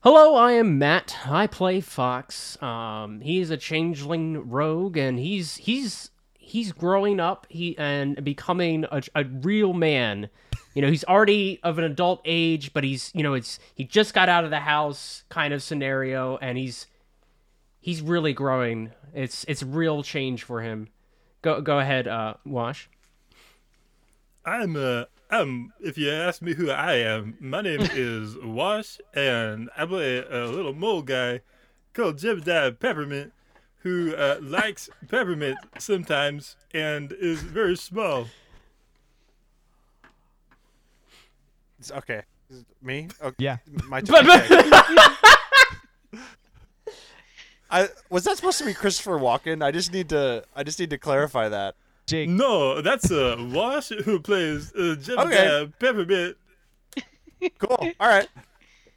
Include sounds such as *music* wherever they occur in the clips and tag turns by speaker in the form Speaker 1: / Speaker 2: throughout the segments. Speaker 1: Hello, I am Matt. I play Fox. Um, he's a changeling rogue, and he's he's he's growing up. He and becoming a, a real man. You know, he's already of an adult age, but he's you know it's he just got out of the house kind of scenario, and he's he's really growing. It's it's real change for him. Go go ahead, uh, *laughs* Wash.
Speaker 2: I'm uh I'm if you ask me who I am, my name is Wash and I play a little mole guy called Jebediah Peppermint who uh, likes peppermint sometimes and is very small.
Speaker 3: It's okay. Is it Me? Okay.
Speaker 4: Yeah. *laughs*
Speaker 3: My turn.
Speaker 1: Oh,
Speaker 3: Okay. I was that supposed to be Christopher Walken? I just need to I just need to clarify that.
Speaker 4: Jake,
Speaker 2: No, that's uh Wash who plays uh, Jebediah Peppermint.
Speaker 3: Cool. All right.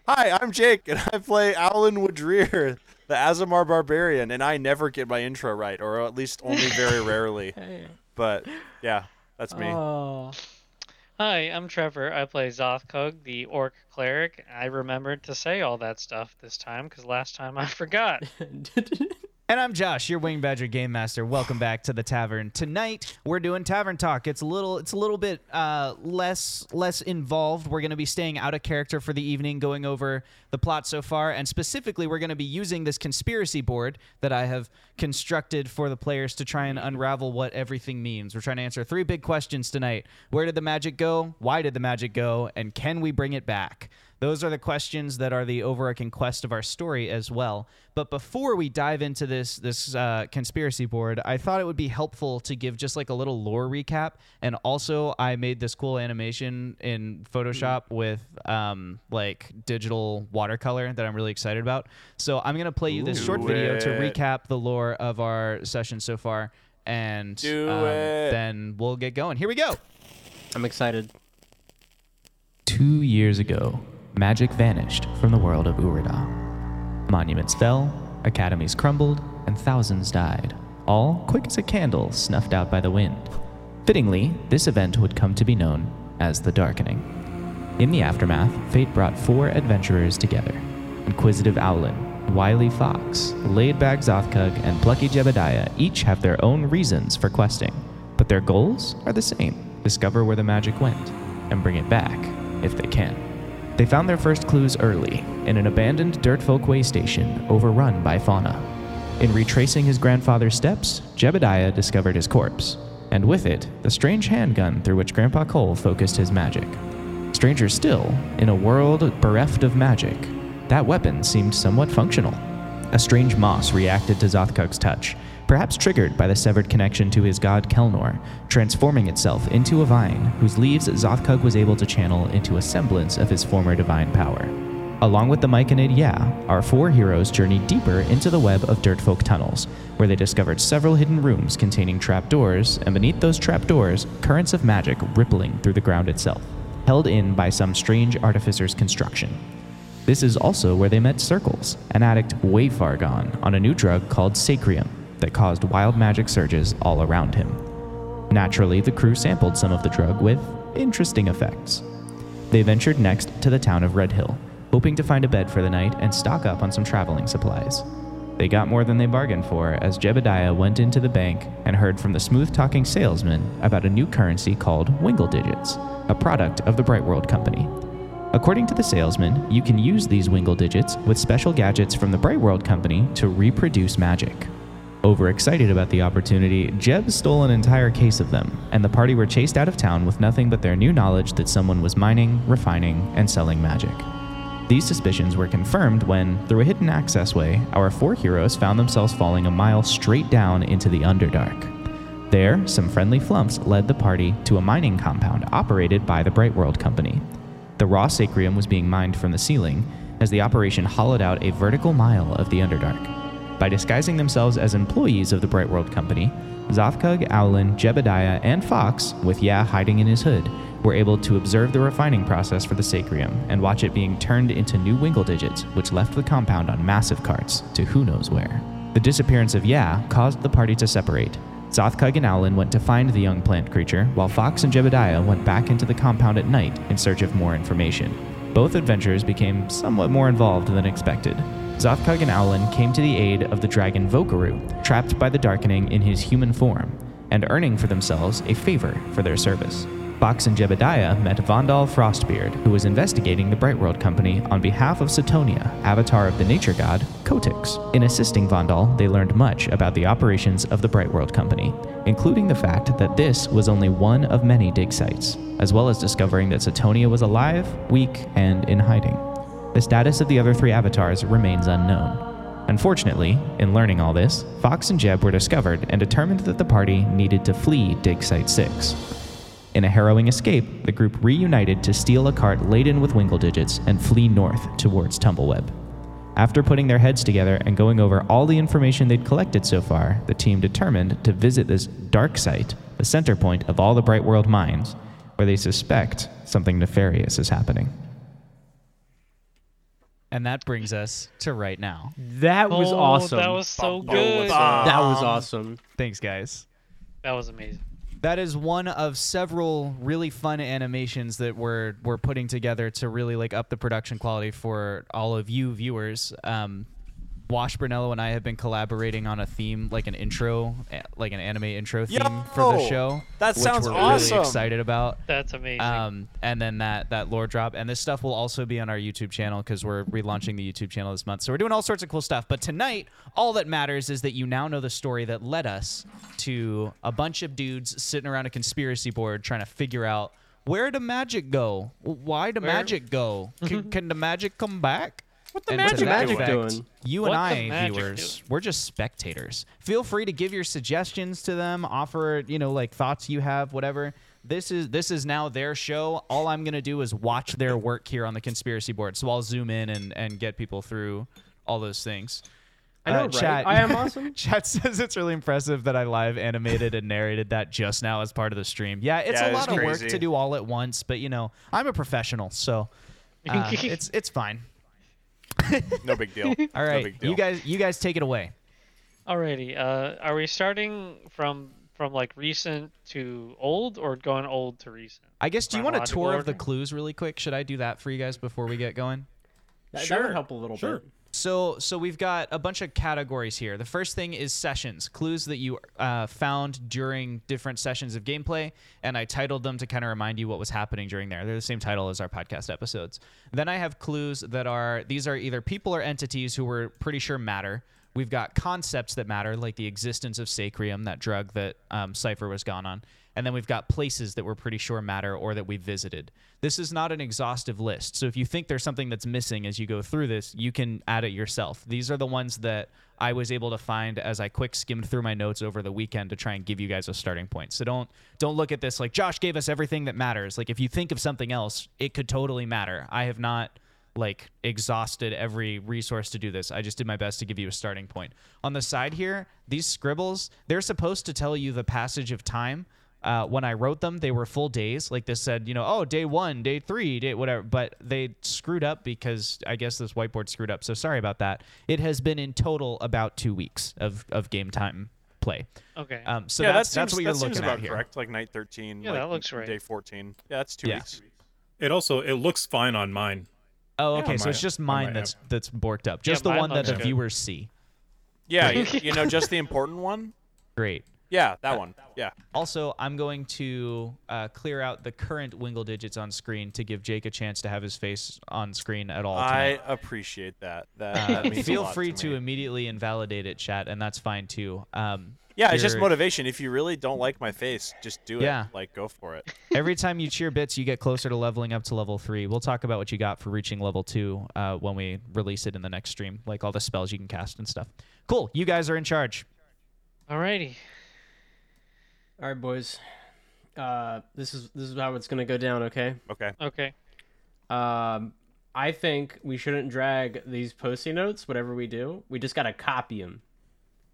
Speaker 3: Hi, I'm Jake and I play Alan Woodrear, the Azamar Barbarian, and I never get my intro right, or at least only
Speaker 4: *laughs*
Speaker 3: very rarely. But yeah, that's me.
Speaker 1: Oh,
Speaker 5: Hi, I'm Trevor. I play Zothkug, the orc cleric. I remembered to say all that stuff this time because last time
Speaker 1: *laughs*
Speaker 5: I *laughs* forgot.
Speaker 4: And I'm Josh, your Wing Badger Game Master. Welcome back to the tavern. Tonight we're doing tavern talk. It's a little, it's a little bit uh, less less involved. We're going to be staying out of character for the evening, going over the plot so far, and specifically we're going to be using this conspiracy board that I have constructed for the players to try and unravel what everything means. We're trying to answer three big questions tonight: Where did the magic go? Why did the magic go? And can we bring it back? Those are the questions that are the overarching quest of our story as well. But before we dive into this this uh, conspiracy board, I thought it would be helpful to give just like a little lore recap. And also, I made this cool animation in Photoshop with um, like digital watercolor that I'm really excited about. So I'm gonna play you this short
Speaker 3: Ooh.
Speaker 4: video to
Speaker 3: it.
Speaker 4: recap the lore of our session so far, and
Speaker 3: Do
Speaker 4: um,
Speaker 3: it.
Speaker 4: then we'll get going. Here we go.
Speaker 1: I'm excited.
Speaker 4: Two years ago, magic vanished from the world of Urida. Monuments fell, academies crumbled, and thousands died, all quick as a candle snuffed out by the wind. Fittingly, this event would come to be known as the Darkening. In the aftermath, fate brought four adventurers together Inquisitive Owlin, Wily Fox, Laid Back Zothkug, and Plucky Jebediah each have their own reasons for questing, but their goals are the same discover where the magic went and bring it back if they can. They found their first clues early in an abandoned Dirtfolk way station overrun by fauna. In retracing his grandfather's steps, Jebediah discovered his corpse, and with it, the strange handgun through which Grandpa Cole focused his magic. Stranger still, in a world bereft of magic, that weapon seemed somewhat functional. A strange moss reacted to Zothkug's touch, perhaps triggered by the severed connection to his god Kelnor, transforming itself into a vine whose leaves Zothkug was able to channel into a semblance of his former divine power. Along with the Myconid Yeah, our four heroes journeyed deeper into the web of Dirtfolk tunnels, where they discovered several hidden rooms containing trapdoors, and beneath those trapdoors, currents of magic rippling through the ground itself, held in by some strange artificer's construction. This is also where they met Circles, an addict way far gone, on a new drug called Sacrium that caused wild magic surges all around him. Naturally, the crew sampled some of the drug with interesting effects. They ventured next to the town of Red Hill, hoping to find a bed for the night and stock up on some traveling supplies. They got more than they bargained for as Jebediah went into the bank and heard from the smooth talking salesman about a new currency called Wingle Digits, a product of the Bright World Company. According to the salesman, you can use these Wingle Digits with special gadgets from the Bright World Company to reproduce magic. Overexcited about the opportunity, Jeb stole an entire case of them, and the party were chased out of town with nothing but their new knowledge that someone was mining, refining, and selling magic. These suspicions were confirmed when, through a hidden accessway, our four heroes found themselves falling a mile straight down into the Underdark. There, some friendly flumps led the party to a mining compound operated by the Bright World Company. The raw sacrium was being mined from the ceiling as the operation hollowed out a vertical mile of the Underdark. By disguising themselves as employees of the Bright World Company, Zothkug, Owlin, Jebediah, and Fox, with Yah hiding in his hood, were able to observe the refining process for the sacrium and watch it being turned into new wingle digits, which left the compound on massive carts to who knows where. The disappearance of Yah caused the party to separate, Zothkug and Owlin went to find the young plant creature, while Fox and Jebediah went back into the compound at night in search of more information. Both adventures became somewhat more involved than expected. Zothkog and Owlin came to the aid of the dragon Vokaru, trapped by the Darkening in his human form, and earning for themselves a favor for their service. Box and Jebediah met Vondal Frostbeard, who was investigating the Bright World Company on behalf of Setonia, avatar of the nature god Kotix. In assisting Vondal, they learned much about the operations of the Bright World Company, including the fact that this was only one of many dig sites, as well as discovering that Setonia was alive, weak, and in hiding. The status of the other three avatars remains unknown. Unfortunately, in learning all this, Fox and Jeb were discovered and determined that the party needed to flee Dig Site 6. In a harrowing escape, the group reunited to steal a cart laden with Wingle digits and flee north towards Tumbleweb. After putting their heads together and going over all the information they'd collected so far, the team determined to visit this dark site, the center point of all the Bright World mines, where they suspect something nefarious is happening. And that brings us to right now.
Speaker 1: That was
Speaker 5: Oh,
Speaker 1: awesome.
Speaker 5: That was so good.
Speaker 1: that was awesome.
Speaker 4: Thanks, guys.
Speaker 5: That was amazing.
Speaker 4: That is one of several really fun animations that we're we're putting together to really like up the production quality for all of you viewers. Um, Wash Brunello and I have been collaborating on a theme, like an intro, eh, like an anime intro theme for the
Speaker 3: Yo!
Speaker 4: show.
Speaker 3: That
Speaker 4: which
Speaker 3: sounds
Speaker 4: we're
Speaker 3: awesome.
Speaker 4: Really excited about.
Speaker 5: That's amazing.
Speaker 1: Uh,
Speaker 4: Um, and then that that lore drop, and this stuff will also be on our YouTube channel because we're relaunching the YouTube channel this month. So we're doing all sorts of cool stuff. But tonight, all that matters is that you now know the story that led us to a bunch of dudes sitting around a conspiracy board trying to figure out where did magic go? Why did magic go?
Speaker 1: *laughs*
Speaker 4: Can, can the magic come back? What the
Speaker 1: magic magic doing?
Speaker 4: You
Speaker 5: What the
Speaker 4: and I,
Speaker 5: magic
Speaker 4: viewers,
Speaker 5: doing?
Speaker 4: we're just spectators. Feel free to give your suggestions to them, offer, you know, like thoughts you have, whatever. This is this is now their show. All I'm gonna do is watch their work here on the conspiracy board. So I'll zoom in and, and get people through all those things.
Speaker 1: I know,
Speaker 4: Uh,
Speaker 1: right?
Speaker 4: chat-
Speaker 1: I am awesome.
Speaker 4: *laughs* Chat says it's really impressive that I live animated and narrated that just now as part of the stream. Yeah, it's
Speaker 3: Yeah,
Speaker 4: a
Speaker 3: it
Speaker 4: lot
Speaker 3: was
Speaker 4: of work
Speaker 3: crazy.
Speaker 4: to do all at once, but you know, I'm a professional,
Speaker 1: *laughs*
Speaker 4: so uh, it's it's fine.
Speaker 3: No big
Speaker 4: *laughs*
Speaker 3: deal.
Speaker 4: All
Speaker 3: No
Speaker 4: right,
Speaker 3: big deal.
Speaker 4: you guys you guys take it away.
Speaker 5: Alrighty. Uh, are we starting from from like recent to old, or going old to recent?
Speaker 4: I guess. Do you want a
Speaker 5: Chronological
Speaker 4: tour of the
Speaker 5: order?
Speaker 4: clues really quick? Should I do that for you guys before we get going?
Speaker 1: That, that
Speaker 2: Sure.
Speaker 1: would help a little
Speaker 2: Sure.
Speaker 1: bit.
Speaker 4: So, so we've got a bunch of categories here. The first thing is sessions, clues that you uh, found during different sessions of gameplay, and I titled them to kind of remind you what was happening during there. They're the same title as our podcast episodes. Then I have clues that are these are either people or entities who we're pretty sure matter. We've got concepts that matter, like the existence of Sacrium, that drug that um, Cypher was gone on. And then we've got places that we're pretty sure matter or that we visited. This is not an exhaustive list. So if you think there's something that's missing as you go through this, you can add it yourself. These are the ones that I was able to find as I quick skimmed through my notes over the weekend to try and give you guys a starting point. So don't don't look at this like Josh gave us everything that matters. Like if you think of something else, it could totally matter. I have not like exhausted every resource to do this. I just did my best to give you a starting point. On the side here, these scribbles, they're supposed to tell you the passage of time. Uh, when I wrote them, they were full days. Like this said, you know, oh, day one, day three, day whatever. But they screwed up because I guess this whiteboard screwed up. So sorry about that. It has been in total about two weeks of, of game time play.
Speaker 5: Okay.
Speaker 4: Um, so
Speaker 3: yeah,
Speaker 4: that's,
Speaker 3: that seems,
Speaker 4: that's what you're
Speaker 3: that
Speaker 4: looking
Speaker 3: seems
Speaker 4: at
Speaker 3: about
Speaker 4: here.
Speaker 3: correct. Like night 13.
Speaker 5: Yeah,
Speaker 3: like
Speaker 5: that looks right.
Speaker 3: Day 14. Yeah, that's two
Speaker 4: Yeah.
Speaker 3: weeks.
Speaker 2: It also it looks fine on mine.
Speaker 4: Oh, okay. so
Speaker 2: might-
Speaker 4: it's just
Speaker 2: I
Speaker 4: mine
Speaker 2: might
Speaker 4: that's that's borked up.
Speaker 5: Yeah,
Speaker 4: Just
Speaker 5: mine
Speaker 4: the one that
Speaker 5: looks
Speaker 4: the
Speaker 5: good.
Speaker 4: viewers see.
Speaker 3: Yeah, you, you know, just the important one.
Speaker 4: Great.
Speaker 3: Yeah,
Speaker 4: *laughs*
Speaker 3: that one. Yeah.
Speaker 4: Also, I'm going to uh, clear out the current Wingle digits on screen to give Jake a chance to have his face on screen at all.
Speaker 3: I
Speaker 4: tonight.
Speaker 3: appreciate that. That,
Speaker 4: *laughs*
Speaker 3: that means a
Speaker 4: Feel
Speaker 3: lot
Speaker 4: free
Speaker 3: to,
Speaker 4: to,
Speaker 3: me.
Speaker 4: immediately invalidate it, chat, and that's fine too. Um,
Speaker 3: Yeah, it's just
Speaker 4: you're-
Speaker 3: motivation. If you really don't like my face, just do it.
Speaker 4: Yeah.
Speaker 3: Like, go for it.
Speaker 4: Every time you cheer bits, you get closer to leveling up to level three. We'll talk about what you got for reaching level two uh, when we release it in the next stream, like all the spells you can cast and stuff. Cool. You guys are in charge.
Speaker 5: Alrighty.
Speaker 1: All right, boys. Uh, this is this is how it's gonna go down. Okay.
Speaker 3: Okay.
Speaker 5: Okay.
Speaker 1: Um, I think we shouldn't drag these posting notes. Whatever we do, we just gotta copy them,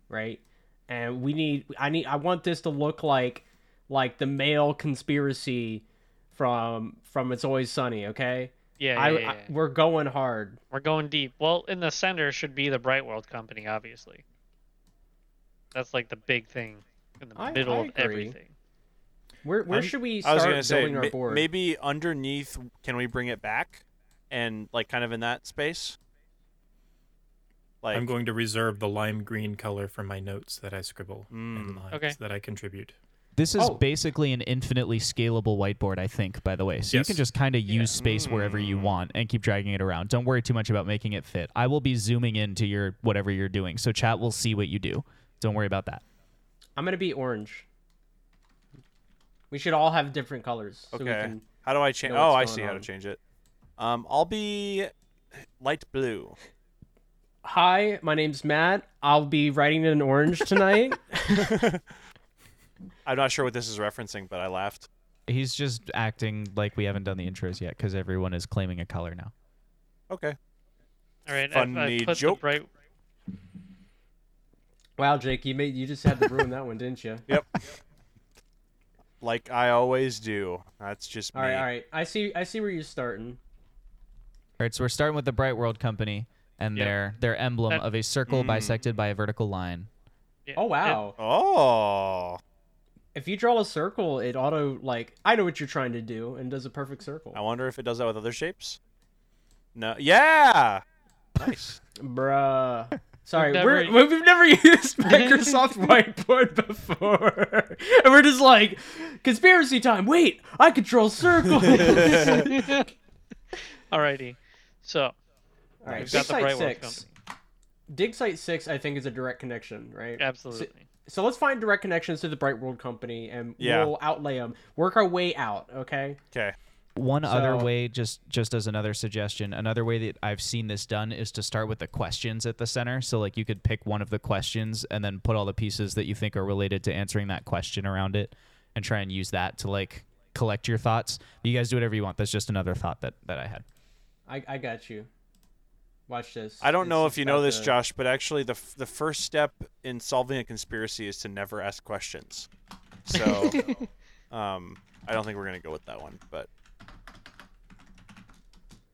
Speaker 1: right? And we need. I need. I want this to look like like the male conspiracy from from It's Always Sunny. Okay.
Speaker 5: Yeah.
Speaker 1: I,
Speaker 5: yeah, yeah,
Speaker 1: I
Speaker 5: yeah.
Speaker 1: we're going hard.
Speaker 5: We're going deep. Well, in the center should be the Bright World Company, obviously. That's like the big thing in the
Speaker 1: I-
Speaker 5: middle
Speaker 1: I
Speaker 5: of
Speaker 1: agree.
Speaker 5: everything.
Speaker 1: Where where
Speaker 3: I'm-
Speaker 1: should we
Speaker 3: I was
Speaker 1: start
Speaker 3: gonna say
Speaker 1: building our
Speaker 3: ma-
Speaker 1: board?
Speaker 3: maybe underneath. Can we bring it back? and like kind of in that space. Like
Speaker 2: I'm going to reserve the lime green color for my notes that I scribble and
Speaker 3: Mm.
Speaker 2: lines
Speaker 5: Okay.
Speaker 2: that I contribute.
Speaker 4: This is
Speaker 1: Oh.
Speaker 4: basically an infinitely scalable whiteboard, I think, by the way. So
Speaker 2: Yes.
Speaker 4: you can just kind of use space wherever you want and keep dragging it around. Don't worry too much about making it fit. I will be zooming into your whatever you're doing. So chat will see what you do. Don't worry about that.
Speaker 1: I'm gonna be orange. We should all have different colors. So we
Speaker 3: okay,
Speaker 1: can...
Speaker 3: how do I change?
Speaker 1: know what's
Speaker 3: Oh, I
Speaker 1: going
Speaker 3: see how to
Speaker 1: on.
Speaker 3: change it. Um, I'll be light blue.
Speaker 1: Hi, my name's Matt. I'll be writing in orange *laughs* tonight.
Speaker 3: I'm not sure what this is referencing, but I laughed.
Speaker 4: He's just acting like we haven't done the intros yet because everyone is claiming a color now.
Speaker 3: Okay.
Speaker 5: All right,
Speaker 3: Funny
Speaker 5: I, I put
Speaker 3: joke.
Speaker 5: the bright.
Speaker 1: wow, Jake, you made you just had to ruin that one, didn't you?
Speaker 3: Yep. like I always do. That's just
Speaker 1: All
Speaker 3: me.
Speaker 1: right, all right. I see. I see where you're starting.
Speaker 4: All right, so we're starting with the Bright World Company and
Speaker 5: Yep.
Speaker 4: their their emblem
Speaker 5: That-
Speaker 4: of a circle
Speaker 3: Mm.
Speaker 4: bisected by a vertical line.
Speaker 5: yeah,
Speaker 1: Oh
Speaker 5: it-
Speaker 1: wow!
Speaker 3: Oh,
Speaker 1: If you draw a circle, it auto like I know what you're trying to do and does a perfect circle.
Speaker 3: I wonder if it does that with other shapes. No. Yeah. Nice.
Speaker 1: *laughs* Bruh. Sorry,
Speaker 5: We've
Speaker 1: we're,
Speaker 5: never-
Speaker 1: we've never *laughs* used *laughs* Microsoft Whiteboard before, and we're just like conspiracy time. Wait, I control *laughs* circles. all
Speaker 5: Alrighty. So
Speaker 1: right,
Speaker 5: We've
Speaker 1: dig
Speaker 5: got the
Speaker 1: site
Speaker 5: Brightwell
Speaker 1: six. Dig site six, I think, is a direct connection, right?
Speaker 5: absolutely.
Speaker 1: So let's find direct connections to the Bright World Company, and
Speaker 3: Yeah.
Speaker 1: we'll outlay them. Work our way out, okay?
Speaker 3: Okay.
Speaker 4: One other
Speaker 1: So-
Speaker 4: way, just just as another suggestion, another way that I've seen this done is to start with the questions at the center. So like you could pick one of the questions and then put all the pieces that you think are related to answering that question around it, and try and use that to like collect your thoughts. But you guys do whatever you want. That's just another thought that that I had.
Speaker 1: I, I got you. Watch this.
Speaker 3: I don't
Speaker 1: This
Speaker 3: know
Speaker 1: is
Speaker 3: if you know
Speaker 1: about
Speaker 3: this,
Speaker 1: the-
Speaker 3: Josh, but actually, the f- the first step in solving a conspiracy is to never ask questions.
Speaker 1: *laughs*
Speaker 3: So, um, I don't think we're gonna go with that one, but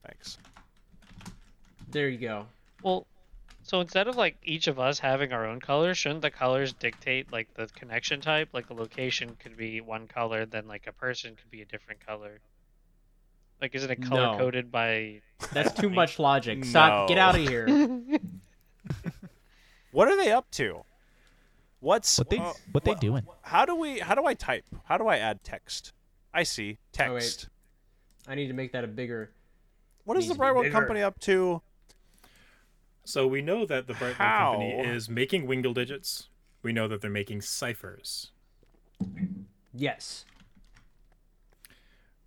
Speaker 3: thanks.
Speaker 1: There you go.
Speaker 5: Well, so instead of like each of us having our own colors, shouldn't the colors dictate like the connection type? Like a location could be one color, then like a person could be a different color. Like isn't it
Speaker 1: No.
Speaker 5: color coded by?
Speaker 1: That's
Speaker 3: *laughs*
Speaker 1: too much logic. Stop. Get
Speaker 3: No.
Speaker 1: out of here.
Speaker 3: What are they up to? What's
Speaker 4: What they
Speaker 3: uh,
Speaker 4: what they
Speaker 3: wha-
Speaker 4: doing?
Speaker 3: How do we? How do I type? How do I add text? I see
Speaker 1: Oh, wait.
Speaker 3: text.
Speaker 1: I need to make that a bigger.
Speaker 3: what is the
Speaker 1: Needs to be
Speaker 3: Brightwell
Speaker 2: bigger.
Speaker 3: Company up to?
Speaker 2: So we know that the Brightman Company
Speaker 3: How?
Speaker 2: is making wingle digits. We know that they're making ciphers.
Speaker 1: Yes.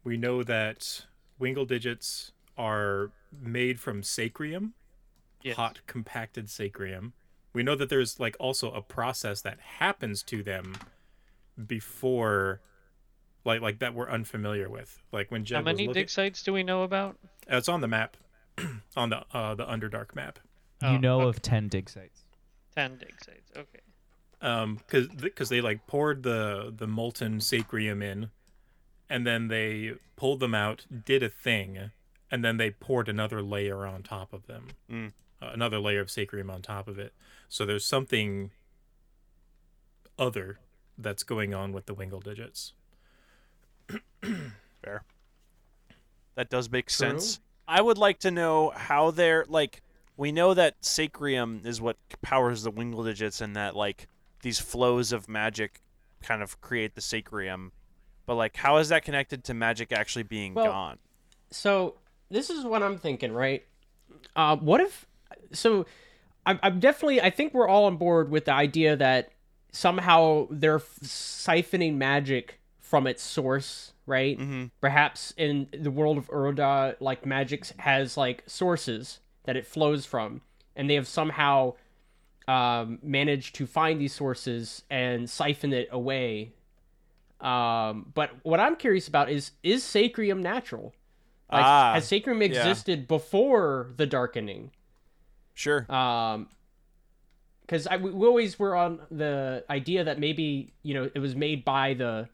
Speaker 2: We know that wingle digits are made from sacrium,
Speaker 5: Yes.
Speaker 2: hot compacted sacrium. We know that there's like also a process that happens to them before like like that we're unfamiliar with. Like when Jed
Speaker 5: How
Speaker 2: was
Speaker 5: many
Speaker 2: looking-
Speaker 5: dig sites do we know about?
Speaker 2: Uh, it's on the map. *clears throat* on the uh the Underdark map.
Speaker 5: Oh,
Speaker 4: you know
Speaker 5: okay.
Speaker 4: of ten dig sites.
Speaker 5: ten dig sites. Okay.
Speaker 2: um because because they like poured the the molten sacrium in and then they pulled them out did a thing and then they poured another layer on top of them
Speaker 3: Mm.
Speaker 2: uh, another layer of sacrium on top of it so there's something other that's going on with the wingle digits
Speaker 3: Fair. That does make sense. I would like to know how they're like. We know that sacrium is what powers the wingle digits, and that like these flows of magic kind of create the sacrium. But like, how is that connected to magic actually being
Speaker 1: Well-
Speaker 3: gone?
Speaker 1: So this is what I'm thinking, right? Uh, what if? So I'm, I'm definitely. I think we're all on board with the idea that somehow they're f- siphoning magic from its source, right?
Speaker 2: Mm-hmm.
Speaker 3: Mhm.
Speaker 1: Perhaps in the world of Uroda, like magic has like sources that it flows from, and they have somehow um, managed to find these sources and siphon it away. Um, but what I'm curious about is is sacrium natural? Like,
Speaker 3: Ah,
Speaker 1: has sacrium existed before the darkening?
Speaker 3: Sure.
Speaker 1: Um, because I we we always were on the idea that maybe you know it was made by the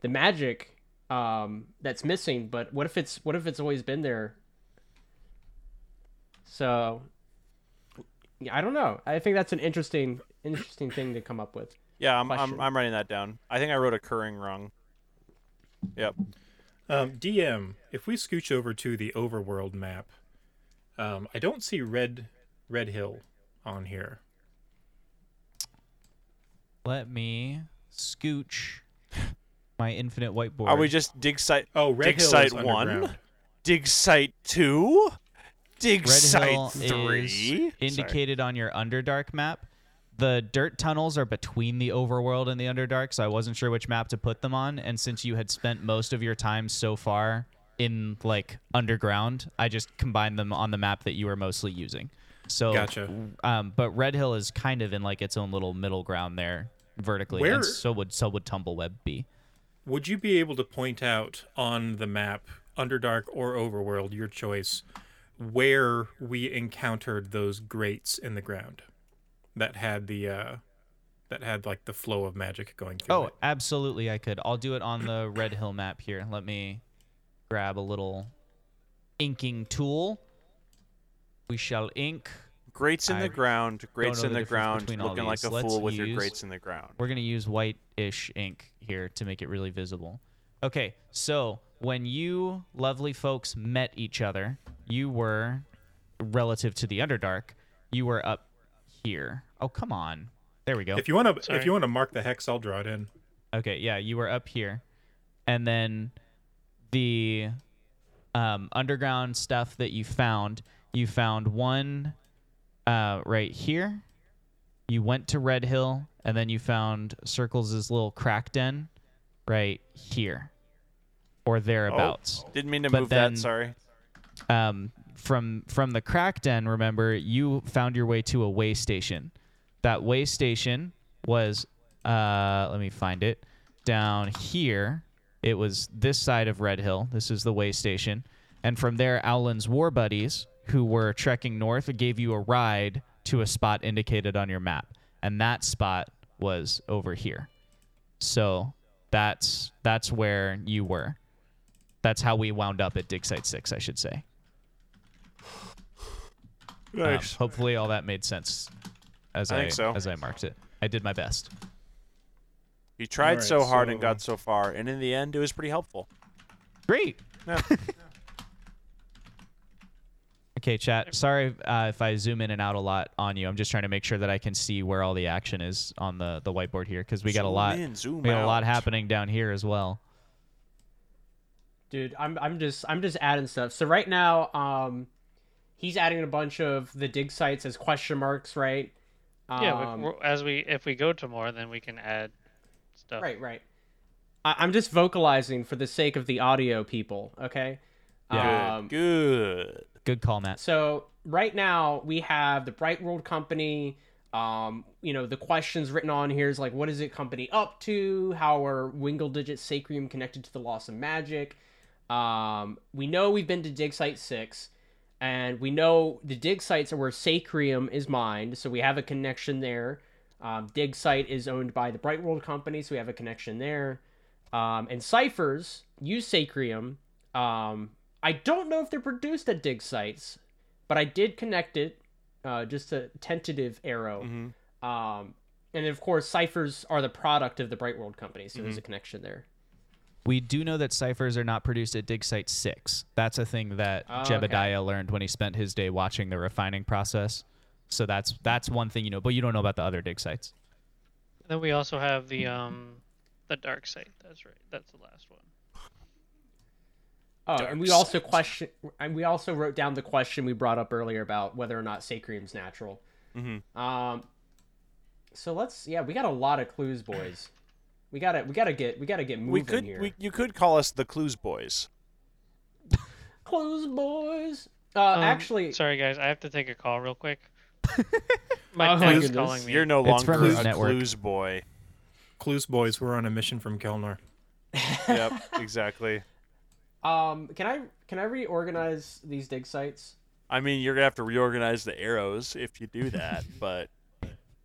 Speaker 1: the magic um that's missing, but what if it's what if it's always been there? So, yeah, I don't know. I think that's an interesting interesting thing to come up with.
Speaker 3: yeah, I'm, I'm
Speaker 1: question.
Speaker 3: I'm writing that down. I think I wrote occurring wrong. Yep.
Speaker 2: um dm if we scooch over to the overworld map Um, I don't see Red Red Hill on here.
Speaker 4: Let me scooch *laughs* my infinite whiteboard.
Speaker 3: Are we just dig site
Speaker 2: Oh, Red
Speaker 3: dig
Speaker 2: Hill
Speaker 3: site
Speaker 2: is
Speaker 3: one,
Speaker 2: underground.
Speaker 3: dig site two, dig
Speaker 4: Red
Speaker 3: site
Speaker 4: Hill
Speaker 3: three?
Speaker 4: is indicated on your Underdark map. The dirt tunnels are between the overworld and the Underdark, so I wasn't sure which map to put them on. And since you had spent most of your time so far in like underground, I just combined them on the map that you were mostly using. So,
Speaker 2: Gotcha.
Speaker 4: Um, but Red Hill is kind of in like its own little middle ground there, vertically.
Speaker 2: Where-
Speaker 4: And so would so would Tumbleweb be.
Speaker 2: Would you be able to point out on the map, Underdark or Overworld, your choice, where we encountered those grates in the ground that had the uh, that had like the flow of magic going through?
Speaker 4: Oh,
Speaker 2: it?
Speaker 4: absolutely, I could. I'll do it on the Red Hill map here. Let me grab a little inking tool. We shall ink.
Speaker 3: Grates in
Speaker 4: I
Speaker 3: the ground, grates
Speaker 4: know
Speaker 3: in
Speaker 4: the
Speaker 3: the
Speaker 4: difference
Speaker 3: ground,
Speaker 4: between all
Speaker 3: looking like
Speaker 4: these.
Speaker 3: a
Speaker 4: Let's
Speaker 3: fool with your
Speaker 4: use-
Speaker 3: grates in the ground.
Speaker 4: We're going to use white-ish ink here to make it really visible. Okay, so when you lovely folks met each other, you were relative to the Underdark, you were up here. Oh, come on. There we go.
Speaker 2: If you want to, if
Speaker 5: Sorry.
Speaker 2: you want to mark the hex, I'll draw it in.
Speaker 4: Okay, yeah, you were up here. And then the um, underground stuff that you found, you found one uh, right here. You went to Red Hill, and then you found Circles' little crack den right here or thereabouts.
Speaker 3: Didn't mean to
Speaker 4: But
Speaker 3: move
Speaker 4: then-
Speaker 3: that. Sorry.
Speaker 4: Um, from from the crack den, remember, you found your way to a way station. That way station was, uh, let me find it, down here. It was this side of Red Hill. This is the way station. And from there, Owlin's war buddies, who were trekking north, gave you a ride to a spot indicated on your map. And that spot was over here. So that's that's where you were. That's how we wound up at Dig Site 6, I should say. Um, hopefully, all that made sense as
Speaker 3: I
Speaker 4: I,
Speaker 3: think so.
Speaker 4: as I marked it. I did my best.
Speaker 3: You tried
Speaker 2: Alright,
Speaker 3: so hard and
Speaker 2: so-
Speaker 4: uh,
Speaker 3: got so far, and in the end, it was pretty helpful.
Speaker 4: Great.
Speaker 3: Yeah.
Speaker 4: *laughs* Okay, chat. Sorry uh, if I zoom in and out a lot on you. I'm just trying to make sure that I can see where all the action is on the, the whiteboard here because we got a
Speaker 3: Zoom
Speaker 4: lot.
Speaker 3: in, zoom
Speaker 4: we got a lot
Speaker 3: out.
Speaker 4: happening down here as well.
Speaker 1: Dude, I'm I'm just I'm just adding stuff. So right now, um, he's adding a bunch of the dig sites as question marks, right? Um,
Speaker 5: Yeah, but we're- as we if we go to more, then we can add stuff.
Speaker 1: right, right. I, I'm just vocalizing for the sake of the audio people, okay?
Speaker 4: Yeah.
Speaker 1: Um,
Speaker 3: Good.
Speaker 4: Good call, Matt.
Speaker 1: So right now we have the Bright World Company. Um, you know, the questions written on here is like, what is it company up to? How are Wingle Digit Sacrium connected to the loss of magic? Um, we know we've been to Dig Site 6, and we know the dig sites are where Sacrium is mined, so we have a connection there. Um, dig Site is owned by the Bright World Company, so we have a connection there. Um, and ciphers use Sacrium. Um, I don't know if they're produced at dig sites, but I did connect it, uh, just a tentative arrow.
Speaker 3: Mm-hmm.
Speaker 1: Um, and of course, ciphers are the product of the Bright World Company, so
Speaker 3: Mm-hmm.
Speaker 1: there's a connection there.
Speaker 4: We do know that ciphers are not produced at Dig Site 6. That's a thing that
Speaker 1: Oh, okay.
Speaker 4: Jebediah learned when he spent his day watching the refining process. So that's that's one thing you know, but you don't know about the other dig sites.
Speaker 5: Then we also have the um the dark site. That's right. That's the last one.
Speaker 1: Oh, and we also question, and we also wrote down the question we brought up earlier about whether or not sacrium's natural. Mm-hmm. Um, so let's, yeah, we got a lot of clues, boys. We gotta, we gotta get, we gotta get moving
Speaker 3: We could.
Speaker 1: here.
Speaker 3: We, you could call us the Clues Boys.
Speaker 1: Clues, boys. Uh,
Speaker 5: Um,
Speaker 1: actually, *laughs*
Speaker 5: sorry guys, I have to take a call real quick. My
Speaker 1: Oh,
Speaker 5: dad is
Speaker 1: goodness.
Speaker 5: calling me.
Speaker 3: You're no longer
Speaker 4: from
Speaker 3: a
Speaker 4: our network.
Speaker 3: Clues
Speaker 1: *laughs*
Speaker 3: Boy.
Speaker 2: Clues boys, we're on a mission from Kelnar.
Speaker 3: *laughs* yep. Exactly.
Speaker 1: um, can I, can I reorganize these dig sites?
Speaker 3: I mean, you're gonna have to reorganize the arrows if you do
Speaker 4: *laughs*
Speaker 3: that, but.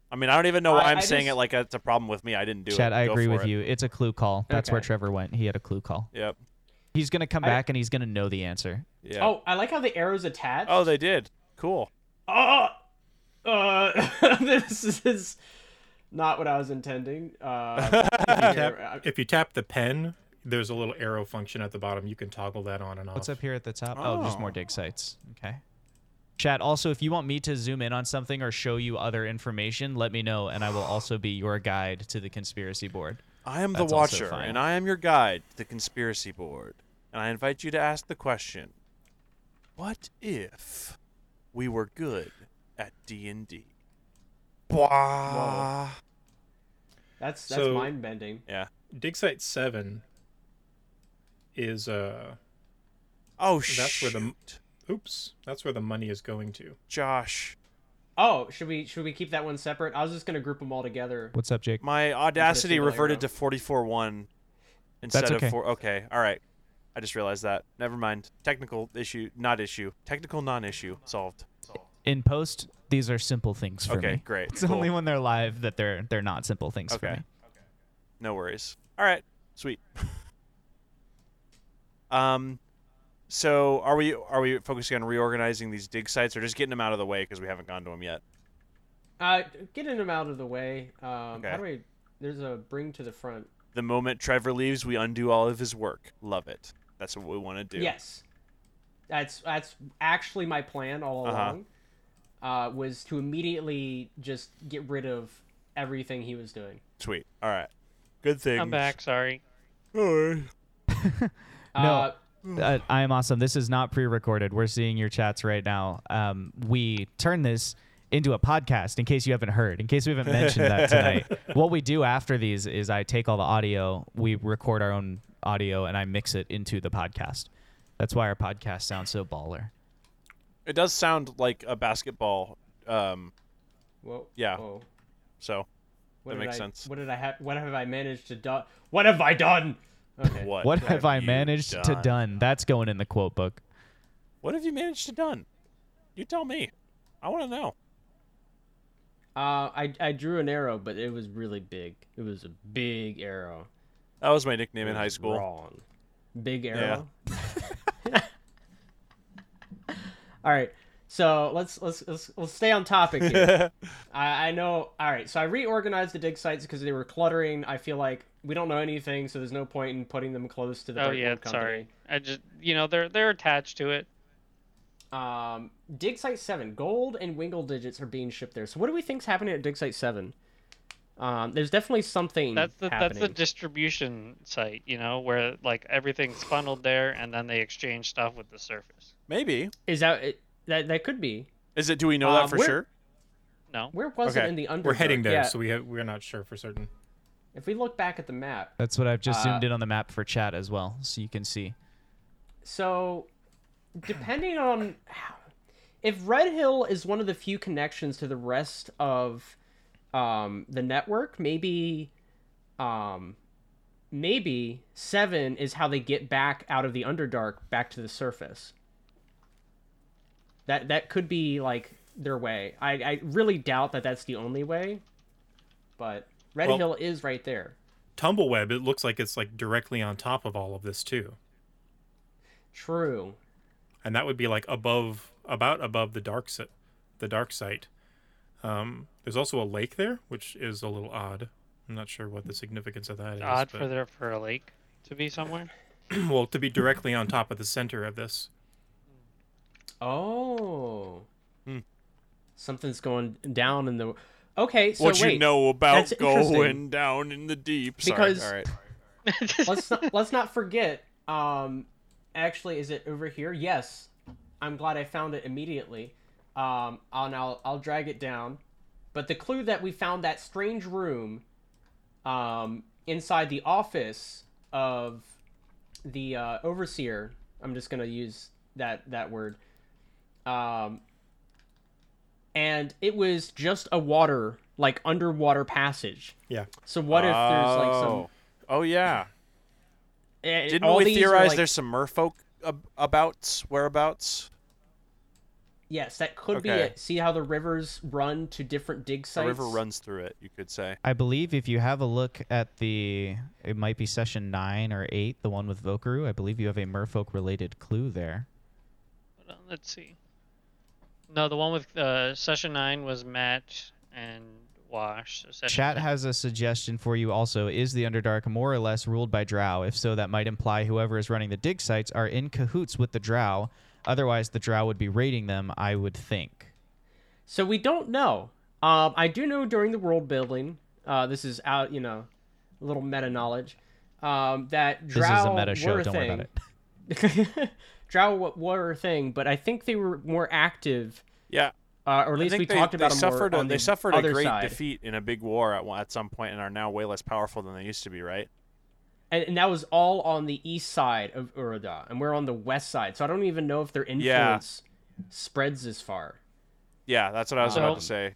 Speaker 3: I mean, I don't even know why
Speaker 1: I-
Speaker 3: I, am
Speaker 1: I
Speaker 3: saying
Speaker 1: just-
Speaker 3: it like that's a problem with me. I didn't do
Speaker 4: Chad,
Speaker 3: it.
Speaker 4: I
Speaker 3: Go
Speaker 4: agree
Speaker 3: for
Speaker 4: with
Speaker 3: it.
Speaker 4: you. It's a clue call. That's where
Speaker 1: Okay.
Speaker 4: Trevor went. He had a clue call.
Speaker 3: Yep.
Speaker 4: He's gonna come
Speaker 1: I-
Speaker 4: back and he's gonna know the answer.
Speaker 3: Yeah.
Speaker 1: Oh, I like how the arrows attach.
Speaker 3: Oh, they did. Cool.
Speaker 1: Oh, uh, *laughs* this is not what I was intending.
Speaker 3: *laughs*
Speaker 1: Uh, if you hear-
Speaker 2: If you tap the pen, there's a little arrow function at the bottom. You can toggle that on and off.
Speaker 4: What's up here at the top? Oh, just
Speaker 3: Oh.
Speaker 4: more dig sites. Okay. Chat, also, if you want me to zoom in on something or show you other information, let me know, and I will also be your guide to the conspiracy board.
Speaker 3: I am the
Speaker 4: That's also
Speaker 3: watcher,
Speaker 4: fine.
Speaker 3: and I am your guide to the conspiracy board. And I invite you to ask the question: What if we were good at D and D? Yeah.
Speaker 1: That's
Speaker 2: that's So-
Speaker 1: bending.
Speaker 2: Dig Site 7 is, uh,
Speaker 3: Oh
Speaker 2: that's where
Speaker 3: shoot,
Speaker 2: the, oops, that's where the money is going to.
Speaker 3: Josh.
Speaker 1: Oh, should we should we keep that one separate? I was just gonna group them all together.
Speaker 4: What's up, Jake?
Speaker 3: My audacity
Speaker 1: single
Speaker 3: reverted
Speaker 1: arrow.
Speaker 3: to forty-four one instead
Speaker 4: okay.
Speaker 3: of four. Okay, all right. I just realized that. Never mind. Technical issue, not issue. Technical non-issue solved.
Speaker 4: In post, these are simple things for me.
Speaker 3: Okay, great.
Speaker 4: It's
Speaker 3: Cool.
Speaker 4: only when they're live that they're they're not simple things for
Speaker 3: Okay.
Speaker 4: me.
Speaker 3: No worries. All right. Sweet. *laughs* um so are we are we focusing on reorganizing these dig sites or just getting them out of the way because we haven't gone to them yet?
Speaker 1: Uh, getting them out of the way. Um,
Speaker 3: Okay.
Speaker 1: how do we? There's a bring to the front.
Speaker 3: The moment Trevor leaves, we undo all of his work. Love it. That's what we want to do.
Speaker 1: Yes, that's that's actually my plan all
Speaker 3: Uh-huh.
Speaker 1: along. Uh, was to immediately just get rid of everything he was doing.
Speaker 3: Sweet. All right. Good thing.
Speaker 5: I'm back. Sorry.
Speaker 4: No.
Speaker 1: Uh,
Speaker 4: Uh, I am awesome. This is not pre-recorded. We're seeing your chats right now. Um, we turn this into a podcast in case you haven't heard, in case we haven't mentioned that tonight.
Speaker 3: *laughs*
Speaker 4: what we do after these is I take all the audio, we record our own audio, and I mix it into the podcast. That's why our podcast sounds so baller.
Speaker 3: It does sound like a basketball. Um
Speaker 1: whoa,
Speaker 3: yeah.
Speaker 1: Whoa.
Speaker 3: so
Speaker 1: What
Speaker 3: That
Speaker 1: did
Speaker 3: makes
Speaker 1: I-
Speaker 3: sense.
Speaker 1: What did I have? What have I managed to do? What have I done? Okay.
Speaker 3: what?
Speaker 4: What have I
Speaker 3: you
Speaker 4: managed to done? That's going in the quote book.
Speaker 3: What have you managed to done? You tell me. I want to know.
Speaker 1: Uh, I I drew an arrow, but it was really big. It was a big arrow.
Speaker 3: That was my nickname in
Speaker 1: It
Speaker 3: high
Speaker 1: was
Speaker 3: school.
Speaker 1: Wrong. Big
Speaker 3: *laughs*
Speaker 1: arrow. *laughs* all right. So let's let's let's let's stay on topic
Speaker 3: *laughs*
Speaker 1: here. I, I know. All right. So I reorganized the dig sites because they were cluttering. I feel like we don't know anything, so there's no point in putting them close to the.
Speaker 5: Oh
Speaker 1: Brightwood
Speaker 5: yeah,
Speaker 1: company.
Speaker 5: sorry. I just you know they're they're attached to it.
Speaker 1: Um, Dig Site Seven, gold and wingle digits are being shipped there. So what do we think's happening at Dig Site Seven? Um, there's definitely something
Speaker 5: That's the that's
Speaker 1: happening.
Speaker 5: the distribution site. You know where like everything's funneled there, and then they exchange stuff with the surface.
Speaker 3: Maybe.
Speaker 1: Is that it, that that could be?
Speaker 3: Is it? Do we know
Speaker 1: Um,
Speaker 3: that for
Speaker 1: we're-
Speaker 3: sure?
Speaker 5: No.
Speaker 1: Where was
Speaker 3: Okay,
Speaker 1: it in the under?
Speaker 2: We're heading there,
Speaker 1: Yeah,
Speaker 2: so we have, we're not sure for certain.
Speaker 1: if we look back at the map,
Speaker 4: That's what I've just
Speaker 1: Uh,
Speaker 4: zoomed in on the map for chat as well, so you can see.
Speaker 1: so depending on if Red Hill is one of the few connections to the rest of um, the network, maybe, um, maybe Seven is how they get back out of the Underdark back to the surface. That that could be like their way. I, I really doubt that that's the only way, but Red
Speaker 2: Well-
Speaker 1: Hill is right there.
Speaker 2: Tumbleweb, it looks like it's like directly on top of all of this too.
Speaker 1: True.
Speaker 2: and that would be like above about above the dark si- the dark site um there's also a lake there which is a little odd i'm not sure what the significance of that is.
Speaker 5: Odd
Speaker 2: but-
Speaker 5: for there for a lake to be
Speaker 1: *laughs*
Speaker 5: somewhere.
Speaker 2: *clears throat*
Speaker 5: *laughs*
Speaker 2: well to be directly on top of the center of this
Speaker 1: Oh.
Speaker 3: Hmm.
Speaker 1: Something's going down in the. Okay, so
Speaker 3: what
Speaker 1: wait.
Speaker 3: you know about
Speaker 1: that's interesting.
Speaker 3: going down in the deep? Sorry.
Speaker 1: Because-
Speaker 3: All right.
Speaker 1: let's not, let's not forget. Um, actually, is it over here? Yes. I'm glad I found it immediately. Um, I'll now I'll drag it down. But the clue that we found that strange room, um, inside the office of the uh, overseer. I'm just gonna use that that word. Um, and it was just a water like underwater passage.
Speaker 2: yeah
Speaker 1: So what if there's like some
Speaker 3: Oh. Oh yeah.
Speaker 1: and
Speaker 3: Didn't
Speaker 1: Eh, all
Speaker 3: we
Speaker 1: these are,
Speaker 3: theorize
Speaker 1: like-
Speaker 3: there's some merfolk ab- abouts whereabouts?
Speaker 1: Yes, that could be
Speaker 3: Okay.
Speaker 1: it. See how the rivers run to different dig
Speaker 3: The
Speaker 1: sites.
Speaker 3: river runs through it. You could say.
Speaker 4: I believe if you have a look at the, it might be session nine or eight, the one with Vokaru. I believe you have a Merfolk related clue there.
Speaker 5: Hold on, let's see. No, the one with uh, session nine was Matt and Wash. So session
Speaker 4: Chat
Speaker 5: nine-
Speaker 4: has a suggestion for you also. Is the Underdark more or less ruled by Drow? If so, that might imply whoever is running the dig sites are in cahoots with the Drow, Otherwise, the drow would be raiding them, I would think.
Speaker 1: So we don't know. Um, I do know during the world building, uh, this is out, you know, a little meta knowledge, um, that drow
Speaker 4: this is a meta
Speaker 1: were
Speaker 4: show.
Speaker 1: a
Speaker 4: Don't worry
Speaker 1: thing.
Speaker 4: about it.
Speaker 1: *laughs* drow wa- were a thing, but I think they were more active,
Speaker 3: Yeah,
Speaker 1: uh, or at
Speaker 3: I
Speaker 1: least
Speaker 3: think
Speaker 1: we
Speaker 3: they,
Speaker 1: talked about
Speaker 3: they
Speaker 1: them
Speaker 3: suffered.
Speaker 1: more
Speaker 3: A,
Speaker 1: on
Speaker 3: they
Speaker 1: the
Speaker 3: suffered a
Speaker 1: other
Speaker 3: great
Speaker 1: side.
Speaker 3: defeat in a big war at one- at some point, and are now way less powerful than they used to be. Right?
Speaker 1: and, and that was all on the east side of Urda, and we're on the west side, so I don't even know if their influence spreads as far.
Speaker 3: Yeah, that's what I was
Speaker 1: Uh,
Speaker 5: So-
Speaker 3: about to say.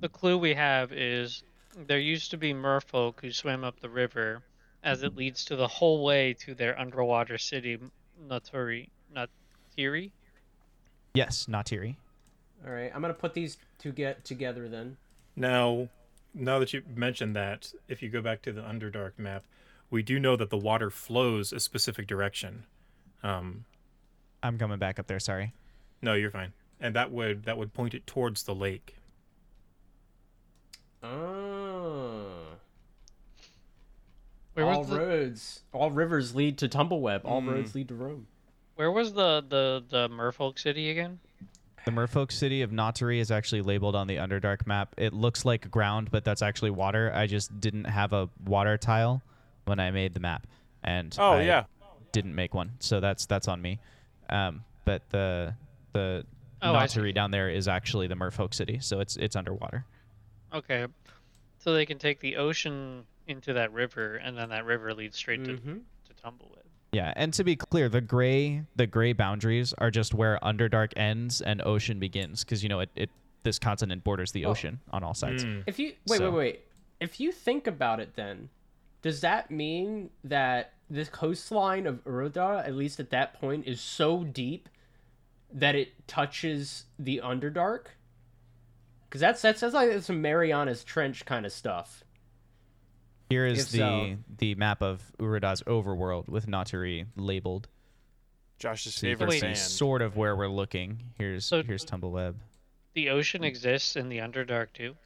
Speaker 5: The clue we have is there used to be merfolk who swam up the river as it leads to the whole way to their underwater city, Naturi. Natiri?
Speaker 4: Yes, Natiri.
Speaker 1: All right, I'm gonna put these two get together then.
Speaker 2: Now, now that you mentioned that, if you go back to the Underdark map, we do know that the water flows a specific direction. Um,
Speaker 4: I'm coming back up there. Sorry.
Speaker 2: no, you're fine, and that would that would point it towards the lake.
Speaker 1: Oh.
Speaker 5: Where
Speaker 1: all
Speaker 5: was the,
Speaker 1: roads, Mm. all rivers lead to Tumbleweb. All roads lead to Rome.
Speaker 5: where was the, the, the merfolk city again?
Speaker 4: The merfolk city of Natari is actually labeled on the Underdark map. It looks like ground, but that's actually water. I just didn't have a water tile when I made the map, and
Speaker 3: Oh
Speaker 4: I
Speaker 3: yeah,
Speaker 4: didn't make one. So that's that's on me. Um, but the the
Speaker 5: Oh, I see.
Speaker 4: Natari down there is actually the merfolk city, so it's it's underwater.
Speaker 5: Okay. So they can take the ocean into that river, and then that river leads straight
Speaker 4: Mm-hmm.
Speaker 5: to,
Speaker 1: Mhm.
Speaker 5: to Tumbleweed.
Speaker 4: Yeah, and to be clear, the gray the gray boundaries are just where Underdark ends and Ocean begins, because you know it, it this continent borders
Speaker 3: Oh.
Speaker 4: the ocean on all sides.
Speaker 3: Hmm.
Speaker 1: If you wait,
Speaker 4: So-
Speaker 1: wait, wait. If you think about it, then does that mean that the coastline of Urda, at least at that point, is so deep that it touches the Underdark? Because that's that's that's like some Marianas Trench kind of stuff.
Speaker 4: Here is
Speaker 1: If
Speaker 4: the
Speaker 1: so-
Speaker 4: the map of Urada's overworld with Naturi labeled.
Speaker 3: Josh's
Speaker 4: So you
Speaker 3: favorite
Speaker 4: can
Speaker 5: Wait.
Speaker 4: see
Speaker 3: band.
Speaker 4: sort of where we're looking. Here's
Speaker 5: So-
Speaker 4: here's Tumbleweb.
Speaker 5: The
Speaker 4: Mm.
Speaker 5: ocean exists in the Underdark too.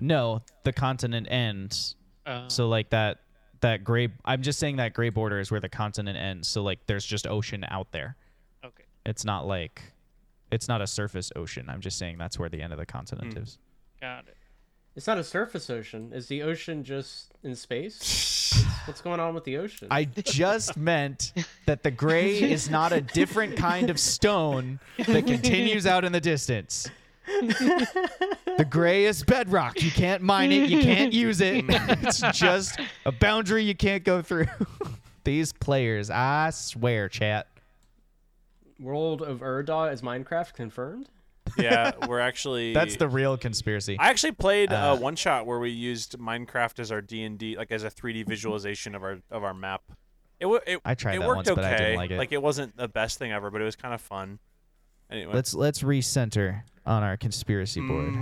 Speaker 4: No, the continent ends.
Speaker 5: Uh,
Speaker 4: So like that that gray I'm just saying that gray border is where the continent ends. So like there's just ocean out there.
Speaker 5: okay.
Speaker 4: It's not like it's not a surface ocean. I'm just saying that's where the end of the continent is.
Speaker 5: Got it.
Speaker 1: It's not a surface ocean. Is the ocean just in space?
Speaker 4: *laughs*
Speaker 1: What's- What's going on with the ocean?
Speaker 4: I just meant that the gray is not a different kind of stone that continues out in the distance. The gray is bedrock. You can't mine it. You can't use it. It's just a boundary you can't go through. *laughs* These players, I swear, chat.
Speaker 1: World of Urda is Minecraft confirmed?
Speaker 3: yeah, we're actually
Speaker 4: That's the real conspiracy.
Speaker 3: I actually played
Speaker 4: Uh,
Speaker 3: a one shot where we used Minecraft as our D and D, like as a 3D visualization of our of our map. It, wa- it
Speaker 4: I tried
Speaker 3: it
Speaker 4: that
Speaker 3: worked
Speaker 4: once,
Speaker 3: okay.
Speaker 4: but I didn't like it.
Speaker 3: Like it wasn't the best thing ever, but it was kind of fun. Anyway,
Speaker 4: Let's let's recenter on our conspiracy board.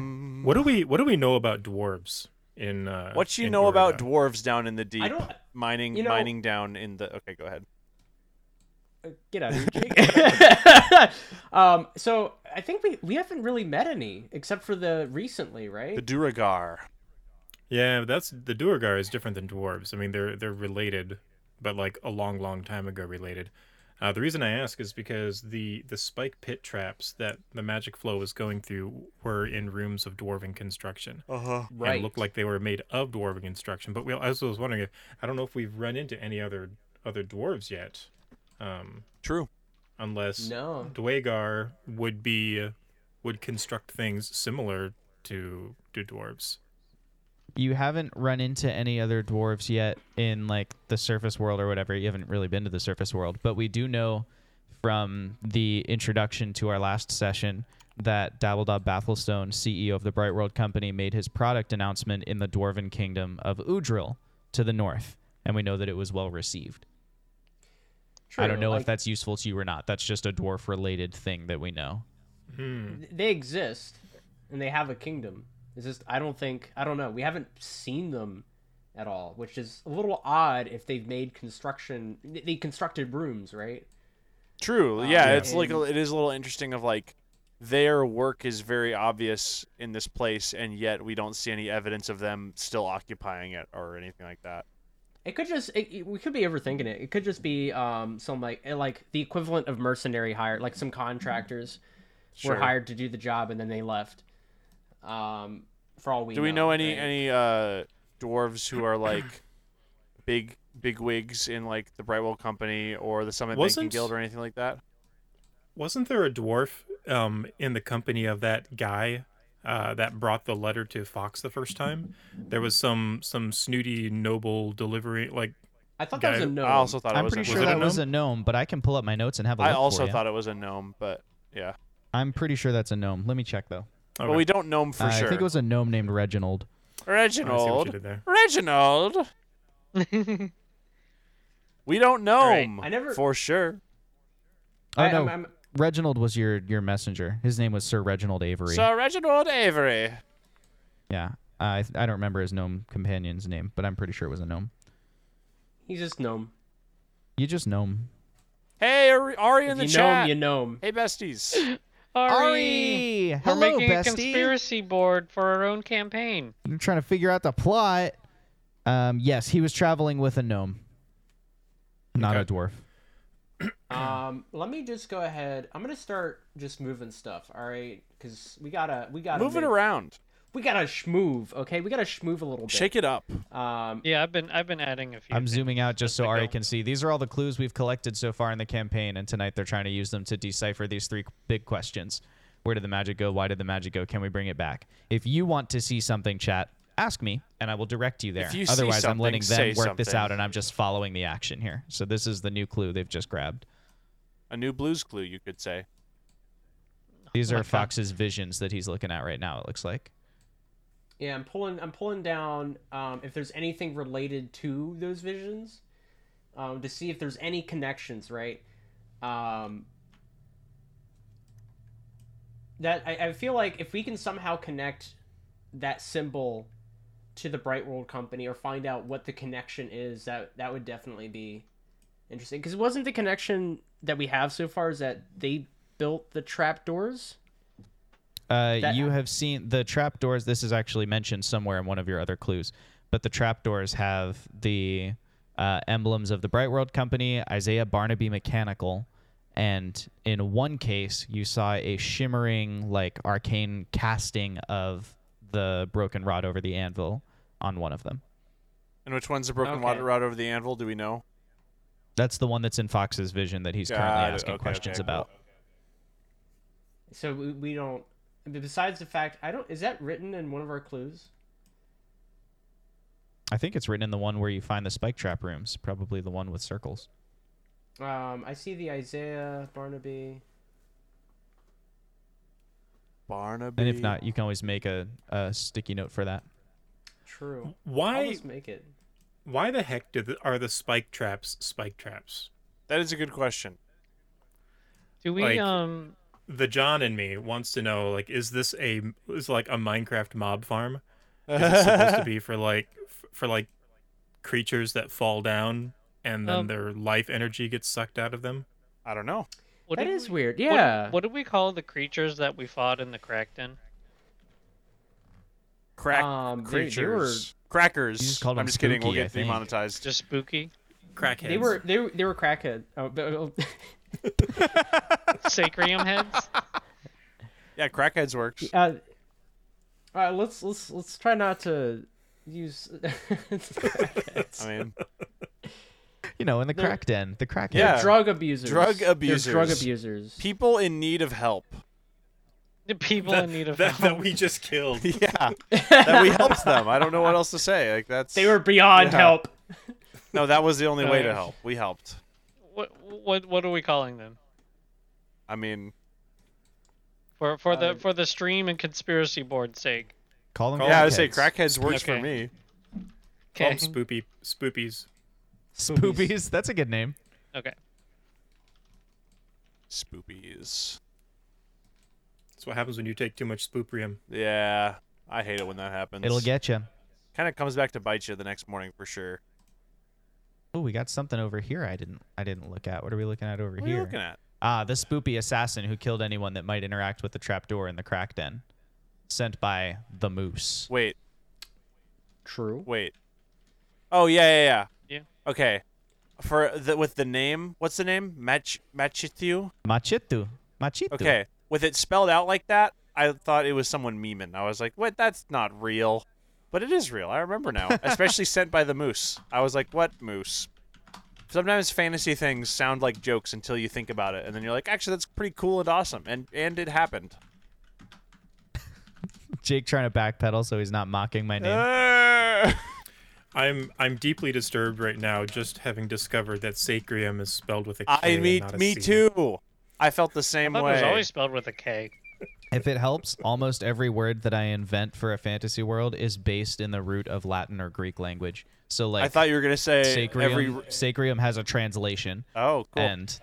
Speaker 2: What do we what do we know about dwarves in uh,
Speaker 3: what you
Speaker 2: in
Speaker 3: know about
Speaker 2: Urda?
Speaker 3: dwarves down in the deep?
Speaker 1: don't-
Speaker 3: mining
Speaker 1: you know-
Speaker 3: mining down in the. Okay, go ahead.
Speaker 1: Uh, Get out of here,
Speaker 4: *laughs*
Speaker 1: Jake. um, so I think we, we haven't really met any except for the recently, right?
Speaker 3: The Duragar.
Speaker 2: Yeah, but that's the Duergar is different than dwarves. I mean, they're they're related, but like a long, long time ago related. Uh, the reason I ask is because the the spike pit traps that the magic flow was going through were in rooms of dwarven construction
Speaker 3: Uh huh.
Speaker 1: right.
Speaker 2: and looked like they were made of dwarven construction. But we, I also was wondering if I don't know if we've run into any other other dwarves yet, um,
Speaker 3: True.
Speaker 2: unless
Speaker 1: no.
Speaker 2: Dwagar would be would construct things similar to to dwarves.
Speaker 4: you haven't run into any other dwarves yet in like the surface world or whatever. You haven't really been to the surface world, but we do know from the introduction to our last session that Dabbledob Bathlestone, CEO of the Bright World Company, made his product announcement in the Dwarven Kingdom of Udril to the north, and we know that it was well received. I don't know if that's useful to you or not. That's just a dwarf related thing that we know.
Speaker 1: that they exist and they have a kingdom. It's just I don't think I don't know. We haven't seen them at all, which is a little odd if they've made construction. They constructed rooms, right?
Speaker 3: True. yeah,
Speaker 1: yeah.
Speaker 3: it's like a-
Speaker 1: And-
Speaker 3: it is a little interesting. Of like, their work is very obvious in this place, and yet we don't see any evidence of them still occupying it or anything like that.
Speaker 1: It could just it, it- we could be overthinking it. It could just be um some like eh, like the equivalent of mercenary hire, like some contractors
Speaker 3: Sure.
Speaker 1: were hired to do the job and then they left. Um, for all we
Speaker 3: Do we know any
Speaker 1: right?
Speaker 3: any uh dwarves who are like *clears throat* big big wigs in like the Brightwell Company or the Summit Banking
Speaker 2: Wasn't-
Speaker 3: Guild or anything like that?
Speaker 2: Wasn't there a dwarf um, in the company of that guy uh, that brought the letter to Fox the first time? There was some some snooty noble delivery. Like
Speaker 1: I thought that was a
Speaker 2: guy-
Speaker 1: no.
Speaker 3: I also thought it
Speaker 4: I'm
Speaker 3: was
Speaker 4: pretty
Speaker 3: a
Speaker 4: sure
Speaker 2: it
Speaker 3: gnome.
Speaker 2: a
Speaker 4: that was a gnome, but I can pull up my notes and have a look.
Speaker 3: I also
Speaker 4: for ya.
Speaker 3: thought it was a gnome, but yeah.
Speaker 4: I'm pretty sure that's a gnome. Let me check though.
Speaker 2: okay.
Speaker 3: But we don't gnome for
Speaker 4: Uh,
Speaker 3: sure.
Speaker 4: I think it was a gnome named Reginald.
Speaker 2: I see what you
Speaker 3: Reginald.
Speaker 2: did there.
Speaker 3: Reginald. We don't
Speaker 5: right.
Speaker 3: gnome
Speaker 1: I never-
Speaker 3: for sure.
Speaker 4: Oh
Speaker 1: I,
Speaker 4: no,
Speaker 1: I'm- I'm-
Speaker 4: Reginald was your your messenger. His name was Sir Reginald Avery.
Speaker 3: So Reginald Avery.
Speaker 4: yeah, I I don't remember his gnome companion's name, but I'm pretty sure it was a gnome.
Speaker 1: he's just gnome.
Speaker 4: You just gnome.
Speaker 3: Hey, Ari, Ari in
Speaker 1: If you
Speaker 3: the
Speaker 1: know
Speaker 3: chat.
Speaker 1: him, you know
Speaker 3: *clears throat*
Speaker 1: him.
Speaker 3: Hey, besties.
Speaker 5: Ari, we're
Speaker 4: hello,
Speaker 5: making a
Speaker 4: bestie.
Speaker 5: conspiracy board for our own campaign.
Speaker 4: I'm trying to figure out the plot. Um, yes, he was traveling with a gnome, not a dwarf.
Speaker 1: Um, let me just go ahead. I'm gonna start just moving stuff. All right, because we gotta we gotta
Speaker 3: Move it
Speaker 1: make-
Speaker 3: around.
Speaker 1: We gotta shmove. Okay, we gotta shmove a little bit.
Speaker 3: Shake it up.
Speaker 1: Um,
Speaker 5: Yeah, I've been I've been adding a few.
Speaker 4: I'm zooming out just so
Speaker 5: they
Speaker 4: Ari
Speaker 5: go.
Speaker 4: can see. These are all the clues we've collected so far in the campaign, and tonight they're trying to use them to decipher these three big questions. Where did the magic go? Why did the magic go? Can we bring it back? If you want to see something, chat, ask me, and I will direct you there.
Speaker 3: If you see
Speaker 4: Otherwise, I'm
Speaker 3: something,
Speaker 4: letting them
Speaker 3: say
Speaker 4: work this
Speaker 3: something.
Speaker 4: out, and I'm just following the action here. So this is the new clue they've just grabbed.
Speaker 3: A new blues clue, you could say. Oh,
Speaker 4: These
Speaker 5: my
Speaker 4: are
Speaker 5: God.
Speaker 4: Fox's visions that he's looking at right now. It looks like.
Speaker 1: Yeah, I'm pulling. I'm pulling down um, if there's anything related to those visions, um, to see if there's any connections. Right. Um, that I, I feel like if we can somehow connect that symbol to the Bright World Company or find out what the connection is, that that would definitely be interesting. Because wasn't the connection that we have so far is that they built the trapdoors?
Speaker 4: Uh,
Speaker 1: That-
Speaker 4: you have seen the trapdoors. This is actually mentioned somewhere in one of your other clues, but the trapdoors have the uh, emblems of the Bright World Company, Isaiah Barnaby Mechanical, and in one case, you saw a shimmering, like arcane casting of the broken rod over the anvil on one of them.
Speaker 3: And which one's the broken
Speaker 1: Okay.
Speaker 3: water rod over the anvil? Do we know?
Speaker 4: That's the one that's in Fox's vision that he's currently
Speaker 3: Got it.
Speaker 4: asking
Speaker 3: Okay,
Speaker 4: questions
Speaker 3: okay, cool.
Speaker 4: about.
Speaker 1: So we, we don't. Besides the fact, I don't. Is that written in one of our clues?
Speaker 4: I think it's written in the one where you find the spike trap rooms, probably the one with circles.
Speaker 1: Um, I see the Isaiah Barnaby.
Speaker 3: Barnaby.
Speaker 4: And if not, you can always make a, a sticky note for that.
Speaker 1: True. I'll
Speaker 2: Why
Speaker 1: just make it.
Speaker 2: why the heck do the, are the spike traps spike traps?
Speaker 3: that is a good
Speaker 4: *laughs*
Speaker 3: question.
Speaker 5: Do we
Speaker 2: like-
Speaker 5: um?
Speaker 2: The John in me wants to know like is this a is like a Minecraft mob farm? Is it supposed to be for like f- for like creatures that fall down and then
Speaker 5: Um,
Speaker 2: their life energy gets sucked out of them?
Speaker 3: I don't know.
Speaker 5: What
Speaker 1: that
Speaker 5: did
Speaker 1: is
Speaker 5: we-
Speaker 1: weird.
Speaker 5: what-
Speaker 1: Yeah.
Speaker 5: What, did we call the creatures that we fought in the Crackden?
Speaker 3: Crack
Speaker 1: Um, they- they were-
Speaker 3: creatures. Crackers.
Speaker 4: You just called
Speaker 3: I'm
Speaker 4: them
Speaker 3: just kidding. We'll
Speaker 4: spooky, I
Speaker 3: get
Speaker 4: think.
Speaker 3: demonetized.
Speaker 5: Just *laughs* spooky,
Speaker 2: Crackheads.
Speaker 1: They were they were, they were crackhead. Oh, but, oh, *laughs*
Speaker 5: sacrium heads.
Speaker 3: yeah, crackheads works.
Speaker 1: uh, all right, let's let's let's try not to
Speaker 3: *laughs*
Speaker 1: use. *laughs* crackheads.
Speaker 3: I
Speaker 4: *laughs*
Speaker 3: mean,
Speaker 4: You know, in the
Speaker 1: They're-
Speaker 4: crack den, the crack
Speaker 3: Yeah.
Speaker 4: den.
Speaker 1: Drug abusers.
Speaker 3: Drug
Speaker 1: They're drug
Speaker 3: abusers.
Speaker 1: abusers.
Speaker 3: people in need of help.
Speaker 4: *laughs*
Speaker 5: The people in need of
Speaker 2: that,
Speaker 5: help.
Speaker 2: that we just killed.
Speaker 3: Yeah, that we helped them. I don't know what else to say. Like that's
Speaker 1: They were beyond
Speaker 3: Yeah.
Speaker 1: help.
Speaker 3: no. That was the only way to
Speaker 5: Uh,
Speaker 3: help. We helped.
Speaker 5: What what what are we calling them?
Speaker 3: I mean,
Speaker 5: For for
Speaker 1: Uh,
Speaker 5: the for the stream and conspiracy board's sake.
Speaker 4: Call them.
Speaker 3: yeah, I
Speaker 4: Oh, crackheads.
Speaker 3: would say crackheads works for
Speaker 5: Okay.
Speaker 3: me.
Speaker 2: Call 'em
Speaker 5: Okay.
Speaker 2: spoopy spoopies.
Speaker 4: Spoopies. *laughs* That's a good name.
Speaker 5: Okay.
Speaker 3: Spoopies.
Speaker 2: That's what happens when you take too much spooprium.
Speaker 3: Yeah, I hate it when that happens.
Speaker 4: It'll get you.
Speaker 3: kind of comes back to bite you the next morning for sure.
Speaker 4: Oh, we got something over here. I didn't. I didn't look at. What are we looking at over
Speaker 3: What are
Speaker 4: here?
Speaker 3: you looking at?
Speaker 4: Ah, the spoopy assassin who killed anyone that might interact with the trapdoor in the crack den, sent by the moose.
Speaker 3: Wait,
Speaker 1: True.
Speaker 3: wait. Oh yeah, yeah, yeah.
Speaker 5: Yeah.
Speaker 3: Okay. For the with the name, what's the name? Mach Machitu.
Speaker 4: Machitu. Machitu.
Speaker 3: Okay. With it spelled out like that, I thought it was someone memeing. I was like, "What? That's not real." But it is real. I
Speaker 2: *laughs*
Speaker 3: remember now. Especially sent by the moose. I was like, "What moose?" Sometimes fantasy things sound like jokes until you think about it, and then you're like, "Actually, that's pretty cool and awesome." And and it happened.
Speaker 4: Jake trying to backpedal so he's not mocking my name.
Speaker 3: Uh.
Speaker 2: I'm I'm deeply disturbed right now, just having discovered that sacrium is spelled with a K.
Speaker 3: *laughs* I
Speaker 2: and
Speaker 3: me
Speaker 2: not a
Speaker 3: me
Speaker 2: C.
Speaker 3: too. I felt the same
Speaker 5: Thought it
Speaker 3: way.
Speaker 5: was always spelled with a K.
Speaker 4: If it helps, almost every word that I invent for a fantasy world is based in the root of Latin or Greek language. So like
Speaker 3: I thought you were gonna say
Speaker 4: sacrium,
Speaker 3: every.
Speaker 4: sacrium has a translation.
Speaker 3: Oh, cool.
Speaker 4: And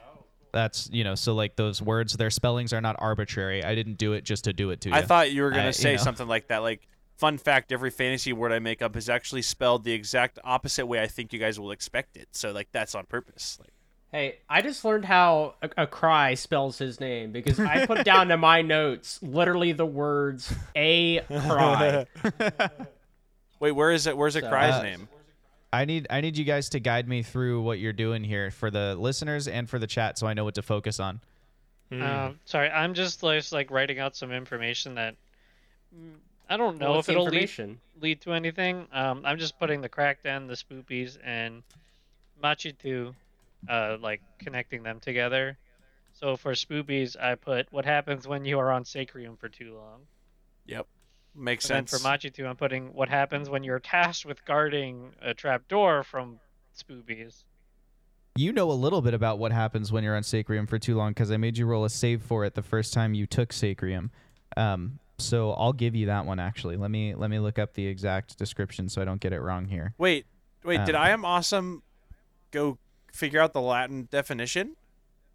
Speaker 4: that's you know, so like those words, their spellings are not arbitrary. I didn't do it just to do it to you.
Speaker 3: I thought you were
Speaker 4: I-
Speaker 3: gonna
Speaker 4: you
Speaker 3: say
Speaker 4: know.
Speaker 3: something like that. Like, fun fact: every fantasy word I make up is actually spelled the exact opposite way I think you guys will expect it. So, like, that's on purpose. Like,
Speaker 1: Hey, I just learned how a, a cry spells his name because I put down in my notes literally the words a cry.
Speaker 3: wait, where is it? Where's it?
Speaker 1: So-
Speaker 3: Cry's
Speaker 4: Uh,
Speaker 3: name?
Speaker 4: I need I need you guys to guide me through what you're doing here for the listeners and for the chat so I know what to focus on.
Speaker 1: Hmm.
Speaker 5: Um, sorry, I'm just like, like writing out some information that mm, I don't know
Speaker 1: Well, it's
Speaker 5: if it'll lead,
Speaker 1: information.
Speaker 5: lead to anything. Um, I'm just putting the Crackdown, the Spoopies, and Machitu, uh, like connecting them together. So for Spoopies, I put what happens when you are on Sacrium for too long.
Speaker 3: Yep, makes
Speaker 5: And then
Speaker 3: sense.
Speaker 5: for Machitu, I'm putting what happens when you're tasked with guarding a trapdoor from Spoopies.
Speaker 4: You know a little bit about what happens when you're on Sacrium for too long because I made you roll a save for it the first time you took Sacrium. Um, so I'll give you that one actually. Let me let me look up the exact description so I don't get it wrong here.
Speaker 3: wait, wait. did
Speaker 4: Um,
Speaker 3: I am awesome? Go figure out the Latin definition.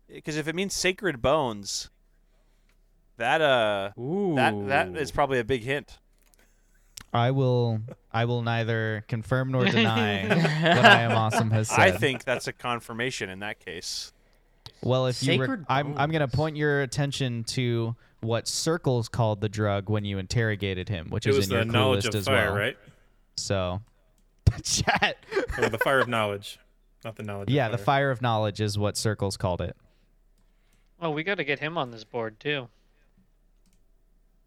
Speaker 3: Because if it means sacred bones, that uh,
Speaker 1: Ooh,
Speaker 3: that that is probably a big hint.
Speaker 4: I will I will neither confirm nor
Speaker 3: *laughs*
Speaker 4: deny that
Speaker 1: *laughs*
Speaker 4: I am awesome has said.
Speaker 3: I think that's a confirmation in that case.
Speaker 4: Well, if you, rec-
Speaker 1: Sacred
Speaker 4: I'm, I'm going to
Speaker 1: bones.
Speaker 4: point your attention to what circles called the drug when you interrogated him, which
Speaker 2: It
Speaker 4: is
Speaker 2: was
Speaker 4: in your
Speaker 2: the
Speaker 4: clue
Speaker 2: knowledge
Speaker 4: list
Speaker 2: of
Speaker 4: as
Speaker 2: fire,
Speaker 4: well.
Speaker 2: right?
Speaker 4: So, *laughs* chat.
Speaker 2: *laughs* Or the fire of knowledge, not the knowledge.
Speaker 4: yeah,
Speaker 2: of
Speaker 4: the fire of knowledge is what circles called it.
Speaker 5: Oh, we got to get him on this board too. *laughs*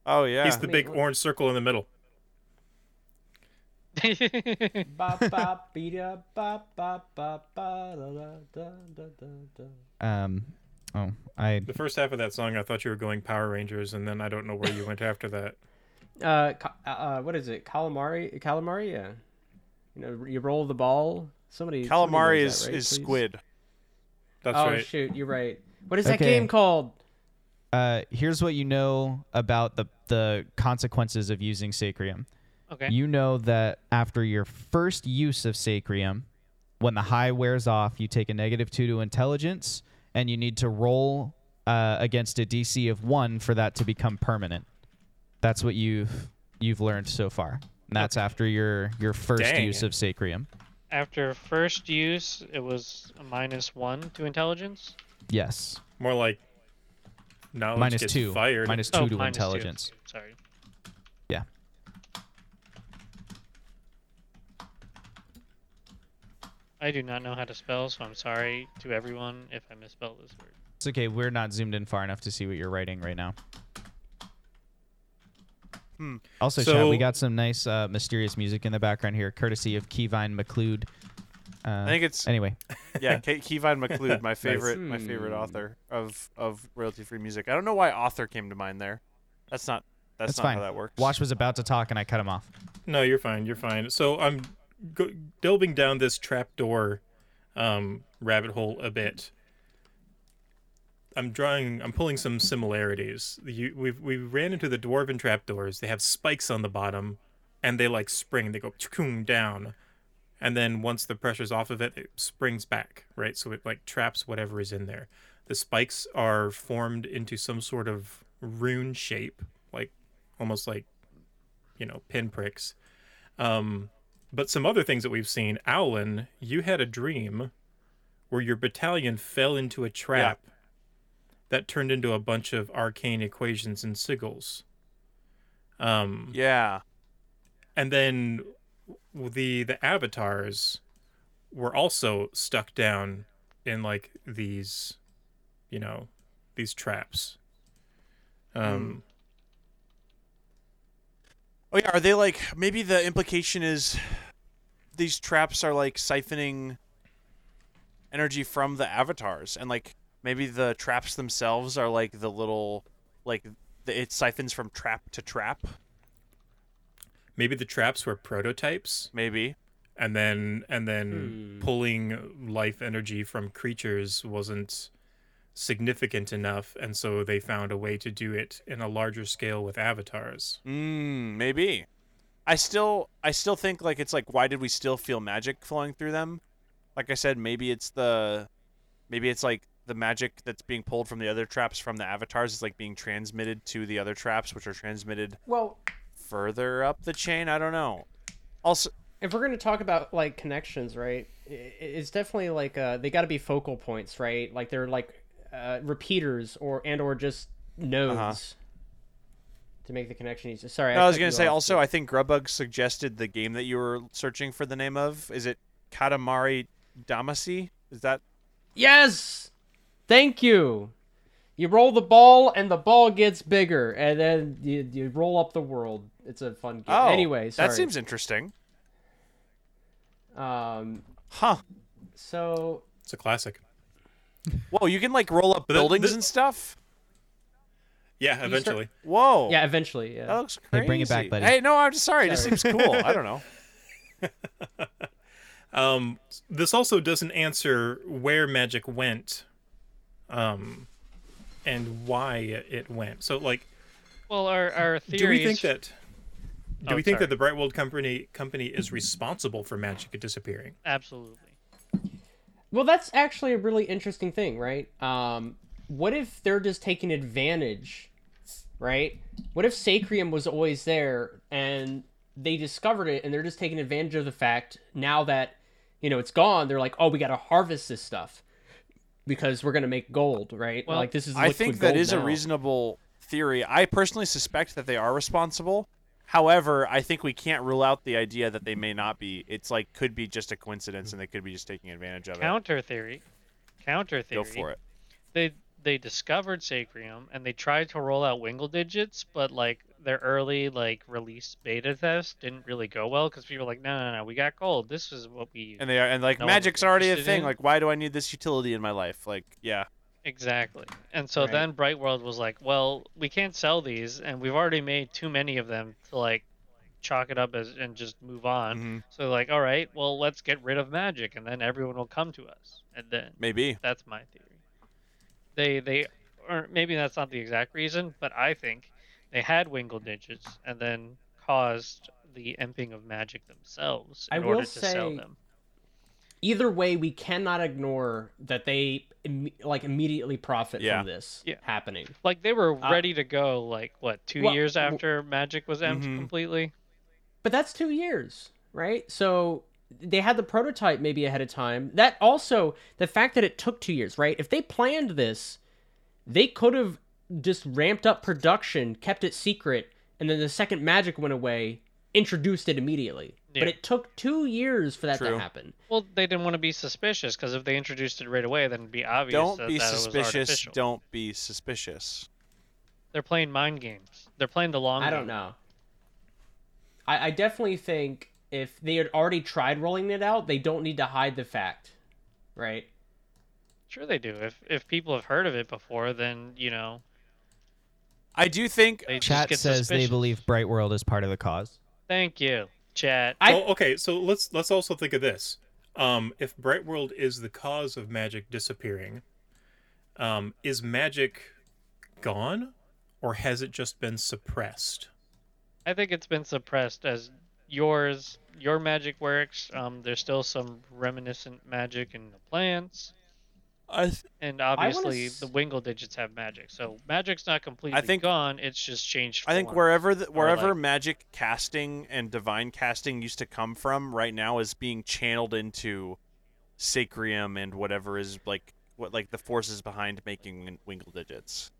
Speaker 3: Oh yeah,
Speaker 2: He's the big
Speaker 1: what-
Speaker 2: orange circle in the middle.
Speaker 1: Ba, ba, be, da, ba, ba, ba, ba, da, da, da, da, da, da.
Speaker 4: Um, oh, I
Speaker 2: The first half of that song, I thought you were going Power Rangers, and then I don't know where you went after that.
Speaker 1: Uh, ca- uh, uh, what is it? Calamari? Calamari? Yeah. You know, you roll the ball. Somebody. somebody knows
Speaker 3: calamari
Speaker 1: that,
Speaker 3: is
Speaker 1: right?
Speaker 3: is
Speaker 1: Please.
Speaker 3: squid.
Speaker 2: That's
Speaker 1: oh
Speaker 2: right.
Speaker 1: shoot, you're right. What is that
Speaker 4: Okay.
Speaker 1: game called?
Speaker 4: uh, here's what you know about the the consequences of using sacrium.
Speaker 5: okay.
Speaker 4: You know that after your first use of Sacrium, when the high wears off, you take a negative two to intelligence, and you need to roll uh, against a DC of one for that to become permanent. That's what you've you've learned so far. And that's after your your first
Speaker 2: Dang.
Speaker 4: use of Sacrium.
Speaker 5: After first use, it was a minus one to intelligence.
Speaker 4: Yes,
Speaker 2: More like knowledge
Speaker 4: minus
Speaker 2: gets
Speaker 4: two,
Speaker 2: fired.
Speaker 4: minus two
Speaker 5: Oh,
Speaker 4: to
Speaker 5: minus two.
Speaker 4: intelligence.
Speaker 5: Sorry.
Speaker 4: Yeah.
Speaker 5: I do not know how to spell, so I'm sorry to everyone if I misspell this word.
Speaker 4: It's okay. We're not zoomed in far enough to see what you're writing right now. Also, Chad, we
Speaker 2: So-
Speaker 4: got some nice uh, mysterious music in the background here, courtesy of Keyvine McLeod. Uh,
Speaker 3: I think
Speaker 4: *laughs*
Speaker 3: it's
Speaker 4: anyway,
Speaker 3: yeah, Ke- Kevin McLeod, my favorite, my favorite
Speaker 1: Hmm.
Speaker 3: author of of royalty free music. I don't know why author came to mind there. That's not that's,
Speaker 4: that's
Speaker 3: not
Speaker 4: fine.
Speaker 3: how that works.
Speaker 4: Wash was about to talk, and I cut him off.
Speaker 2: No, you're fine. You're fine. So I'm go- delving down this trapdoor um, rabbit hole a bit. I'm drawing. I'm pulling some similarities. You, we've we ran into the dwarven trapdoors. They have spikes on the bottom, and they like spring. They go tchoom down, and then once the pressure's off of it, it springs back. Right, so it like traps whatever is in there. The spikes are formed into some sort of rune shape, like almost like you know pinpricks. Um, but some other things that we've seen, Owlin, you had a dream where your battalion fell into a trap that turned into a bunch of arcane equations and sigils. Um,
Speaker 3: Yeah,
Speaker 2: and then the the avatars were also stuck down in like these, you know, these traps. Um,
Speaker 3: Oh yeah, are they like maybe the implication is these traps are like siphoning energy from the avatars and like maybe the traps themselves are like the little like the, it siphons from trap to trap
Speaker 2: maybe the traps were prototypes,
Speaker 3: maybe.
Speaker 2: and then and then pulling life energy from creatures wasn't significant enough, and so they found a way to do it in a larger scale with avatars.
Speaker 3: Mm, maybe. I still I still think like it's like why did we still feel magic flowing through them? Like I said, maybe it's the maybe it's like the magic that's being pulled from the other traps from the avatars is like being transmitted to the other traps which are transmitted
Speaker 1: Well,
Speaker 3: further up the chain. I don't know. Also
Speaker 1: if we're going to talk about like connections right i- i- it's definitely like uh they got to be focal points right like they're like uh repeaters or and or just nodes to make the connection easier sorry
Speaker 3: Uh-huh. no, I was
Speaker 1: cut
Speaker 3: gonna
Speaker 1: you
Speaker 3: say
Speaker 1: off.
Speaker 3: also I think Grubbug suggested the game that you were searching for the name of. Is it Katamari Damacy? Is that
Speaker 1: yes thank you you roll the ball and the ball gets bigger and then you, you roll up the world it's a fun game
Speaker 3: Oh
Speaker 1: anyway sorry.
Speaker 3: that seems interesting.
Speaker 1: um
Speaker 3: Huh.
Speaker 1: so
Speaker 2: It's a classic.
Speaker 3: Whoa, you can like roll up
Speaker 2: But then-
Speaker 3: buildings
Speaker 2: this-
Speaker 3: and stuff.
Speaker 2: Yeah, eventually.
Speaker 3: Whoa.
Speaker 1: yeah eventually yeah
Speaker 3: That looks crazy.
Speaker 4: Hey, bring it back, buddy.
Speaker 3: Hey, no, I'm just sorry. It just
Speaker 1: Sorry.
Speaker 3: seems cool. I don't know.
Speaker 2: Um, this also doesn't answer where magic went, um, and why it went. So, like,
Speaker 5: Well, our our theories.
Speaker 2: do we think that? Do
Speaker 5: Oh,
Speaker 2: we think
Speaker 5: sorry.
Speaker 2: that the Brightworld company company is responsible for magic disappearing?
Speaker 5: Absolutely.
Speaker 1: Well, that's actually a really interesting thing, right? Um, what if they're just taking advantage, right? What if Sacrium was always there and they discovered it and they're just taking advantage of the fact now that, you know, it's gone, they're like, oh, we got to harvest this stuff because we're going to make gold, right?
Speaker 5: Well,
Speaker 1: like, this is
Speaker 3: I
Speaker 1: liquid
Speaker 3: think that
Speaker 1: gold
Speaker 3: is a
Speaker 1: now.
Speaker 3: reasonable theory. I personally suspect that they are responsible. However, I think we can't rule out the idea that they may not be. It's like could be just a coincidence, and they could be just taking advantage of it.
Speaker 5: Counter theory. Counter theory.
Speaker 3: Go for it.
Speaker 5: They they discovered Sacrium and they tried to roll out Wingle digits, but like their early like release beta test didn't really go well because people were like, no, no, no, we got gold. This is what we
Speaker 3: And they are, and like
Speaker 5: No one's
Speaker 3: magic's already a
Speaker 5: interested
Speaker 3: thing.
Speaker 5: in-
Speaker 3: Like, why do I need this utility in my life? Like, yeah,
Speaker 5: Exactly. And so
Speaker 1: Right.
Speaker 5: then Bright World was like, well, we can't sell these, and we've already made too many of them to like chalk it up as and just move on.
Speaker 3: Mhm.
Speaker 5: So like, all right, well, let's get rid of magic, and then everyone will come to us. And then
Speaker 3: maybe.
Speaker 5: that's my theory. They they or maybe that's not the exact reason, but I think they had Wingle digits and then caused the emping of magic themselves
Speaker 1: I
Speaker 5: in
Speaker 1: will
Speaker 5: order to sell
Speaker 1: say-
Speaker 5: them.
Speaker 1: Either way, we cannot ignore that they, imme- like, immediately profit
Speaker 3: Yeah.
Speaker 1: from this
Speaker 5: Yeah.
Speaker 1: happening.
Speaker 5: Like they were
Speaker 1: Uh,
Speaker 5: ready to go. Like what, two
Speaker 1: well,
Speaker 5: years
Speaker 1: w-
Speaker 5: after magic was emped
Speaker 3: Mhm.
Speaker 5: completely?
Speaker 1: But that's two years, right? So they had the prototype maybe ahead of time. That also, the fact that it took two years, right? If they planned this, they could have just ramped up production, kept it secret, and then the second magic went away, introduced it immediately.
Speaker 5: Yeah.
Speaker 1: But it took two years for that
Speaker 3: True.
Speaker 1: to happen.
Speaker 5: Well, they didn't want to be suspicious because if they introduced it right away, then it'd be obvious.
Speaker 3: Don't
Speaker 5: that,
Speaker 3: be
Speaker 5: that it was
Speaker 3: suspicious.
Speaker 5: artificial.
Speaker 3: Don't be suspicious.
Speaker 5: They're playing mind games. They're playing the long.
Speaker 1: I don't
Speaker 5: game.
Speaker 1: know. I, I definitely think if they had already tried rolling it out, they don't need to hide the fact, right?
Speaker 5: Sure, they do. If if people have heard of it before, then you know
Speaker 3: I do think
Speaker 5: they just
Speaker 4: Chat
Speaker 5: get
Speaker 4: says they
Speaker 5: suspicious.
Speaker 4: believe Bright World is part of the cause.
Speaker 5: Thank you, chat.
Speaker 1: I-
Speaker 2: well, okay, so let's let's also think of this. Um, if Bright World is the cause of magic disappearing, um, is magic gone, or has it just been suppressed?
Speaker 5: I think it's been suppressed as yours. Your magic works. Um, there's still some reminiscent magic in the plants,
Speaker 3: I th-
Speaker 5: and
Speaker 1: wanna
Speaker 5: obviously
Speaker 1: s-
Speaker 5: the Wingle digits have magic. So magic's not completely
Speaker 3: think-
Speaker 5: gone. It's just changed.
Speaker 3: I think
Speaker 5: form.
Speaker 3: wherever the, wherever
Speaker 5: like-
Speaker 3: magic casting and divine casting used to come from, right now is being channeled into Sacrium and whatever is like what like the forces behind making Win- Wingle digits.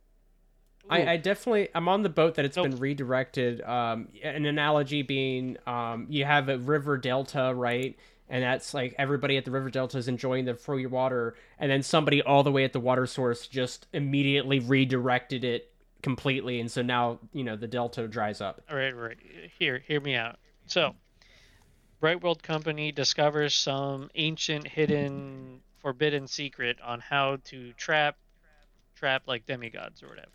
Speaker 5: Ooh.
Speaker 1: I, I definitely I'm on the boat that it's
Speaker 5: Nope.
Speaker 1: been redirected. Um, an analogy being um, you have a river delta, right? and that's like everybody at the river delta is enjoying the free water, and then somebody all the way at the water source just immediately redirected it completely, and so now you know the delta dries up.
Speaker 5: All right, right. Here, hear me out. So, Bright World Company discovers some ancient, hidden, forbidden secret on how to trap, trap like demigods or whatever.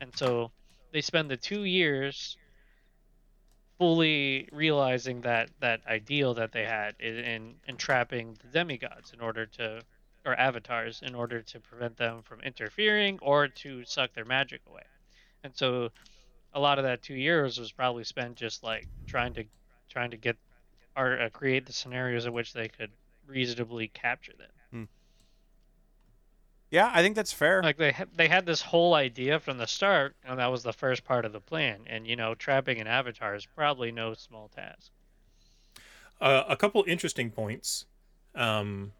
Speaker 5: And so, they spend the two years fully realizing that that ideal that they had in, in entrapping the demigods in order to or avatars in order to prevent them from interfering or to suck their magic away. And so a lot of that 2 years was probably spent just like trying to trying to get or uh, create the scenarios in which they could reasonably capture them.
Speaker 3: Yeah, I think that's fair.
Speaker 5: Like they ha- they had this whole idea from the start and that was the first part of the plan and you know trapping an avatar is probably no small task.
Speaker 2: Uh, a couple interesting points. Um,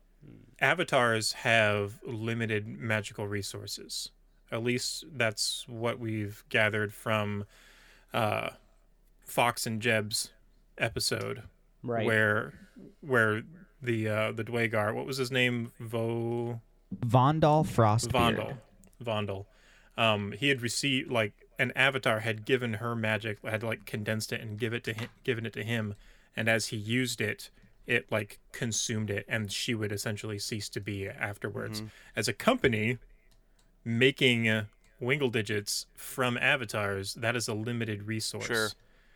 Speaker 2: avatars have limited magical resources. At least that's what we've gathered from uh, Fox and Jeb's episode,
Speaker 1: Right.
Speaker 2: where where the uh, the Dwagar, what was his name, Vo
Speaker 4: Vondal Frostbeard.
Speaker 2: Vondel, Vondel, um, he had received like an avatar had given her magic, had like condensed it and give it to him, given it to him, and as he used it, it like consumed it, and she would essentially cease to be
Speaker 5: Mm-hmm.
Speaker 2: afterwards. As a company, making uh, wingle digits from avatars, that is a limited resource.
Speaker 3: Sure.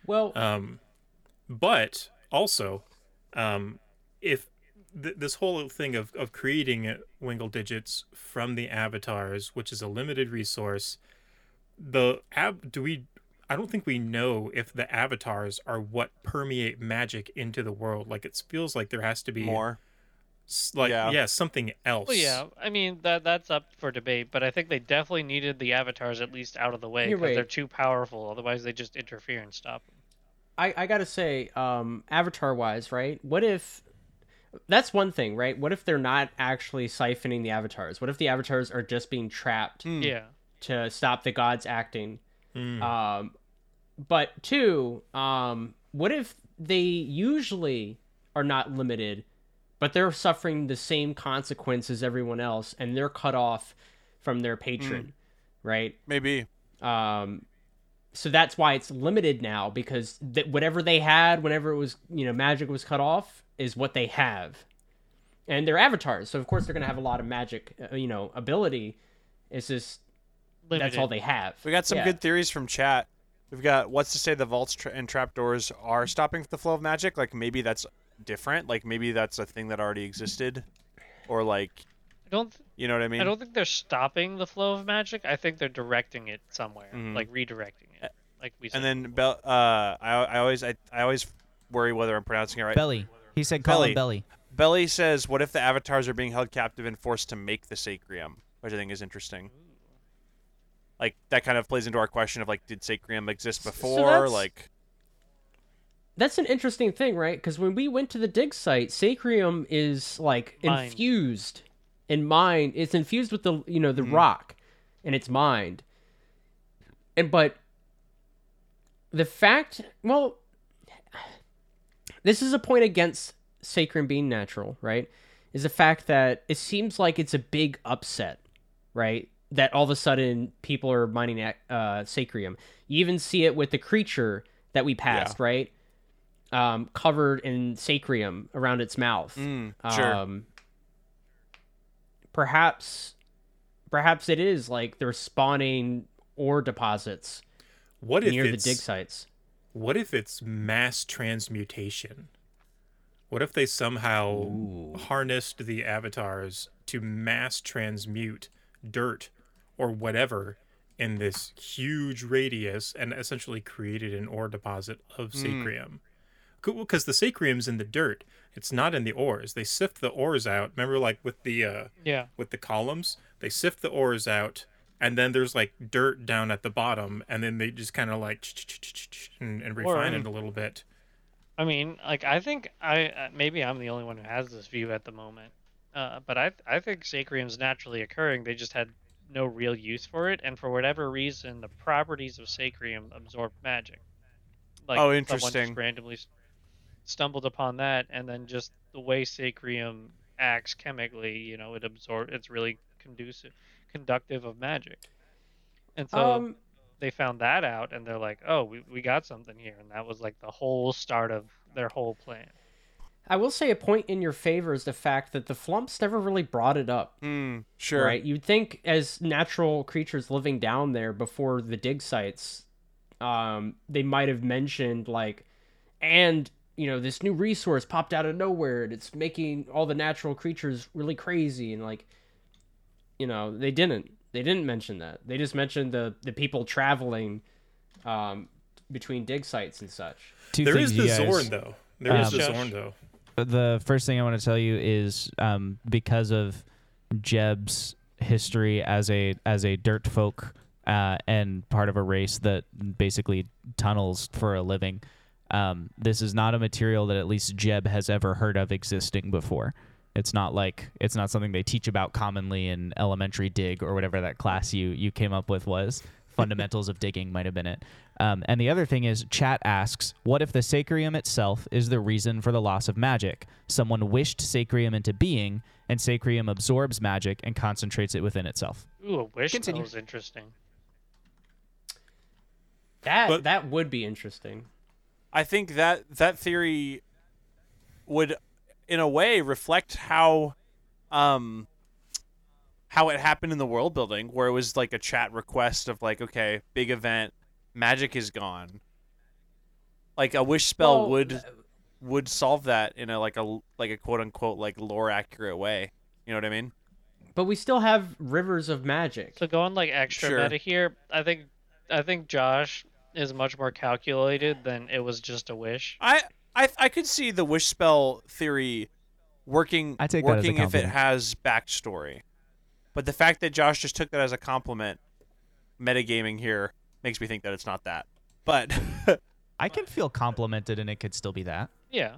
Speaker 1: Well,
Speaker 2: Um, but also, um, if th- this whole thing of, of creating Wingle digits from the avatars, which is a limited resource, the ab do we? I don't think we know if the avatars are what permeate magic into the world. Like it feels like there has to be
Speaker 3: More.
Speaker 2: s- like
Speaker 3: Yeah.
Speaker 2: yeah, something else.
Speaker 5: Well, yeah, I mean that that's up for debate, but I think they definitely needed the avatars at least out of the way
Speaker 1: You're
Speaker 5: because they're
Speaker 1: right.
Speaker 5: too powerful. Otherwise, they just interfere and stop. 'em.
Speaker 1: I, I gotta say, um, avatar wise, right? What if that's one thing, right? What if they're not actually siphoning the avatars? What if the avatars are just being trapped
Speaker 5: Yeah,
Speaker 1: to stop the gods acting?
Speaker 2: Mm.
Speaker 1: Um, but two, um, what if they usually are not limited, but they're suffering the same consequence as everyone else, and they're cut off from their patron, right?
Speaker 3: Maybe.
Speaker 1: Um, so that's why it's limited now because th- whatever they had, whenever it was, you know, magic was cut off, is what they have, and they're avatars. So of course they're gonna have a lot of magic, uh, you know, ability. It's just
Speaker 5: limited.
Speaker 1: that's all they have.
Speaker 3: We got some
Speaker 1: Yeah.
Speaker 3: good theories from chat. We've got what's to say the vaults tra- and trapdoors are stopping the flow of magic. Like maybe that's different. Like maybe that's a thing that already existed, or like
Speaker 5: I don't. th-
Speaker 3: you know what I mean.
Speaker 5: I don't think they're stopping the flow of magic. I think they're directing it somewhere, like redirecting it, like we said.
Speaker 3: Mm-hmm. and then Bel- uh, I, I always I, I always worry whether I'm pronouncing it right.
Speaker 4: Belly. He said call
Speaker 3: Belly.
Speaker 4: him Belly.
Speaker 3: Belly says, "What if the avatars are being held captive and forced to make the sacrium?" Which I think is interesting. Like that kind of plays into our question of like, did sacrium exist before?
Speaker 1: that's-
Speaker 3: like,
Speaker 1: That's an interesting thing, right? Because when we went to the dig site, sacrium is like
Speaker 5: Mined.
Speaker 1: infused in mine. It's infused with the you know the rock, and it's mined. And but the fact, well, this is a point against sacrium being natural, right? Is the fact that it seems like it's a big upset right? That all of a sudden people are mining ac- uh, sacrium. You even see it with the creature that we passed, right? Um, covered in sacrium around its mouth.
Speaker 3: mm, sure.
Speaker 1: Um, perhaps, perhaps it is like they're spawning ore deposits
Speaker 2: What if
Speaker 1: near the
Speaker 2: it's
Speaker 1: dig sites.
Speaker 2: What if it's mass transmutation? What if they somehow harnessed the avatars to mass transmute dirt or whatever in this huge radius and essentially created an ore deposit of sacrium? Because the sacrium's in the dirt, it's not in the ores. They sift the ores out. Remember, like with the uh,
Speaker 5: yeah,
Speaker 2: with the columns. They sift the ores out, and then there's like dirt down at the bottom, and then they just kind of like ch-ch-ch-ch-ch and, and refine
Speaker 5: Or-
Speaker 2: it a little bit.
Speaker 5: I mean, like I think I uh, maybe I'm the only one who has this view at the moment, uh, but I I think sacrium's naturally occurring. They just had no real use for it, and for whatever reason, the properties of sacrium absorb magic. Like
Speaker 3: Oh,
Speaker 5: someone
Speaker 3: interesting.
Speaker 5: Just randomly s- stumbled upon that, and then just the way Sacrium acts chemically, you know, it absorb. It's really conducive, conductive of magic. And so
Speaker 1: um,
Speaker 5: they found that out, and they're like, "Oh, we, we got something here," and that was like the whole start of their whole plan.
Speaker 1: I will say a point in your favor is the fact that the flumps never really brought it up.
Speaker 3: Mm, sure.
Speaker 1: Right? You'd think as natural creatures living down there before the dig sites, um, they might have mentioned like, and you know this new resource popped out of nowhere and it's making all the natural creatures really crazy and like, you know they didn't they didn't mention that they just mentioned the the people traveling, um, between dig sites and such.
Speaker 4: Two
Speaker 2: There
Speaker 4: things,
Speaker 2: is
Speaker 4: you
Speaker 2: the
Speaker 4: guys.
Speaker 2: Zorn though. There is
Speaker 4: Um,
Speaker 2: the
Speaker 5: Josh.
Speaker 2: Zorn though.
Speaker 4: the first thing I want to tell you is um, because of Jeb's history as a as a dirt folk uh, and part of a race that basically tunnels for a living. Um, this is not a material that at least Jeb has ever heard of existing before. It's not like it's not something they teach about commonly in elementary dig or whatever that class you you came up with was. Fundamentals of digging might have been it. Um, and the other thing is, chat asks, what if the sacrium itself is the reason for the loss of magic? Someone wished sacrium into being, and sacrium absorbs magic and concentrates it within itself.
Speaker 5: Ooh, a wish
Speaker 4: Continue.
Speaker 5: that was interesting.
Speaker 1: That
Speaker 2: But-
Speaker 1: that would be interesting.
Speaker 3: I think that that theory would, in a way, reflect how, um, how it happened in the world building, where it was like a chat request of like, okay, big event, magic is gone. Like a wish spell
Speaker 1: Well,
Speaker 3: would would solve that in a like a like a quote unquote like lore accurate way. You know what I mean?
Speaker 1: But we still have rivers of magic.
Speaker 5: So going like extra
Speaker 3: Sure.
Speaker 5: meta here, I think I think Josh is much more calculated than it was just a wish.
Speaker 3: I I I could see the wish spell theory working
Speaker 4: I take that as a
Speaker 3: working if it
Speaker 4: compliment.
Speaker 3: has backstory. But the fact that Josh just took that as a compliment, metagaming here makes me think that it's not that. But *laughs*
Speaker 4: I can feel complimented, and it could still be that.
Speaker 5: Yeah.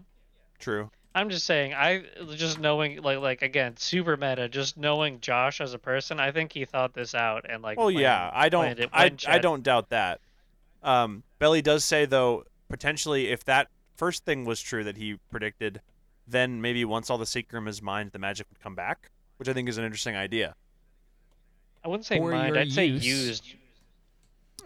Speaker 3: true.
Speaker 5: I'm just saying, I just knowing like like again, super meta, just knowing Josh as a person, I think he thought this out and like
Speaker 3: Well,
Speaker 5: planned-
Speaker 3: yeah, I don't
Speaker 5: planned it
Speaker 3: I,
Speaker 5: when
Speaker 3: I
Speaker 5: Chet-
Speaker 3: don't doubt that. Um, Belly does say though potentially if that first thing was true that he predicted, then maybe once all the secret is mined, the magic would come back, which I think is an interesting idea.
Speaker 5: I wouldn't say
Speaker 4: for
Speaker 5: mind,
Speaker 4: your
Speaker 5: I'd say
Speaker 4: use.
Speaker 5: used.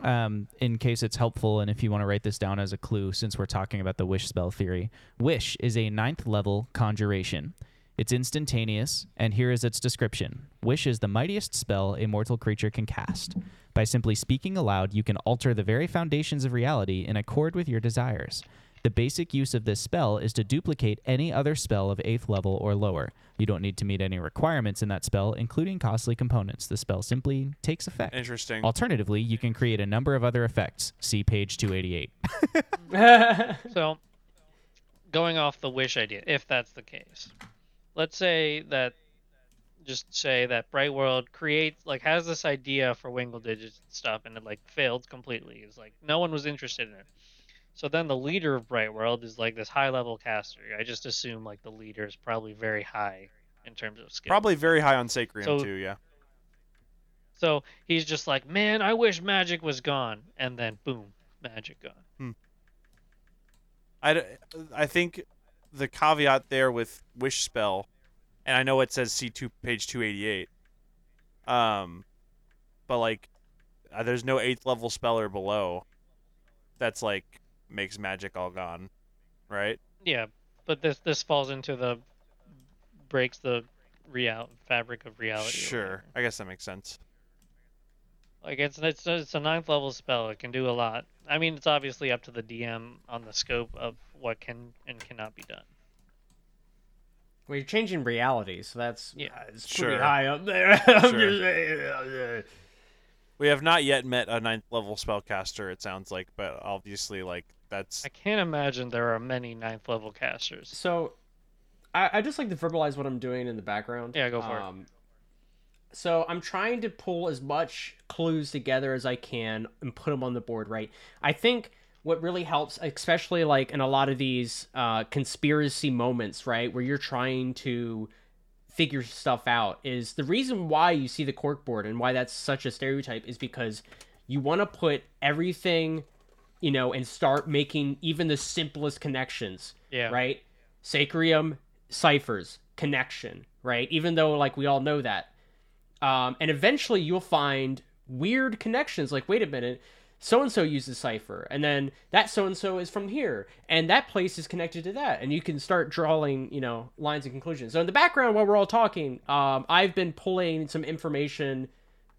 Speaker 4: um, in case it's helpful and if you want to write this down as a clue since we're talking about the wish spell theory. Wish is a ninth level conjuration. It's instantaneous, and here is its description. Wish is the mightiest spell a mortal creature can cast. By simply speaking aloud, you can alter the very foundations of reality in accord with your desires. The basic use of this spell is to duplicate any other spell of eighth level or lower. You don't need to meet any requirements in that spell, including costly components. The spell simply takes effect.
Speaker 3: Interesting.
Speaker 4: Alternatively, you can create a number of other effects. See page 288.
Speaker 5: So going off the wish idea, if that's the case. Let's say that just say that Bright World creates like has this idea for Wingle Digits and stuff and it like failed completely. It's like no one was interested in it. So then the leader of Bright World is like this high level caster. I just assume like the leader is probably very high in terms of skill.
Speaker 3: Probably very high on Sacrium
Speaker 5: So-
Speaker 3: too, yeah.
Speaker 5: So he's just like, man, I wish magic was gone. And then boom, magic gone.
Speaker 3: I, d- I think the caveat there with wish spell, and I know it says C two page two eighty eight, um, but like, uh, there's no eighth level spell or below, that's like makes magic all gone, right?
Speaker 5: Yeah, but this this falls into the breaks the real fabric of reality. or
Speaker 3: Sure,
Speaker 5: whatever.
Speaker 3: I guess that makes sense.
Speaker 5: Like it's it's it's a ninth level spell. It can do a lot. I mean, it's obviously up to the DM on the scope of what can and cannot be done.
Speaker 1: Well, you're changing reality, so that's
Speaker 5: Yeah.
Speaker 1: uh, it's
Speaker 3: Sure.
Speaker 1: pretty high up there. *laughs* I'm
Speaker 3: Sure.
Speaker 1: just saying,
Speaker 3: We have not yet met a ninth level spellcaster. It sounds like, but obviously, like that's
Speaker 5: I can't imagine there are many ninth level casters.
Speaker 1: So, I, I just like to verbalize what I'm doing in the background.
Speaker 5: Yeah, go for it.
Speaker 1: um, it. So I'm trying to pull as much clues together as I can and put them on the board. Right. I think what really helps, especially like in a lot of these uh, conspiracy moments, right, where you're trying to figure stuff out, is the reason why you see the corkboard and why that's such a stereotype is because you want to put everything you know, and start making even the simplest connections.
Speaker 5: Yeah.
Speaker 1: Right? Sacrium ciphers, connection, right? Even though like we all know that. Um, and eventually you'll find weird connections like wait a minute, so and so uses cipher and then that so and so is from here and that place is connected to that and you can start drawing, you know, lines and conclusions. So in the background while we're all talking, um, I've been pulling some information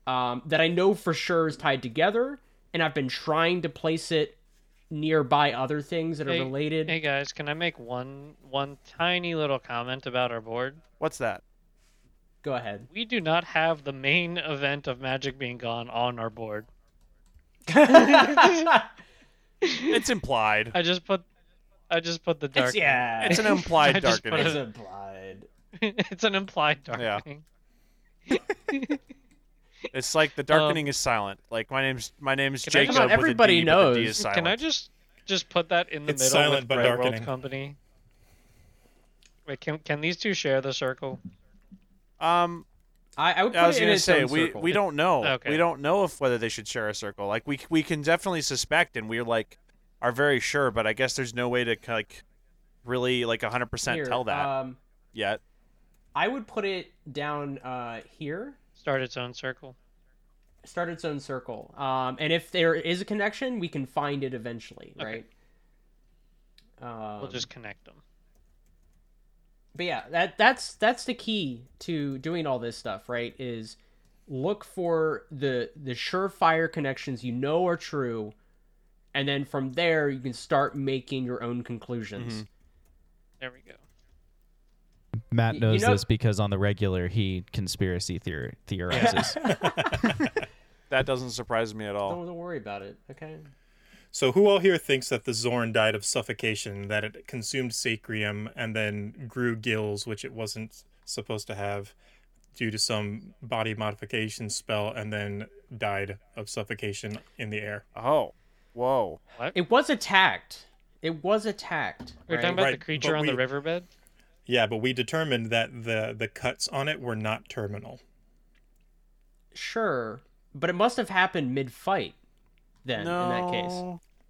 Speaker 1: um, that I know for sure is tied together and I've been trying to place it nearby other things that are
Speaker 5: Hey-
Speaker 1: related.
Speaker 5: Hey guys, can I make one one tiny little comment about our board?
Speaker 3: What's that?
Speaker 1: Go ahead.
Speaker 5: We do not have the main event of Magic being gone on our board.
Speaker 1: *laughs*
Speaker 3: It's implied.
Speaker 5: I just put I just put the dark.
Speaker 1: yeah.
Speaker 3: It's an implied
Speaker 5: I just put
Speaker 1: *laughs*
Speaker 3: darkening.
Speaker 1: It's
Speaker 5: it-
Speaker 1: implied.
Speaker 5: *laughs* it's an implied darkening.
Speaker 3: It's like the darkening is silent. Like my name's my name's
Speaker 5: Can I
Speaker 3: Jacob.
Speaker 5: just-
Speaker 1: Um, Come on,
Speaker 3: with a D,
Speaker 1: everybody
Speaker 3: but the
Speaker 1: knows.
Speaker 3: D is
Speaker 5: Can I
Speaker 3: silent.
Speaker 5: just just put that in the
Speaker 2: It's
Speaker 5: middle
Speaker 2: silent
Speaker 5: with
Speaker 2: but
Speaker 5: Red World
Speaker 2: darkening.
Speaker 5: Company? Wait, can can these two share the circle?
Speaker 3: Um,
Speaker 1: I, I would put
Speaker 3: I was
Speaker 1: it in
Speaker 3: gonna
Speaker 1: its
Speaker 3: say
Speaker 1: own
Speaker 3: we
Speaker 1: circle.
Speaker 3: we don't know.
Speaker 5: Okay.
Speaker 3: We don't know if whether they should share a circle. Like we we can definitely suspect, and we're like are very sure, but I guess there's no way to like really like 100 percent
Speaker 1: Here,
Speaker 3: tell that
Speaker 1: Um,
Speaker 3: yet.
Speaker 1: I would put it down uh, here,
Speaker 5: Start its own circle.
Speaker 1: start its own circle. Um, and if there is a connection, we can find it eventually,
Speaker 5: Okay.
Speaker 1: right? Um,
Speaker 5: We'll just connect them.
Speaker 1: but yeah, that that's that's the key to doing all this stuff, right? Is look for the the surefire connections you know are true, and then from there you can start making your own conclusions.
Speaker 5: There we go.
Speaker 4: Matt
Speaker 1: Y- you
Speaker 4: knows
Speaker 1: know-
Speaker 4: this because on the regular he conspiracy theor- theorizes.
Speaker 3: That doesn't surprise me at all.
Speaker 1: *laughs* Don't, don't worry about it. Okay.
Speaker 2: So, who all here thinks that the Zorn died of suffocation, that it consumed sacrium and then grew gills, which it wasn't supposed to have due to some body modification spell, and then died of suffocation in the air?
Speaker 3: Oh, whoa.
Speaker 1: It was attacked. It was attacked.
Speaker 5: We're
Speaker 1: right?
Speaker 5: talking about
Speaker 2: Right,
Speaker 5: the
Speaker 2: but
Speaker 5: creature on the
Speaker 2: we-
Speaker 5: riverbed.
Speaker 2: Yeah, but we determined that the, the cuts on it were not terminal.
Speaker 1: sure, but it must have happened mid fight. Then in that case,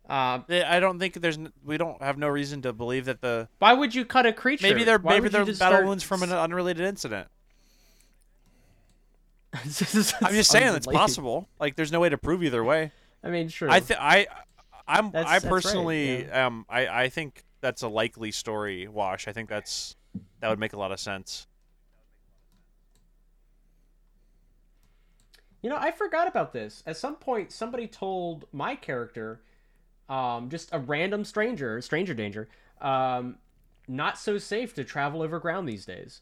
Speaker 1: um,
Speaker 3: They- I don't think there's. n- We don't have no reason to believe that the
Speaker 1: why would you cut a creature?
Speaker 3: maybe they're
Speaker 1: Why
Speaker 3: maybe
Speaker 1: would you
Speaker 3: they're battle
Speaker 1: just start- *laughs*
Speaker 3: wounds from an unrelated incident.
Speaker 1: This is-
Speaker 3: I'm just saying it's
Speaker 1: unrelated.
Speaker 3: possible. Like there's no way to prove either way.
Speaker 1: I mean, sure.
Speaker 3: I th- I I'm
Speaker 1: That's-
Speaker 3: I
Speaker 1: that's right,
Speaker 3: personally um I I think that's a likely story wash. I think that's that would make a lot of sense.
Speaker 1: You know, I forgot about this. At some point, somebody told my character, um, just a random stranger, stranger danger, um, not so safe to travel over ground these days.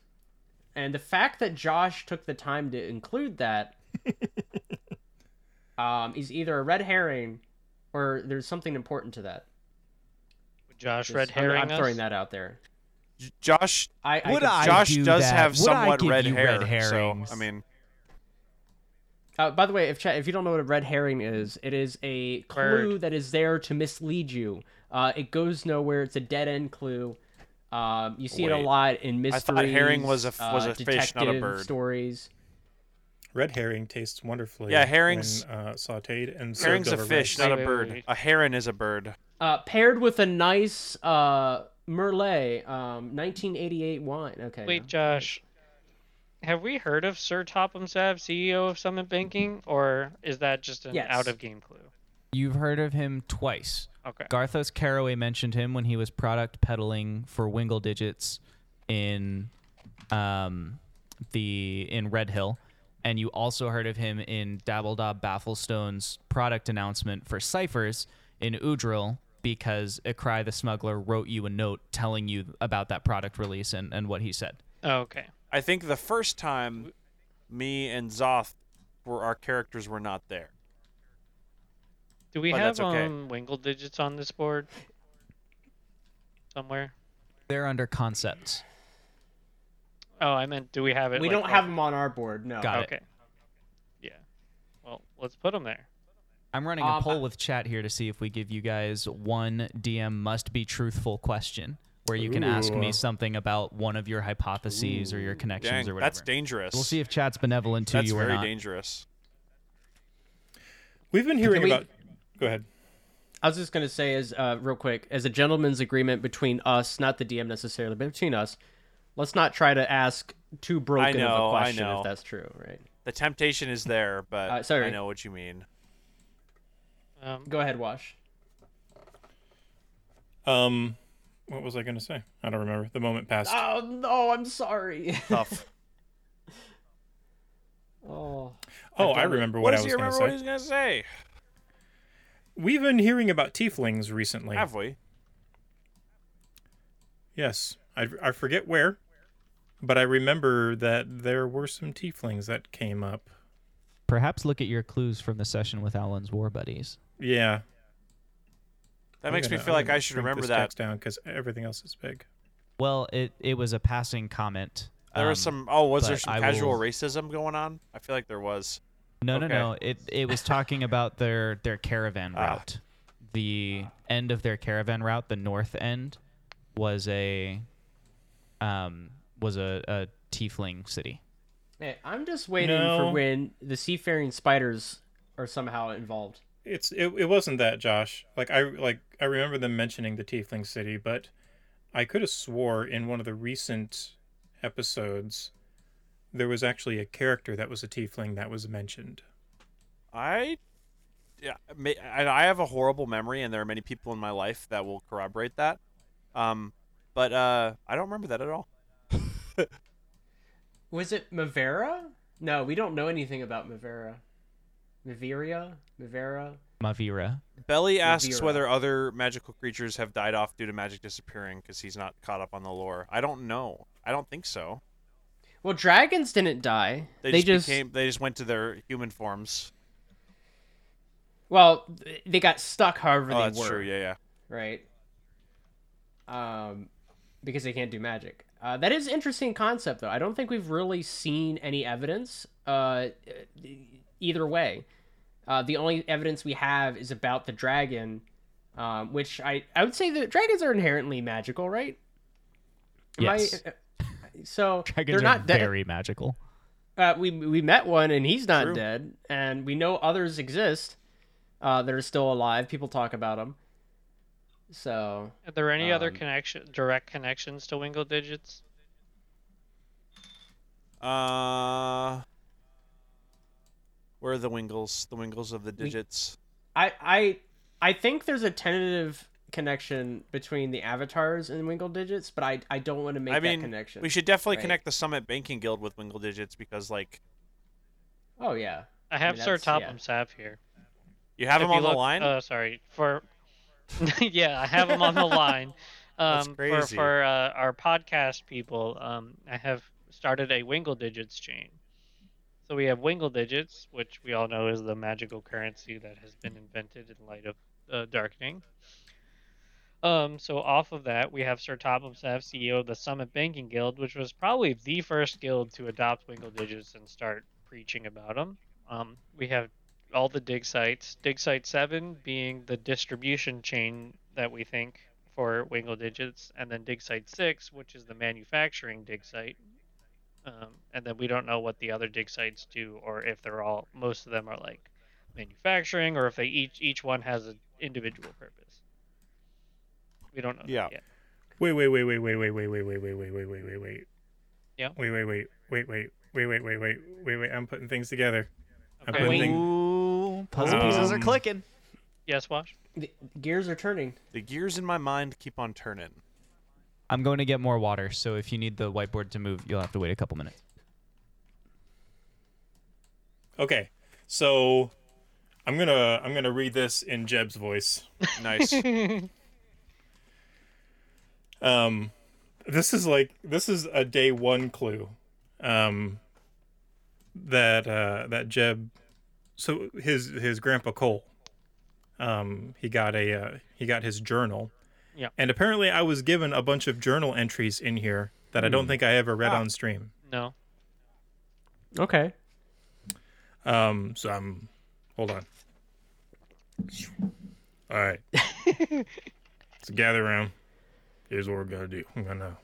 Speaker 1: And the fact that Josh took the time to include
Speaker 5: *laughs*
Speaker 1: that um, is either a red herring or there's something important to that.
Speaker 5: Josh
Speaker 1: Just-
Speaker 5: Red
Speaker 1: I'm-
Speaker 5: Herring.
Speaker 1: I'm,
Speaker 5: us?
Speaker 1: throwing that out there.
Speaker 3: J- Josh
Speaker 1: I, I
Speaker 4: Would
Speaker 1: could-
Speaker 4: I
Speaker 3: Josh
Speaker 4: do
Speaker 3: does
Speaker 4: that?
Speaker 3: have
Speaker 4: Would I
Speaker 3: somewhat
Speaker 4: give
Speaker 3: red
Speaker 4: you
Speaker 3: hair.
Speaker 4: red
Speaker 3: so
Speaker 4: herrings?
Speaker 3: I mean,
Speaker 1: Uh, by the way, if chat, if you don't know what a red herring is, it is a clue that is there to mislead you. Uh, it goes nowhere. It's a dead end clue. Um, you see it a
Speaker 3: Wait.
Speaker 1: lot in mysteries.
Speaker 3: thought herring was a f- was
Speaker 1: uh,
Speaker 3: a fish, not a
Speaker 1: detective
Speaker 3: bird.
Speaker 1: Stories.
Speaker 2: Red herring tastes wonderfully.
Speaker 3: Yeah, herrings-
Speaker 2: When, uh, sauteed and served
Speaker 3: herring's a
Speaker 2: over
Speaker 3: fish,
Speaker 2: rice.
Speaker 3: not a
Speaker 5: Wait, wait,
Speaker 3: bird.
Speaker 5: wait.
Speaker 3: A heron is a bird.
Speaker 1: Uh, paired with a nice uh, Merlet, um, 1988 wine. Okay.
Speaker 5: Wait, Josh. Have we heard of Sir Topham Sav, CEO of Summit Banking, or is that just an
Speaker 1: Yes.
Speaker 5: out of game clue?
Speaker 4: *laughs* You've heard of him twice.
Speaker 5: Okay.
Speaker 4: Garthos Caraway mentioned him when he was product peddling for Wingle Digits in um, the in Red Hill, and you also heard of him in Dabbledob Bafflestone's product announcement for ciphers in Udril because Ikrai the smuggler wrote you a note telling you about that product release and, and what he said.
Speaker 5: Oh, Okay.
Speaker 3: I think the first time me and Zoth were our characters were not there.
Speaker 5: Do
Speaker 2: Oh,
Speaker 5: we
Speaker 3: But
Speaker 5: have
Speaker 3: that's okay.
Speaker 5: um Wingle digits on this board somewhere?
Speaker 4: They're under concepts.
Speaker 5: Oh, I meant do we have it?
Speaker 1: We
Speaker 5: like,
Speaker 1: don't have
Speaker 5: all-
Speaker 1: them on our board. No.
Speaker 4: Got it.
Speaker 5: Okay. Yeah. Well, let's put them there.
Speaker 4: I'm running a
Speaker 1: Um,
Speaker 4: poll with chat here to see if we give you guys one DM must be truthful question where you can ask me
Speaker 2: Ooh.
Speaker 4: something about one of your hypotheses or your connections
Speaker 3: Dang,
Speaker 4: or whatever.
Speaker 3: that's dangerous.
Speaker 4: We'll see if chat's benevolent to
Speaker 3: that's
Speaker 4: you or
Speaker 3: very
Speaker 4: not.
Speaker 3: dangerous.
Speaker 2: We've been hearing
Speaker 1: Can we-
Speaker 2: about. Go ahead.
Speaker 1: I was just gonna say, as uh, real quick, as a gentleman's agreement between us, not the DM necessarily, but between us, Let's not try to ask too broken of
Speaker 3: know,
Speaker 1: a
Speaker 3: I
Speaker 1: question
Speaker 3: know.
Speaker 1: if that's true, right?
Speaker 3: The temptation is there, but
Speaker 1: Uh, sorry.
Speaker 3: I know what you mean.
Speaker 5: Um,
Speaker 1: Go ahead, Wash.
Speaker 2: Um, what was I gonna say? I don't remember. The moment passed.
Speaker 1: Oh no, I'm sorry. *laughs*
Speaker 3: Tough.
Speaker 1: oh,
Speaker 2: oh, I remember what,
Speaker 3: what
Speaker 2: I
Speaker 3: does
Speaker 2: was
Speaker 3: he
Speaker 2: gonna
Speaker 3: remember what
Speaker 2: say.
Speaker 3: he's gonna say?
Speaker 2: We've been hearing about tieflings recently.
Speaker 3: Have we?
Speaker 2: Yes, I, I forget where, but I remember that there were some tieflings that came up.
Speaker 4: Perhaps look at your clues from the session with Alan's war buddies.
Speaker 2: Yeah,
Speaker 3: That
Speaker 2: I'm
Speaker 3: makes
Speaker 2: gonna-
Speaker 3: me feel
Speaker 2: I'm
Speaker 3: like
Speaker 2: gonna
Speaker 3: I should
Speaker 2: shrink
Speaker 3: remember
Speaker 2: this
Speaker 3: that.
Speaker 2: text down because everything else is big.
Speaker 4: Well, it it was a passing comment.
Speaker 3: There was
Speaker 4: Um,
Speaker 3: some. Oh, was there
Speaker 4: but
Speaker 3: some
Speaker 4: I
Speaker 3: casual
Speaker 4: will-
Speaker 3: racism going on? I feel like there was.
Speaker 4: No, no,
Speaker 3: Okay.
Speaker 4: no. It it was talking about their their caravan
Speaker 3: Ah.
Speaker 4: route. The end of their caravan route, the north end, was a um was a, a tiefling city.
Speaker 1: Hey, I'm just waiting for
Speaker 2: No.
Speaker 1: when the seafaring spiders are somehow involved.
Speaker 2: It's it, it wasn't that Josh. Like I like I remember them mentioning the tiefling city, but I could have swore in one of the recent episodes there was actually a character that was a tiefling that was mentioned.
Speaker 3: I. Yeah, may, and I have a horrible memory, and there are many people in my life that will corroborate that. Um, but uh, I don't remember that at all.
Speaker 1: Was it Mavera? No, we don't know anything about Mavera. Maveria? Mavera?
Speaker 4: Mavira.
Speaker 3: Belly asks
Speaker 1: Vera.
Speaker 3: whether other magical creatures have died off due to magic disappearing because he's not caught up on the lore. I don't know. I don't think so.
Speaker 1: Well, dragons didn't die.
Speaker 3: They,
Speaker 1: They,
Speaker 3: just,
Speaker 1: just,
Speaker 3: became. They just went to their human forms.
Speaker 1: well, they got stuck however
Speaker 3: Oh,
Speaker 1: they
Speaker 3: that's
Speaker 1: were.
Speaker 3: true. Yeah, yeah.
Speaker 1: Right. Um, because they can't do magic. Uh, that is interesting concept though. I don't think we've really seen any evidence. Uh, either way, uh, the only evidence we have is about the dragon, um, which I I would say that dragons are inherently magical, right? Am I- uh,
Speaker 4: Yes.
Speaker 1: so
Speaker 4: Dragons
Speaker 1: they're
Speaker 4: are
Speaker 1: not dead.
Speaker 4: very magical.
Speaker 1: Uh, we we met one and he's not
Speaker 3: True.
Speaker 1: dead, and we know others exist uh, that are still alive. People talk about them. So
Speaker 5: are there any other
Speaker 1: Um,
Speaker 5: connection, direct connections to Wingle digits?
Speaker 3: Uh, where are the Wingles? The Wingles of the digits.
Speaker 1: I I I think there's a tentative connection between the avatars and Wingle Digits, but I I don't want to make
Speaker 3: I
Speaker 1: that
Speaker 3: mean,
Speaker 1: connection.
Speaker 3: we should definitely
Speaker 1: Right.
Speaker 3: connect the Summit Banking Guild with Wingle digits because, like,
Speaker 1: Oh yeah.
Speaker 5: I have
Speaker 1: mean,
Speaker 5: Sir
Speaker 1: that's- yeah.
Speaker 5: Topham Sap here.
Speaker 3: you have
Speaker 5: If
Speaker 3: them
Speaker 5: you
Speaker 3: on the
Speaker 5: look-
Speaker 3: line.
Speaker 5: Oh, sorry. For *laughs* yeah, I have him on the line. Um,
Speaker 3: *laughs* That's crazy.
Speaker 5: For, for uh, our podcast people, um, I have started a Wingle Digits chain. So we have Wingle Digits, which we all know is the magical currency that has been invented in light of uh, darkening. Um, so off of that, we have Sir Topham Sapp, CEO of the Summit Banking Guild, which was probably the first guild to adopt Wingle Digits and start preaching about them. Um, we have all the dig sites. Dig site seven being the distribution chain that we think for Wingle Digits, and then dig site six, which is the manufacturing dig site. Um, and then we don't know what the other dig sites do, or if they're all most of them are like manufacturing, or if they each each one has an individual purpose. We don't know. that
Speaker 3: Yeah.
Speaker 5: yet.
Speaker 2: Wait, wait, wait, wait, wait, wait, wait, wait, wait, wait, wait, wait, wait, wait, wait.
Speaker 5: Yeah.
Speaker 2: Wait, wait, wait, wait, wait, wait, wait, wait, wait, wait, wait. I'm putting things together. I'm
Speaker 5: Okay.
Speaker 2: putting
Speaker 5: Wing-
Speaker 2: things.
Speaker 4: Ooh,
Speaker 2: puzzle pieces are Um,
Speaker 4: clicking.
Speaker 5: Yes, Wash.
Speaker 1: The gears are turning.
Speaker 3: The gears in my mind keep on turning.
Speaker 4: I'm going to get more water, so if you need the whiteboard to move, you'll have to wait a couple minutes.
Speaker 2: Okay, so I'm gonna I'm gonna read this in Jeb's voice.
Speaker 3: *laughs* Nice.
Speaker 2: *laughs* Um, this is like this is a day one clue. Um, that uh, that Jeb, so his his grandpa Cole, um, he got a uh, he got his journal.
Speaker 5: Yeah.
Speaker 2: And apparently, I was given a bunch of journal entries in here that I don't
Speaker 3: Hmm.
Speaker 2: think I ever
Speaker 3: Ah.
Speaker 2: read on stream.
Speaker 5: No.
Speaker 1: Okay.
Speaker 2: Um, so I'm hold on. All right. so gather around. Here's what we're gonna do. I'm gonna.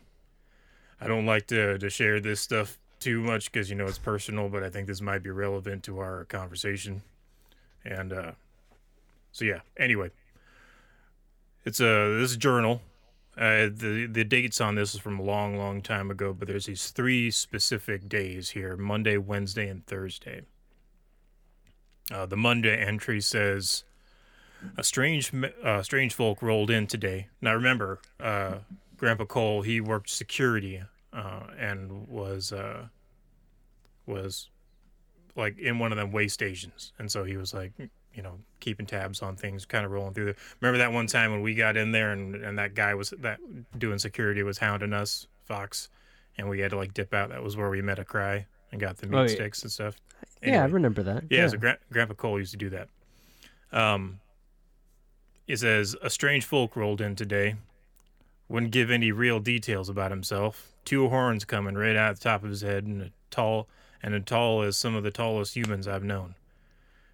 Speaker 2: I don't like to to share this stuff too much because you know it's personal, but I think this might be relevant to our conversation. And uh, so yeah. Anyway, it's a this journal. Uh, the the dates on this is from a long, long time ago, but there's these three specific days here: Monday, Wednesday, and Thursday. Uh, the Monday entry says, "A strange, m- uh, strange folk rolled in today." Now remember, uh, Grandpa Cole he worked security uh, and was uh, was like in one of them way stations, and so he was like, you know, keeping tabs on things, kind of rolling through there. Remember that one time when we got in there and and that guy was that doing security was hounding us, Fox, and we had to like dip out. That was where we met a cry and got the meat
Speaker 1: Oh, yeah.
Speaker 2: sticks and stuff.
Speaker 1: Yeah, I
Speaker 2: Anyway.
Speaker 1: remember that.
Speaker 2: Yeah, so Gra- Grandpa Cole used to do that. Um, it says a strange folk rolled in today. Wouldn't give any real details about himself. Two horns coming right out the top of his head, and a tall and as tall as some of the tallest humans I've known.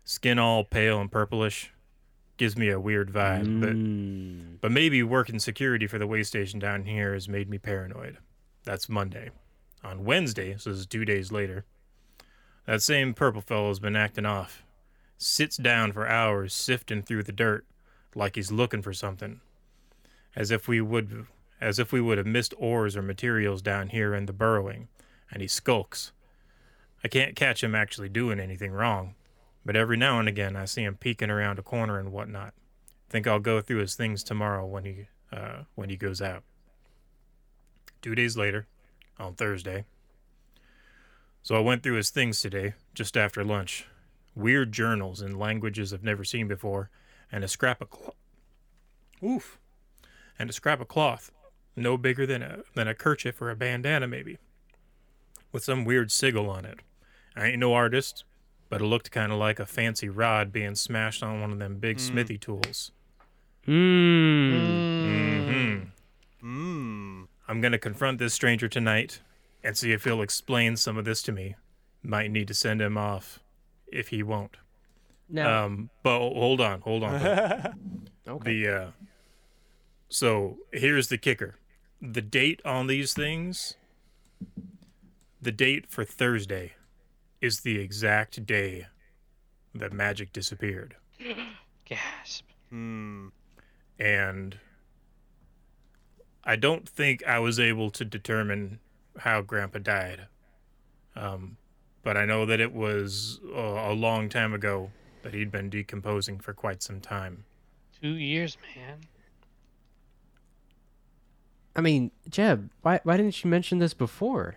Speaker 2: Skin all pale and purplish. Gives me a weird vibe, but
Speaker 1: Mm.
Speaker 2: but maybe working security for the way station down here has made me paranoid. That's Monday. On Wednesday, so this is two days later, that same purple fellow's been acting off. Sits down for hours sifting through the dirt like he's looking for something. As if we would as if we would have missed ores or materials down here in the burrowing, and he skulks. I can't catch him actually doing anything wrong, but every now and again I see him peeking around a corner and whatnot think I'll go through his things tomorrow when he uh, when he goes out. Two days later, on Thursday. So I went through his things today, just after lunch. Weird journals in languages I've never seen before, and a scrap of cloth. Oof. And a scrap of cloth, no bigger than a than a kerchief or a bandana maybe, with some weird sigil on it. I ain't no artist, but it looked kind of like a fancy rod being smashed on one of them big smithy tools.
Speaker 1: Mm.
Speaker 2: Mm-hmm.
Speaker 3: Mmm.
Speaker 2: I'm going to confront this stranger tonight and see if he'll explain some of this to me. Might need to send him off if he won't.
Speaker 1: Now,
Speaker 2: Um, but ho- hold on, hold on.
Speaker 1: okay.
Speaker 2: the uh, so here's the kicker: the date on these things. The date for Thursday is the exact day that magic disappeared.
Speaker 5: Gasp.
Speaker 3: Mmm.
Speaker 2: and I don't think I was able to determine how Grandpa died. Um, but I know that it was a, a long time ago that he'd been decomposing for quite some time.
Speaker 5: Two years, man.
Speaker 1: I mean, Jeb, why why didn't you mention this before?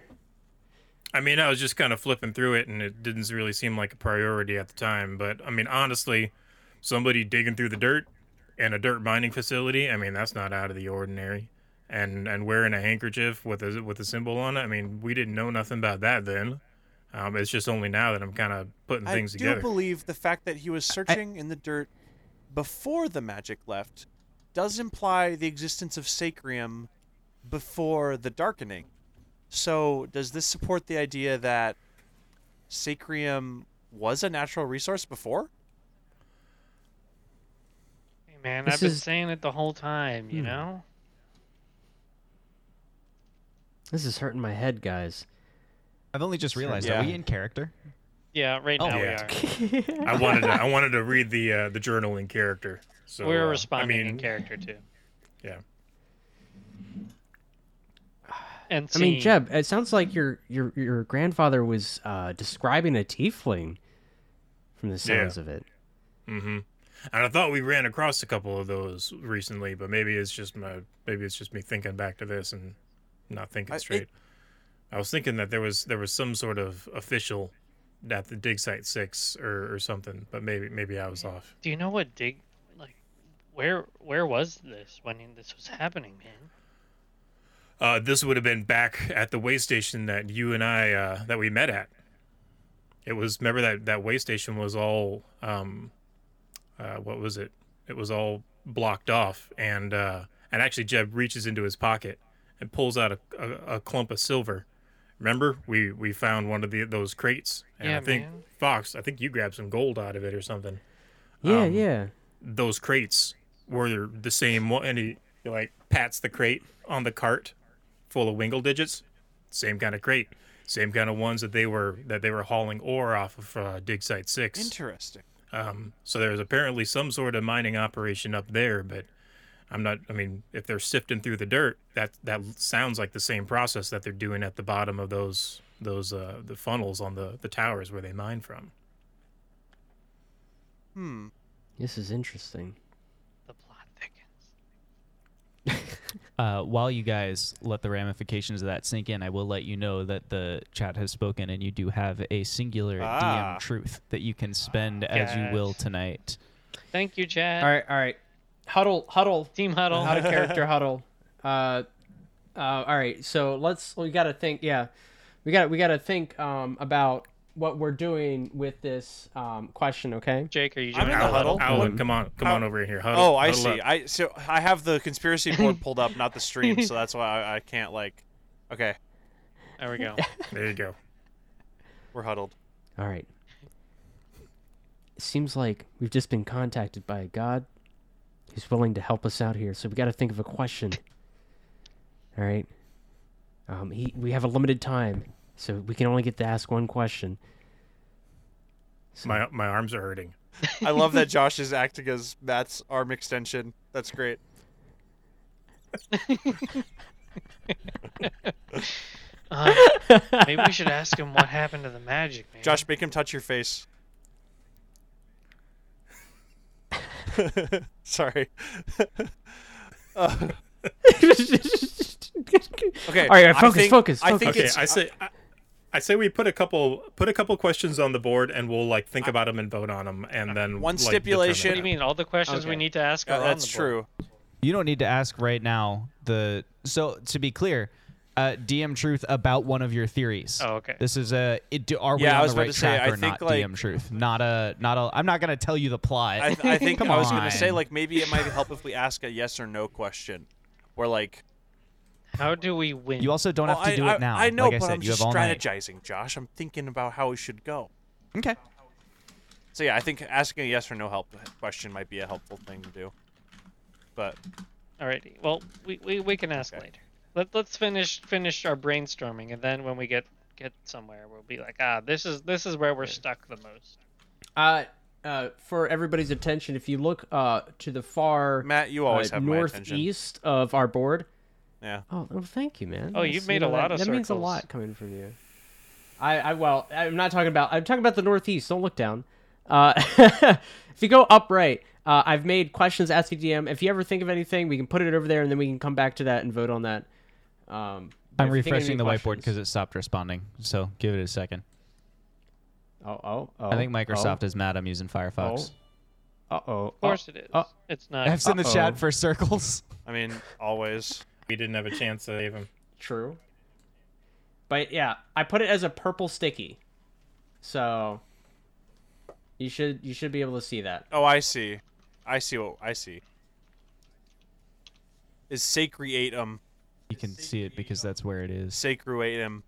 Speaker 2: I mean, I was just kind of flipping through it, and it didn't really seem like a priority at the time. But I mean, honestly, somebody digging through the dirt in a dirt mining facility—I mean, that's not out of the ordinary. And and wearing a handkerchief with a with a symbol on it—I mean, we didn't know nothing about that then. Um, it's just only now that I'm kind of putting
Speaker 3: I do
Speaker 2: things together.
Speaker 3: believe the fact that he was searching in the dirt before the magic left does imply the existence of Sacrium before the darkening. So, does this support the idea that Sacrium was a natural resource before?
Speaker 5: Hey, man,
Speaker 1: This
Speaker 5: I've been
Speaker 1: is-
Speaker 5: saying it the whole time, you
Speaker 1: Hmm.
Speaker 5: know?
Speaker 1: This is hurting my head, guys.
Speaker 4: I've only just realized.
Speaker 3: Yeah.
Speaker 4: Are we in character?
Speaker 5: Yeah, right
Speaker 4: Oh,
Speaker 5: now
Speaker 2: yeah.
Speaker 5: we are.
Speaker 2: I wanted to, I wanted to read the uh, the journal in character. So
Speaker 5: We're
Speaker 2: uh,
Speaker 5: responding
Speaker 2: I mean,
Speaker 5: in character, too.
Speaker 2: Yeah.
Speaker 5: And
Speaker 1: I mean,
Speaker 5: scene.
Speaker 1: Jeb, it sounds like your your your grandfather was uh, describing a tiefling from the sounds of it.
Speaker 2: Mm-hmm. And I thought we ran across a couple of those recently, but maybe it's just my maybe it's just me thinking back to this and not thinking
Speaker 3: I- it-
Speaker 2: straight. I was thinking that there was there was some sort of official at the dig site six or, or something, but maybe maybe I
Speaker 3: Mm-hmm.
Speaker 2: was off.
Speaker 5: Do you know what dig like where where was this when this was happening, man?
Speaker 2: Uh, this would have been back at the way station that you and I uh, that we met at. It was remember that that way station was all um, uh, what was it? It was all blocked off, and uh, and actually Jeb reaches into his pocket and pulls out a, a, a clump of silver. Remember, we we found one of the those crates, and
Speaker 5: Yeah,
Speaker 2: I think
Speaker 5: man.
Speaker 2: Fox, I think you grabbed some gold out of it or something
Speaker 1: Yeah,
Speaker 2: Um,
Speaker 1: yeah.
Speaker 2: those crates were the same one and he, he like pats the crate on the cart full of wingle digits same kind of crate same kind of ones that they were that they were hauling ore off of uh, dig site 6
Speaker 3: Interesting.
Speaker 2: um, so there was apparently some sort of mining operation up there but I'm not. I mean, if they're sifting through the dirt, that that sounds like the same process that they're doing at the bottom of those those uh, the funnels on the the towers where they mine from.
Speaker 3: Hmm.
Speaker 1: This is interesting.
Speaker 5: The plot thickens.
Speaker 4: Uh, while you guys let the ramifications of that sink in, I will let you know that the chat has spoken and you do have a singular
Speaker 3: Ah.
Speaker 4: DM truth that you can spend as you will
Speaker 5: Yes.
Speaker 4: tonight.
Speaker 5: Thank you, Chad.
Speaker 1: All right, all right. Huddle, huddle.
Speaker 5: Team huddle.
Speaker 1: out of *laughs* character huddle. Uh, uh, all right, so let's we got to think. Yeah, we got we got to think um, about what we're doing with this um, question. Okay.
Speaker 5: Jake, are you
Speaker 3: I'm
Speaker 5: joining
Speaker 3: in the
Speaker 5: the huddle?
Speaker 3: huddle.
Speaker 2: Alan, come on, come
Speaker 3: Ow.
Speaker 2: on over here. Huddle,
Speaker 3: Oh, I
Speaker 2: huddle
Speaker 3: see.
Speaker 2: up.
Speaker 3: I so I have the conspiracy board pulled up, not the stream, so that's why I, I can't like. Okay,
Speaker 5: There
Speaker 1: *laughs*
Speaker 5: we go.
Speaker 2: There you go.
Speaker 3: we're huddled.
Speaker 1: All right. It seems like we've just been contacted by a god who's willing to help us out here. So we got to think of a question. All right. Um, he we have a limited time, so we can only get to ask one question.
Speaker 2: My my arms are hurting.
Speaker 3: I love that Josh is acting as Matt's arm extension. That's great.
Speaker 5: Uh, maybe we should ask him what happened to the magic, man.
Speaker 3: Josh, make him touch your face. *laughs* Sorry. Uh, okay.
Speaker 1: All right, all right,
Speaker 3: I
Speaker 1: focus,
Speaker 3: think-
Speaker 1: focus,
Speaker 3: I
Speaker 1: focus.
Speaker 3: think
Speaker 2: Okay,
Speaker 3: it's. *laughs*
Speaker 2: I say. I, I say we put a couple put a couple questions on the board and we'll like think about 'em about them and vote on them and then
Speaker 3: One
Speaker 2: like,
Speaker 3: stipulation-
Speaker 5: What do you mean? All the questions we
Speaker 1: Okay.
Speaker 5: need to ask
Speaker 3: Yeah,
Speaker 5: are
Speaker 3: Uh, that's
Speaker 5: on the board.
Speaker 3: true.
Speaker 4: You don't need to ask right now. The so to be clear, uh, DM truth about one of your theories.
Speaker 5: Oh, okay.
Speaker 4: This is a it, do, are we
Speaker 3: Yeah, I
Speaker 4: on
Speaker 3: was
Speaker 4: the
Speaker 3: about to
Speaker 4: right
Speaker 3: say,
Speaker 4: track
Speaker 3: I
Speaker 4: or
Speaker 3: think,
Speaker 4: not?
Speaker 3: like-
Speaker 4: DM truth, not a not a. I'm not gonna tell you the plot.
Speaker 3: *laughs* I,
Speaker 4: *laughs*
Speaker 3: I think
Speaker 4: Come
Speaker 3: I was going to say
Speaker 4: on.
Speaker 3: like maybe it might help if we ask a yes or no question, or like
Speaker 5: How do we win?
Speaker 4: you also don't
Speaker 3: Well,
Speaker 4: have to
Speaker 3: I,
Speaker 4: do
Speaker 3: I,
Speaker 4: it now.
Speaker 3: I know,
Speaker 4: like I
Speaker 3: but
Speaker 4: said,
Speaker 3: I'm
Speaker 4: you
Speaker 3: just
Speaker 4: have all night.
Speaker 3: strategizing, Josh. I'm thinking about how we should go.
Speaker 4: Okay.
Speaker 3: So yeah, I think asking a yes or no help question might be a helpful thing to do. But
Speaker 5: Alrighty. Well, we, we, we can ask later. Let let's finish finish our brainstorming, and then when we get get somewhere, we'll be like, ah, this is this is where we're stuck the most.
Speaker 1: *laughs* Uh, uh, for everybody's attention, if you look uh, to the far
Speaker 3: Matt, you always
Speaker 1: uh,
Speaker 3: have my attention.
Speaker 1: northeast of our board.
Speaker 3: Yeah.
Speaker 1: Oh, well, thank you, man.
Speaker 5: Oh,
Speaker 1: That's-
Speaker 5: you've made a
Speaker 1: that-
Speaker 5: lot of
Speaker 1: That means a
Speaker 5: circles.
Speaker 1: lot coming from you. I, I well, I'm not talking about. I'm talking about the northeast. Don't look down. Uh, *laughs* if you go upright, uh, I've made questions ask a DM. If you ever think of anything, we can put it over there, and then we can come back to that and vote on that. Um, if you
Speaker 4: I'm
Speaker 1: think of
Speaker 4: refreshing
Speaker 1: any
Speaker 4: the whiteboard
Speaker 1: questions-
Speaker 4: because it stopped responding. So give it a second.
Speaker 1: oh, oh, oh,
Speaker 4: I think Microsoft is mad I'm using Firefox.
Speaker 1: Uh oh.
Speaker 5: Of course it is.
Speaker 4: uh,
Speaker 1: oh.
Speaker 5: it's not.
Speaker 4: I've seen the chat
Speaker 1: Uh-oh.
Speaker 4: for circles.
Speaker 3: I mean, always.
Speaker 2: We didn't have a chance to save him.
Speaker 1: True. But yeah, I put it as a purple sticky. So you should you should be able to see that.
Speaker 3: Oh, I see. I see what I see. Is sacreatum
Speaker 4: *laughs* You can see it because that's where it is.
Speaker 3: sacruatum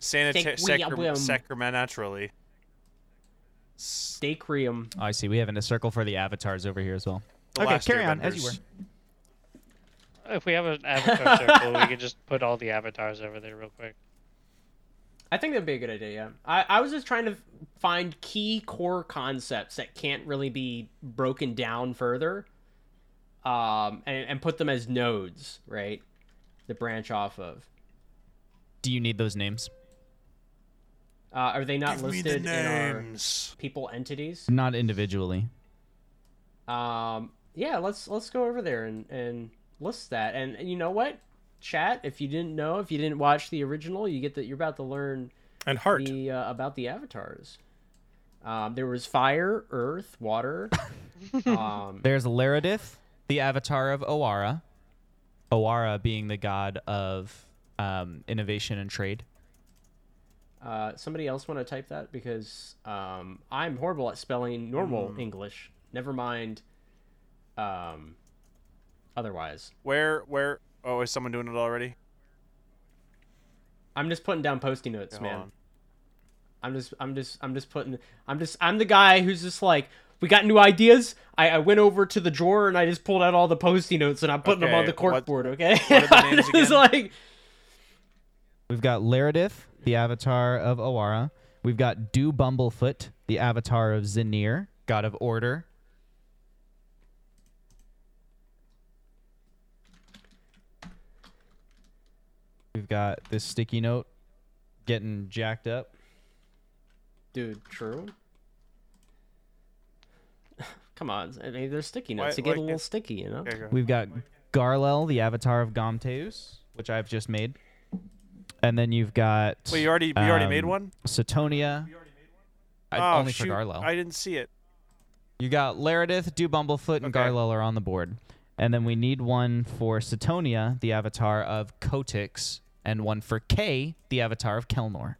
Speaker 3: sanita- sacram-
Speaker 1: Sacreum.
Speaker 3: sacramentarily. S-
Speaker 1: Dacrium.
Speaker 4: Oh, I see. We have in a circle for the avatars over here as well.
Speaker 3: the
Speaker 4: okay,
Speaker 3: last
Speaker 4: carry on as
Speaker 3: airbenders.
Speaker 4: you were.
Speaker 5: If we have
Speaker 4: *laughs*
Speaker 5: an avatar circle, we could just put all the avatars over there real
Speaker 4: *laughs*
Speaker 5: quick.
Speaker 1: I think that'd be a good idea. Yeah. I, I was just trying to find key core concepts that can't really be broken down further, um, and, and put them as nodes, right? To branch off of.
Speaker 4: Do you need those names?
Speaker 1: Uh, are they not
Speaker 3: Give me the
Speaker 1: listed in our
Speaker 3: names.
Speaker 1: people entities?
Speaker 4: Not individually.
Speaker 1: um yeah let's let's go over there and and list that and, and you know what chat if you didn't know if you didn't watch the original you get that you're about to learn
Speaker 2: And heart.
Speaker 1: the uh, about the avatars um there was fire earth water um
Speaker 4: There's Laredith, the avatar of Owara. Owara being the god of um, innovation and trade.
Speaker 1: uh somebody else want to type that because um i'm horrible at spelling normal english never mind um otherwise
Speaker 3: Where where oh is someone doing it already?
Speaker 1: i'm just putting down posting notes
Speaker 3: Hold
Speaker 1: man
Speaker 3: on.
Speaker 1: I'm just, I'm just, I'm just putting, I'm just, I'm the guy who's just like, we got new ideas. I, I went over to the drawer and I just pulled out all the posty notes and I'm putting them on
Speaker 3: Okay,
Speaker 1: the corkboard.
Speaker 3: what-
Speaker 1: Okay,
Speaker 3: what
Speaker 1: *laughs*
Speaker 3: are the names
Speaker 1: It's
Speaker 3: again?
Speaker 1: like
Speaker 4: We've got Laredith, the avatar of Owara. We've got Do Bumblefoot, the avatar of Zinir, god of order. We've got this sticky note getting jacked up.
Speaker 1: Dude, true. *laughs* Come on, I mean, they're sticky
Speaker 3: Why-
Speaker 1: notes. They get
Speaker 3: why
Speaker 1: a little
Speaker 3: can't-
Speaker 1: sticky, you know.
Speaker 3: There you go.
Speaker 4: We've got Garlel, the avatar of Gomteus, which I've just made. And then you've got
Speaker 3: Wait, you already you already made
Speaker 4: um,
Speaker 3: one?
Speaker 4: Satonia. I-
Speaker 3: oh,
Speaker 4: only
Speaker 3: shoot.
Speaker 4: for Garlel.
Speaker 3: I didn't see it.
Speaker 4: You got Laredith, Dubumblefoot, and
Speaker 3: Okay.
Speaker 4: Garlel are on the board. And then we need one for Satonia, the avatar of Kotix, and one for Kay, the avatar of Kelnor.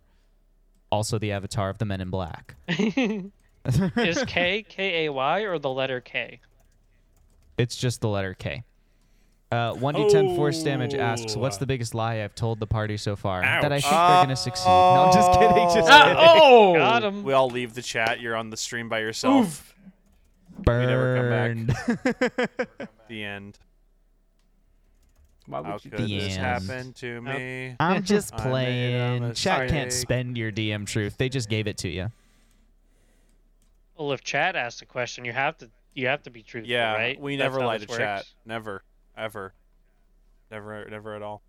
Speaker 4: Also the avatar of the Men in Black. *laughs*
Speaker 5: Is K K A Y or the letter K?
Speaker 4: It's just the letter K. Uh, 1d10 force damage
Speaker 6: Oh.
Speaker 4: asks, What's the biggest lie I've told the party so far? That I
Speaker 6: Ouch.
Speaker 4: think they're going to succeed. No, I'm just kidding. Just
Speaker 1: *laughs* *laughs* Ah,
Speaker 4: kidding.
Speaker 1: oh,
Speaker 5: Got him.
Speaker 3: We all leave the chat. You're on the stream by yourself. never
Speaker 4: Burned. *laughs*
Speaker 3: The end.
Speaker 1: Why would
Speaker 3: How
Speaker 1: you
Speaker 3: could
Speaker 1: do
Speaker 4: Oh, The
Speaker 3: this
Speaker 4: end.
Speaker 3: happen to me?
Speaker 4: I'm just
Speaker 3: I made a
Speaker 4: playing. Chat can't
Speaker 3: mistake.
Speaker 4: spend your DM truth. They just gave it to you.
Speaker 5: Well, if Chad asked a question, you have to you have to be truthful,
Speaker 3: Yeah,
Speaker 5: right?
Speaker 3: we
Speaker 5: That's
Speaker 3: never
Speaker 5: how
Speaker 3: lie to
Speaker 5: this
Speaker 3: chat.
Speaker 5: works.
Speaker 3: Never, ever, never, never at all.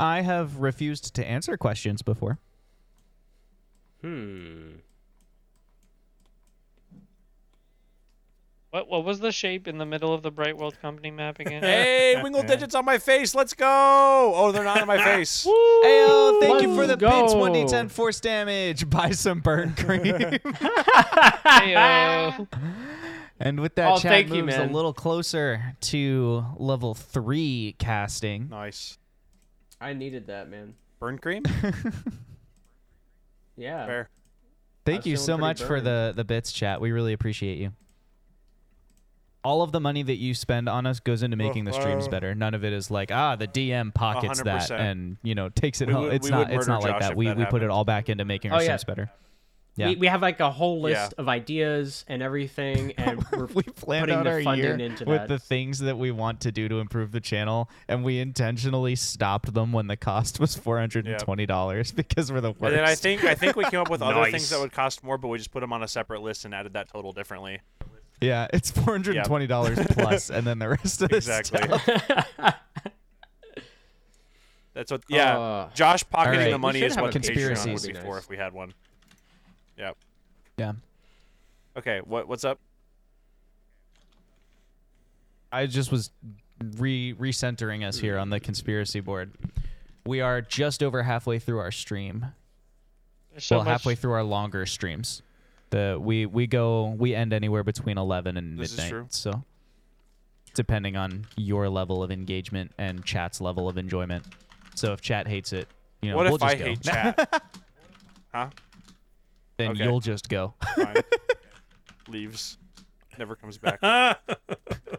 Speaker 4: I have refused to answer questions before.
Speaker 1: Hmm.
Speaker 5: What what was the shape in the middle of the Bright World Company
Speaker 3: *laughs*
Speaker 5: map
Speaker 3: *laughs*
Speaker 5: again?
Speaker 3: Hey, wingle digits on my face. Let's go. Oh, they're not on *laughs* my face.
Speaker 4: Ayo, thank you
Speaker 1: Let's
Speaker 4: for the
Speaker 1: go.
Speaker 4: bits. 1d10 force damage. *laughs* Buy
Speaker 1: *laughs*
Speaker 4: some burn cream.
Speaker 5: Heyo.
Speaker 4: and with that,
Speaker 1: Oh,
Speaker 4: chat
Speaker 1: thank you,
Speaker 4: moves a
Speaker 1: man.
Speaker 4: little closer to level three casting.
Speaker 3: Nice.
Speaker 1: I needed that, man.
Speaker 3: Burn *laughs* cream?
Speaker 1: Yeah.
Speaker 3: Fair.
Speaker 4: Thank
Speaker 1: I'm
Speaker 4: you so
Speaker 1: feeling
Speaker 4: much
Speaker 1: pretty
Speaker 4: for the the bits, chat. We really appreciate you. All of the money that you spend on us goes into making the streams
Speaker 3: Uh-huh.
Speaker 4: better. None of it is like, ah, the DM pockets that
Speaker 3: 100%.
Speaker 4: and you know takes it
Speaker 3: We
Speaker 4: home.
Speaker 3: would-
Speaker 4: it's
Speaker 3: we
Speaker 4: not.
Speaker 3: would
Speaker 4: It's
Speaker 3: murder
Speaker 4: not like
Speaker 3: Josh
Speaker 4: that.
Speaker 3: if
Speaker 4: We
Speaker 3: that
Speaker 4: we put it
Speaker 3: happened.
Speaker 4: all back into making our
Speaker 1: Oh, yeah.
Speaker 4: streams better. Yeah.
Speaker 1: We, we have like a whole
Speaker 3: Yeah.
Speaker 1: list of ideas and everything, *laughs* and we're
Speaker 4: *laughs* we planned
Speaker 1: putting
Speaker 4: out
Speaker 1: the
Speaker 4: our
Speaker 1: funding
Speaker 4: year
Speaker 1: into
Speaker 4: with
Speaker 1: that.
Speaker 4: the things that we want to do to improve the channel, and we intentionally stopped them when the cost was four hundred and twenty dollars because we're the worst.
Speaker 3: And then I think I think we came up with other things that
Speaker 1: Nice.
Speaker 3: would cost more, but we just put them on a separate list and added that total differently.
Speaker 4: yeah, it's four hundred and
Speaker 3: *laughs*
Speaker 4: twenty dollars plus, and then the rest of the
Speaker 3: Exactly.
Speaker 4: stuff.
Speaker 3: That's what. *laughs* Yeah.
Speaker 1: Uh,
Speaker 3: Josh pocketing
Speaker 4: Alright.
Speaker 3: the
Speaker 4: We
Speaker 3: money
Speaker 1: should
Speaker 3: is
Speaker 1: have
Speaker 3: what
Speaker 1: a
Speaker 3: the Patreon
Speaker 4: conspiracies.
Speaker 3: would be
Speaker 1: Nice.
Speaker 3: for if we had one. Yep.
Speaker 4: Yeah.
Speaker 3: Okay. What what's up?
Speaker 4: I just was re recentering us here on the conspiracy board. We are just over halfway through our stream.
Speaker 5: There's so
Speaker 4: well,
Speaker 5: much-
Speaker 4: halfway through our longer streams. The we we go we end anywhere between eleven and
Speaker 3: This is
Speaker 4: midnight.
Speaker 3: true.
Speaker 4: So depending on your level of engagement and chat's level of enjoyment. So if chat hates it, you know,
Speaker 3: what
Speaker 4: we'll
Speaker 3: if
Speaker 4: just
Speaker 3: I
Speaker 4: go. *laughs*
Speaker 3: *laughs* hate chat? huh?
Speaker 4: then
Speaker 3: okay.
Speaker 4: you'll just go.
Speaker 3: Fine. Leaves. Never comes back.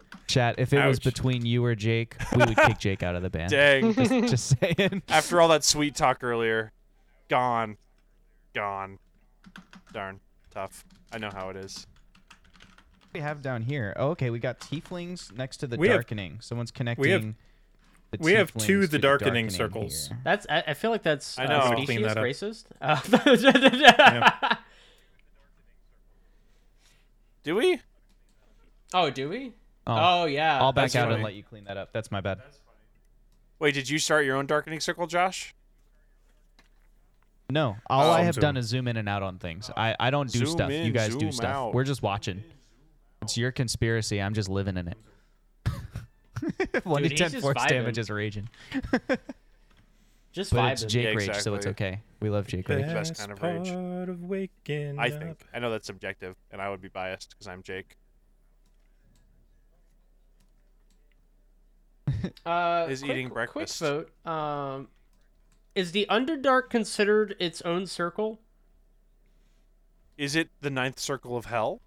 Speaker 3: *laughs*
Speaker 4: chat, if it was
Speaker 6: Ouch.
Speaker 4: between you or Jake, we would kick Jake out of the band.
Speaker 3: Dang.
Speaker 4: Just saying.
Speaker 3: After all that sweet talk earlier, gone, gone. Darn. Tough. I know how it is.
Speaker 4: we have down here? Oh, okay, we got tieflings next to the
Speaker 6: We have-
Speaker 4: darkening. Someone's connecting. the
Speaker 6: we have
Speaker 4: tieflings
Speaker 6: two
Speaker 4: to
Speaker 6: the darkening circles.
Speaker 4: here.
Speaker 1: That's. I, I feel like that's.
Speaker 3: I
Speaker 1: uh,
Speaker 3: know. I'm gonna
Speaker 6: clean
Speaker 1: speciesist,
Speaker 6: that up.
Speaker 1: racist. *laughs* Uh,
Speaker 3: Do we?
Speaker 1: oh, do we?
Speaker 4: Oh,
Speaker 1: Oh, yeah.
Speaker 4: I'll back
Speaker 3: that's
Speaker 4: out and
Speaker 3: funny.
Speaker 4: let you clean that up. That's my bad.
Speaker 3: Wait, did you start your own darkening circle, Josh?
Speaker 4: No, all I
Speaker 6: Oh,
Speaker 4: have
Speaker 6: zoom.
Speaker 4: done is zoom in and out on things. I, I don't do
Speaker 3: Zoom
Speaker 4: stuff. you
Speaker 3: in,
Speaker 4: guys do
Speaker 3: zoom
Speaker 4: stuff.
Speaker 3: out.
Speaker 4: We're just watching. It's your conspiracy. I'm just living in it. *laughs* One
Speaker 1: Dude,
Speaker 4: to
Speaker 1: he's
Speaker 4: ten
Speaker 1: just
Speaker 4: force
Speaker 1: vibing.
Speaker 4: damage is raging,
Speaker 1: Just
Speaker 4: but
Speaker 1: vibing.
Speaker 4: it's Jake
Speaker 3: Yeah,
Speaker 4: rage, so it's
Speaker 3: exactly.
Speaker 4: okay. We love Jake rage.
Speaker 3: best kind of rage.
Speaker 6: part of waking
Speaker 3: I think.
Speaker 6: up.
Speaker 3: I know that's subjective, and I would be biased because I'm Jake.
Speaker 1: Uh,
Speaker 3: is
Speaker 1: quick-
Speaker 3: eating breakfast.
Speaker 1: Quick vote. Um, is the Underdark considered its own circle?
Speaker 3: Is it the ninth circle of hell?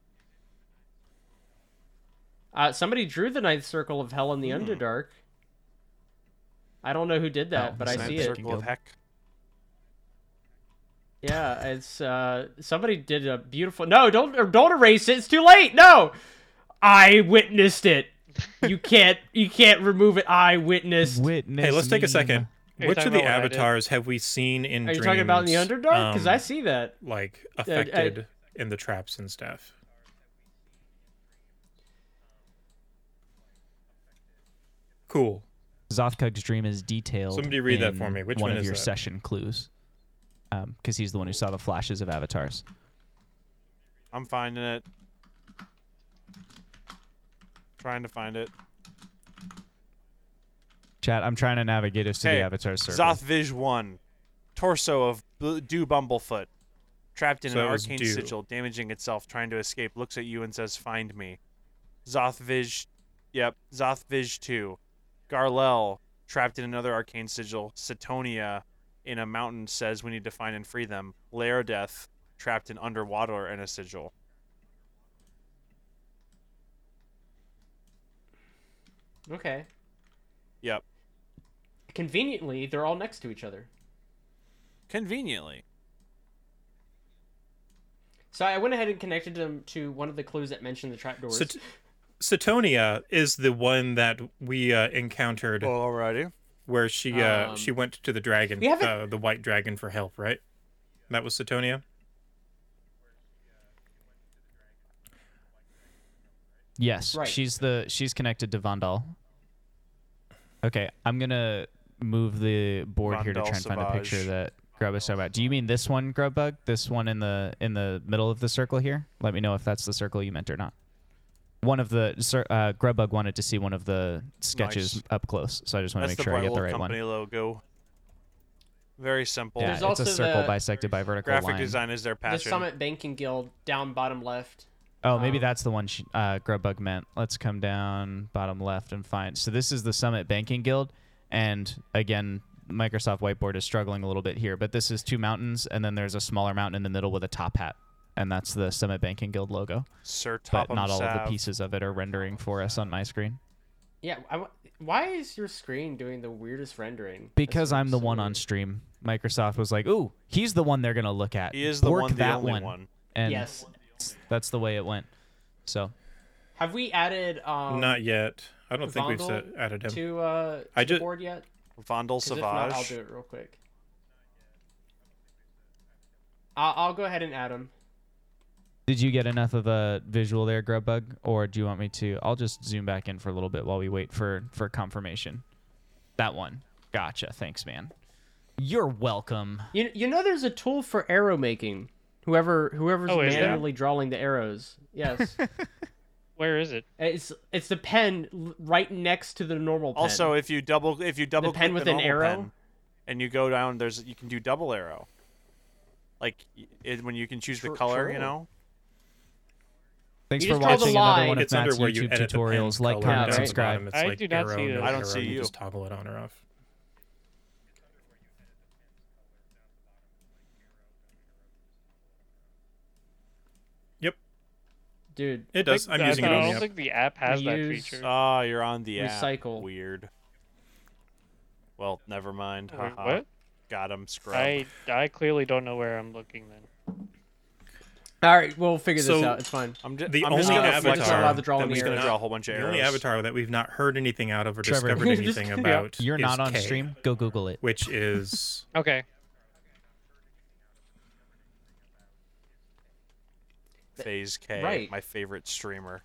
Speaker 1: Uh, somebody drew the ninth circle of hell in the Underdark. I don't know who did that,
Speaker 4: Oh,
Speaker 1: but
Speaker 4: it's
Speaker 1: I
Speaker 4: not
Speaker 1: see
Speaker 3: ninth
Speaker 1: it.
Speaker 3: circle of
Speaker 4: Guild.
Speaker 3: heck.
Speaker 1: Yeah, it's uh, somebody did a beautiful. No, don't er, don't erase it. It's too late. No, I witnessed it. You can't you can't remove it. I witnessed.
Speaker 4: Witness.
Speaker 6: Hey, let's take
Speaker 4: me.
Speaker 6: a second.
Speaker 5: Are you
Speaker 6: Which
Speaker 5: talking
Speaker 6: of the
Speaker 5: about what I did?
Speaker 6: avatars have we seen in?
Speaker 1: Are you talking about in the
Speaker 6: dreams,
Speaker 1: Underdark? Because I
Speaker 6: um,
Speaker 1: see that. Uh,
Speaker 6: like
Speaker 1: I-
Speaker 6: affected in the traps and stuff. Cool.
Speaker 4: Zothkug's dream is detailed.
Speaker 6: Somebody read that for
Speaker 4: in
Speaker 6: me. Which
Speaker 4: one
Speaker 6: one
Speaker 4: of
Speaker 6: is
Speaker 4: your
Speaker 6: that?
Speaker 4: session clues? Because he's the one who saw the flashes of avatars.
Speaker 3: I'm finding it. Trying to find it.
Speaker 4: Chat, I'm trying to navigate us to
Speaker 3: Hey,
Speaker 4: the avatar circle.
Speaker 3: Zothvij 1. Torso of Bl- Dew Bumblefoot. Trapped in
Speaker 6: So
Speaker 3: an
Speaker 6: it was
Speaker 3: arcane
Speaker 6: Dew.
Speaker 3: sigil, damaging itself, trying to escape, looks at you and says, Find me. Zothvij. Yep. Zothvij 2. Garlel. Trapped in another arcane sigil. Setonia. In a mountain says, We need to find and free them. Laerdeth. Trapped in underwater in a sigil.
Speaker 1: Okay.
Speaker 3: Yep.
Speaker 1: Conveniently, they're all next to each other.
Speaker 3: Conveniently.
Speaker 1: So I went ahead and connected them to one of the clues that mentioned the trapdoors.
Speaker 6: Set- Setonia is the one that we uh, encountered
Speaker 3: Alrighty.
Speaker 6: where she uh,
Speaker 1: Um,
Speaker 6: she went to the dragon,
Speaker 1: we haven't-
Speaker 6: uh, the white dragon for help, right? That was Setonia.
Speaker 4: Yes,
Speaker 1: Right.
Speaker 4: she's the she's connected to Vandal. Okay, I'm gonna move the board here to
Speaker 3: Vandal
Speaker 4: try and find a picture
Speaker 3: Savage.
Speaker 4: that Grub is talking about. Do you mean this one, Grubbug? This one in the in the middle of the circle here? Let me know if that's the circle you meant or not. One of the cir- uh, Grubbug wanted to see one of the sketches
Speaker 3: Nice.
Speaker 4: up close, so I just want to
Speaker 3: That's
Speaker 4: make
Speaker 3: the
Speaker 4: sure I
Speaker 3: Bright
Speaker 4: get the
Speaker 3: Little
Speaker 4: right
Speaker 3: Company
Speaker 4: one.
Speaker 3: logo. Very simple.
Speaker 4: Yeah,
Speaker 1: There's
Speaker 4: it's
Speaker 1: also
Speaker 4: a circle
Speaker 1: the-
Speaker 4: bisected by vertical
Speaker 3: Graphic
Speaker 4: line.
Speaker 3: design is their
Speaker 1: the
Speaker 3: passion.
Speaker 1: Summit Banking Guild down bottom left.
Speaker 4: Oh, maybe
Speaker 1: Um,
Speaker 4: that's the one she, uh, Grubbug meant. Let's come down bottom left and find. So this is the Summit Banking Guild, and again, Microsoft Whiteboard is struggling a little bit here. But this is two mountains, and then there's a smaller mountain in the middle with a top hat, and that's the Summit Banking Guild logo.
Speaker 3: Sir
Speaker 4: But
Speaker 3: Topham
Speaker 4: not all of
Speaker 3: Sav.
Speaker 4: the pieces of it are rendering for us on my screen
Speaker 1: Yeah. I w why is your screen doing the weirdest rendering? That's
Speaker 4: because I'm the
Speaker 1: so
Speaker 4: one on
Speaker 1: weird.
Speaker 4: stream. Microsoft was like, "Ooh, he's the one they're gonna look at.
Speaker 3: He is the
Speaker 4: Bork
Speaker 3: one, the
Speaker 4: that
Speaker 3: only
Speaker 4: one."
Speaker 3: one.
Speaker 4: And
Speaker 1: Yes.
Speaker 4: that's the way it went. So
Speaker 1: Have we added um
Speaker 6: Not yet. I don't think we've
Speaker 1: Vondel
Speaker 6: set, added him.
Speaker 1: to uh to
Speaker 6: I
Speaker 1: the
Speaker 6: ju-
Speaker 1: board yet?
Speaker 3: Vandal
Speaker 1: 'Cause if not, I'll
Speaker 3: Savage.
Speaker 1: do it real quick. I'll, I'll go ahead and add him.
Speaker 4: Did you get enough of a visual there, Grubbug, or do you want me to? I'll just zoom back in for a little bit while we wait for for confirmation. That one. Gotcha. Thanks, man. You're welcome.
Speaker 1: You you know there's a tool for arrow making. Whoever whoever's
Speaker 5: Oh, is there?
Speaker 1: manually drawing the arrows. Yes.
Speaker 5: Where is it?
Speaker 1: it's it's the pen l- right next to the normal pen.
Speaker 3: Also, if you double, if you double
Speaker 1: pen
Speaker 3: click
Speaker 1: with
Speaker 3: the
Speaker 1: an
Speaker 3: normal
Speaker 1: arrow?
Speaker 3: pen and you go down, there's you can do double arrow. Like y- it, when you can choose
Speaker 1: True-
Speaker 3: the color,
Speaker 1: true.
Speaker 3: you know.
Speaker 4: Thanks
Speaker 1: You
Speaker 4: for
Speaker 1: just draw the
Speaker 4: watching another one
Speaker 1: line.
Speaker 4: of
Speaker 6: it's under
Speaker 4: Matt's
Speaker 6: where you
Speaker 4: YouTube
Speaker 6: edit the pen's
Speaker 4: tutorials. Like,
Speaker 6: color
Speaker 1: Yeah,
Speaker 4: comment,
Speaker 6: down
Speaker 1: right.
Speaker 6: at the
Speaker 4: subscribe.
Speaker 6: bottom. It's
Speaker 5: I
Speaker 6: like
Speaker 5: do not
Speaker 6: arrow,
Speaker 5: see
Speaker 6: no
Speaker 5: those.
Speaker 3: I don't
Speaker 6: arrow,
Speaker 3: see you.
Speaker 6: Just toggle it on or off. Yep,
Speaker 1: dude,
Speaker 6: it does.
Speaker 5: I
Speaker 6: I'm
Speaker 5: think-
Speaker 6: using
Speaker 5: I
Speaker 6: it
Speaker 5: don't
Speaker 6: on the app.
Speaker 5: think the app has
Speaker 1: We
Speaker 5: that
Speaker 1: use-
Speaker 5: feature.
Speaker 3: Ah, you're on the app.
Speaker 1: Recycle.
Speaker 3: Weird. Well, never mind.
Speaker 5: Wait,
Speaker 3: Haha.
Speaker 5: what?
Speaker 3: Got him. Scrub.
Speaker 5: I I clearly don't know where I'm looking then.
Speaker 1: all right, we'll figure this
Speaker 6: So-
Speaker 1: out. It's fine.
Speaker 3: I'm just.
Speaker 6: the
Speaker 3: I'm just
Speaker 6: only
Speaker 3: gonna
Speaker 6: avatar
Speaker 3: flex
Speaker 6: Just allow
Speaker 3: on-
Speaker 1: the drawing
Speaker 3: I'm just gonna
Speaker 1: arrows.
Speaker 3: draw a whole bunch of
Speaker 6: The
Speaker 3: arrows.
Speaker 6: only avatar that we've not heard anything out of or
Speaker 4: Trevor.
Speaker 6: discovered
Speaker 1: Just-
Speaker 6: anything
Speaker 1: yeah.
Speaker 6: about
Speaker 4: You're
Speaker 6: is
Speaker 4: not on
Speaker 6: K,
Speaker 4: stream. Go Google it.
Speaker 5: *laughs*
Speaker 6: which is
Speaker 5: Okay.
Speaker 3: Phase K.
Speaker 1: Right.
Speaker 3: My favorite streamer.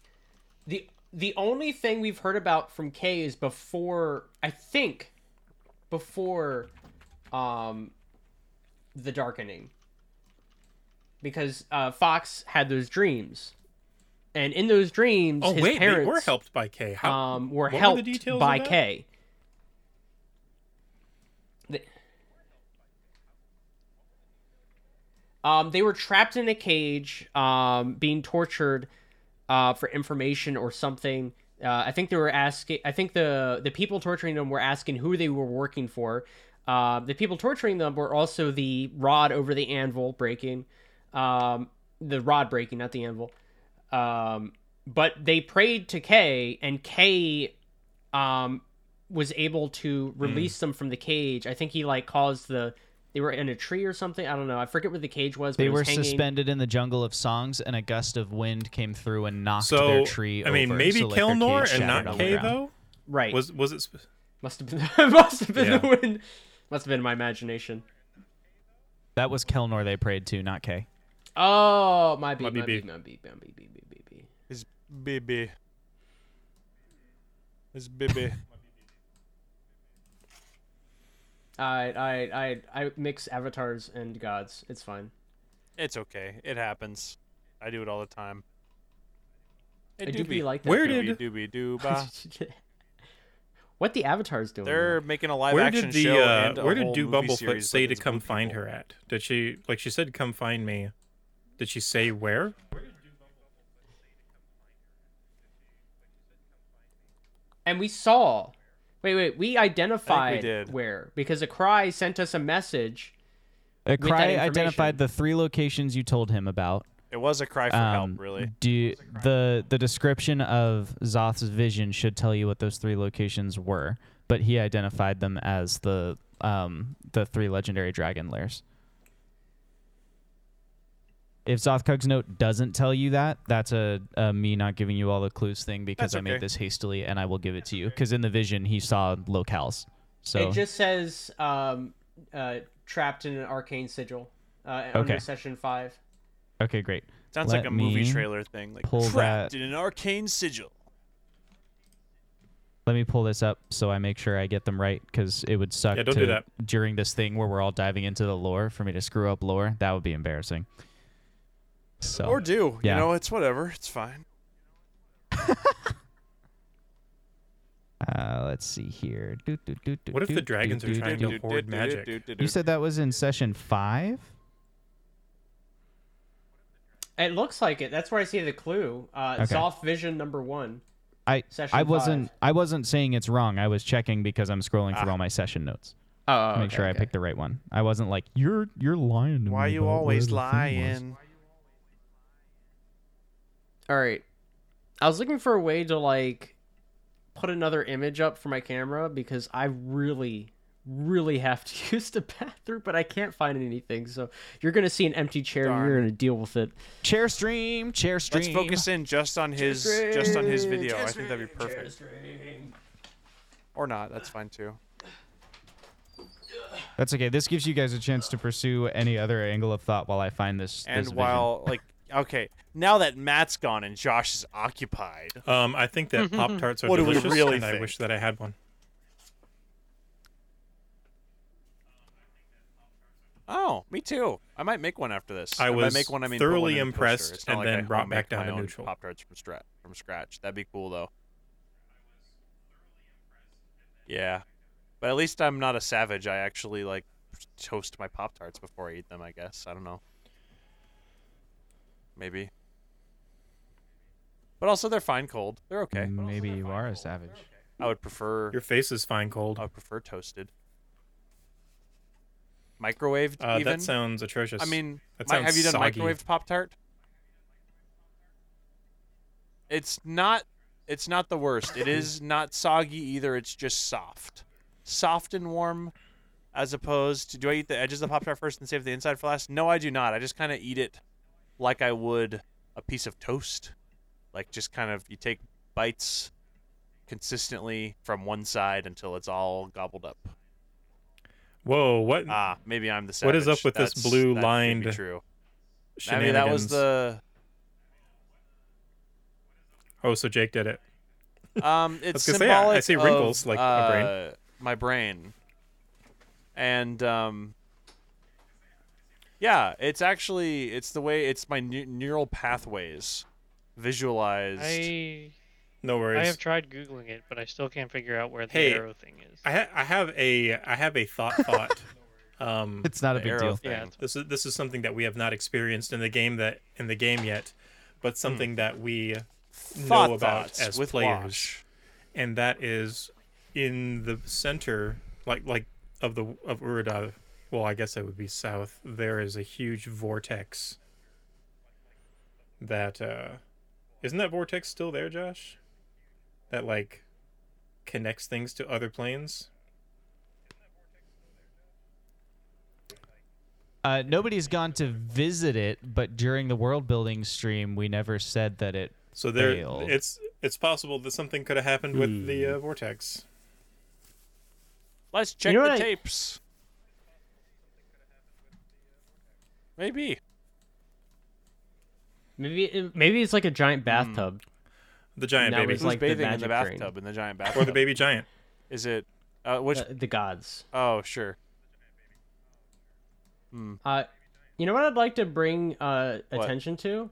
Speaker 1: the the only thing we've heard about from K is before I think before um the darkening because uh Fox had those dreams and in those dreams
Speaker 6: oh
Speaker 1: his
Speaker 6: wait,
Speaker 1: parents
Speaker 6: they were helped by K. How?
Speaker 1: um were
Speaker 6: what were the
Speaker 1: helped
Speaker 6: details
Speaker 1: by
Speaker 6: of that?
Speaker 1: K The- um, they were trapped in a cage, um, being tortured uh, for information or something. Uh, I think they were asking. I think the the people torturing them were asking who they were working for. Uh, the people torturing them were also the rod over the anvil breaking, um, the rod breaking, not the anvil. Um, but they prayed to Kay, and Kay um, was able to release them from the cage. I think he like caused the they were in a tree or something. I don't know. I forget where the cage was. But
Speaker 4: They
Speaker 1: it
Speaker 4: were
Speaker 1: was hanging.
Speaker 4: suspended in the jungle of songs, and a gust of wind came through and knocked
Speaker 6: so
Speaker 4: their tree
Speaker 6: I mean,
Speaker 4: over.
Speaker 6: maybe
Speaker 4: so, like, their cage
Speaker 6: Kelnor and
Speaker 4: shattered
Speaker 6: not
Speaker 4: on the
Speaker 6: K
Speaker 4: ground.
Speaker 6: though.
Speaker 1: Right.
Speaker 6: Was was it? sp-
Speaker 1: Must have been *laughs* must have been the
Speaker 6: Yeah.
Speaker 1: wind. Must have been my imagination.
Speaker 4: That was Kelnor they prayed to, not K.
Speaker 1: Oh, my beep,
Speaker 6: My
Speaker 1: my
Speaker 6: BB.
Speaker 1: beep, my beep, my beep, beep, beep, beep, beep.
Speaker 3: It's BB. It's BB.
Speaker 1: I I I I mix avatars and gods. It's fine.
Speaker 3: It's okay. It happens. I do it all the time.
Speaker 1: I do be like that.
Speaker 6: Where
Speaker 1: though.
Speaker 6: did-
Speaker 3: doobie doobie dooba.
Speaker 1: *laughs* what the avatars doing?
Speaker 3: They're making a live
Speaker 6: Where
Speaker 3: action
Speaker 6: did the
Speaker 3: show.
Speaker 6: uh,
Speaker 3: and a
Speaker 6: where did
Speaker 3: whole
Speaker 6: Do
Speaker 3: movie
Speaker 6: Bumblefoot
Speaker 3: series
Speaker 6: say
Speaker 3: with
Speaker 6: to
Speaker 3: these
Speaker 6: come
Speaker 3: movie
Speaker 6: find
Speaker 3: people.
Speaker 6: her at? Did she like she said come find me? Did she say where?
Speaker 1: and we saw. Wait, wait. We identified
Speaker 3: did.
Speaker 1: where because a cry sent us a message.
Speaker 4: A
Speaker 1: that
Speaker 4: Uh, cry
Speaker 1: information-
Speaker 4: identified the three locations you told him about.
Speaker 3: It was a cry for help,
Speaker 4: Um,
Speaker 3: really.
Speaker 4: Do you- the the description of Zoth's vision should tell you what those three locations were, but he identified them as the um the three legendary dragon lairs. If Zothkug's note doesn't tell you that, that's a, a me not giving you all the clues thing because
Speaker 3: That's
Speaker 4: I made
Speaker 3: okay.
Speaker 4: this hastily and I will give it to you because in the vision he saw locales. So
Speaker 1: It just says um, uh, trapped in an arcane sigil uh, under
Speaker 4: Okay.
Speaker 1: session five.
Speaker 4: okay, great.
Speaker 3: Sounds like
Speaker 4: Let
Speaker 3: a movie
Speaker 4: me
Speaker 3: trailer thing. Like *laughs*
Speaker 4: pull
Speaker 3: trapped
Speaker 4: that-
Speaker 3: in an arcane sigil.
Speaker 4: Let me pull this up so I make sure I get them right because it would suck
Speaker 6: Yeah, don't
Speaker 4: to,
Speaker 6: do that.
Speaker 4: during this thing where we're all diving into the lore for me to screw up lore. That would be embarrassing. So
Speaker 3: Or do.
Speaker 4: Yeah.
Speaker 3: You know, it's whatever. It's fine.
Speaker 4: uh, let's see here. Do, do, do, do,
Speaker 6: What if
Speaker 4: do,
Speaker 6: the dragons
Speaker 4: do,
Speaker 6: are
Speaker 4: do,
Speaker 6: trying
Speaker 4: do.
Speaker 6: to hoard magic?
Speaker 4: You said that was in session five.
Speaker 1: It looks like it. That's where I see the clue. Uh,
Speaker 4: Okay.
Speaker 1: Zoth vision number one.
Speaker 4: I
Speaker 1: Session
Speaker 4: I wasn't
Speaker 1: five.
Speaker 4: I wasn't saying it's wrong. I was checking because I'm scrolling
Speaker 6: Ah.
Speaker 4: through all my session notes.
Speaker 1: Oh,
Speaker 4: to Make sure I picked the right one. I wasn't like you're you're lying. To
Speaker 3: Why
Speaker 4: me
Speaker 3: you
Speaker 4: about where
Speaker 3: always
Speaker 4: the thing was."
Speaker 3: lying?
Speaker 1: All right. I was looking for a way to like put another image up for my camera because I really really have to *laughs* use the bathroom but I can't find anything. So you're going to see an empty chair and you're going to deal with it.
Speaker 4: Chair stream, chair stream.
Speaker 3: Let's focus in just on his just on his video. I think that'd be perfect. Or not. That's fine too.
Speaker 4: That's okay. This gives you guys a chance to pursue any other angle of thought while I find this.
Speaker 3: And
Speaker 4: this vision.
Speaker 3: while like okay, now that Matt's gone and Josh is occupied,
Speaker 6: Um, I think that Pop Tarts
Speaker 3: Mm-hmm.
Speaker 6: are
Speaker 3: What do we
Speaker 6: delicious,
Speaker 3: really
Speaker 6: and I
Speaker 3: think?
Speaker 6: wish that I had one.
Speaker 3: oh, me too. I might make one after this.
Speaker 6: I
Speaker 3: And by
Speaker 6: was
Speaker 3: make one, I mean
Speaker 6: thoroughly
Speaker 3: put one in the toaster.
Speaker 6: impressed
Speaker 3: It's not
Speaker 6: and
Speaker 3: like
Speaker 6: then
Speaker 3: I
Speaker 6: brought
Speaker 3: homemade
Speaker 6: back down
Speaker 3: my
Speaker 6: to
Speaker 3: own
Speaker 6: neutral.
Speaker 3: Pop tarts from, stra- from scratch. That'd be cool though. Yeah, but at least I'm not a savage. I actually like toast my pop tarts before I eat them. I guess I don't know. Maybe. But also, they're fine cold. They're
Speaker 6: Mm.
Speaker 3: okay.
Speaker 4: Maybe you are a savage.
Speaker 3: I would prefer.
Speaker 6: Your face is fine Uh, cold.
Speaker 3: I would prefer toasted. Microwaved
Speaker 6: Uh,
Speaker 3: even.
Speaker 6: that sounds atrocious.
Speaker 3: I mean,
Speaker 6: that
Speaker 3: mi-
Speaker 6: sounds
Speaker 3: have you done
Speaker 6: soggy.
Speaker 3: microwaved Pop Tart? It's not. It's not the worst. It
Speaker 6: *laughs*
Speaker 3: is not soggy either. It's just soft, soft and warm, as opposed to. Do I eat the edges of the Pop Tart first and save the inside for last? No, I do not. I just kind of eat it like I would a piece of toast, like just kind of you take bites consistently from one side until it's all gobbled up.
Speaker 6: Whoa, what?
Speaker 3: Ah, maybe I'm the savage.
Speaker 6: What is up with this
Speaker 3: That's, that could
Speaker 6: blue
Speaker 3: be
Speaker 6: lined
Speaker 3: True. I mean, that was
Speaker 6: shenanigans?
Speaker 3: the
Speaker 6: Oh, so Jake did it.
Speaker 3: um. It's
Speaker 6: gonna say, *laughs* I- I
Speaker 3: symbolic
Speaker 6: see
Speaker 3: of,
Speaker 6: wrinkles, like a brain.
Speaker 3: uh, My brain. And um. Yeah, it's actually it's the way it's my neu- neural pathways visualized.
Speaker 5: I
Speaker 6: No worries.
Speaker 5: I have tried googling it, but I still can't figure out where the
Speaker 6: Hey,
Speaker 5: arrow thing is.
Speaker 6: I, ha- I have a I have
Speaker 4: *laughs*
Speaker 6: a thought thought. um,
Speaker 4: It's not a
Speaker 3: the
Speaker 4: big
Speaker 3: arrow
Speaker 4: deal.
Speaker 3: thing.
Speaker 5: Yeah, it's-
Speaker 6: this is this is something that we have not experienced in the game that in the game yet, but something that we
Speaker 3: Hmm. Thought
Speaker 6: know about
Speaker 3: thoughts
Speaker 6: as
Speaker 3: with
Speaker 6: players,
Speaker 3: Wash.
Speaker 6: and that is in the center, like like of the of Urida. Well, I guess it would be south. There is a huge vortex. That uh, isn't that vortex still there, Josh? That like connects things to other planes.
Speaker 4: Uh, nobody's gone to visit it, but during the world building stream, we never said that it.
Speaker 6: So there,
Speaker 4: failed. Hmm.
Speaker 6: it's it's possible that something could have happened with the uh, vortex.
Speaker 3: Let's check
Speaker 1: know
Speaker 3: the
Speaker 1: what I-
Speaker 3: tapes. Maybe.
Speaker 1: Maybe it, Hmm. maybe it's like a giant bathtub.
Speaker 6: The giant
Speaker 1: Now
Speaker 6: baby,
Speaker 1: It's
Speaker 4: *laughs*
Speaker 3: Who's
Speaker 1: like the
Speaker 3: bathing in the
Speaker 1: magic drain.
Speaker 3: bathtub in the giant bathtub?
Speaker 6: or the baby giant.
Speaker 3: Is it? Uh, which?
Speaker 1: Uh, the gods.
Speaker 3: oh, sure.
Speaker 1: Uh, you know what I'd like to bring uh, attention to?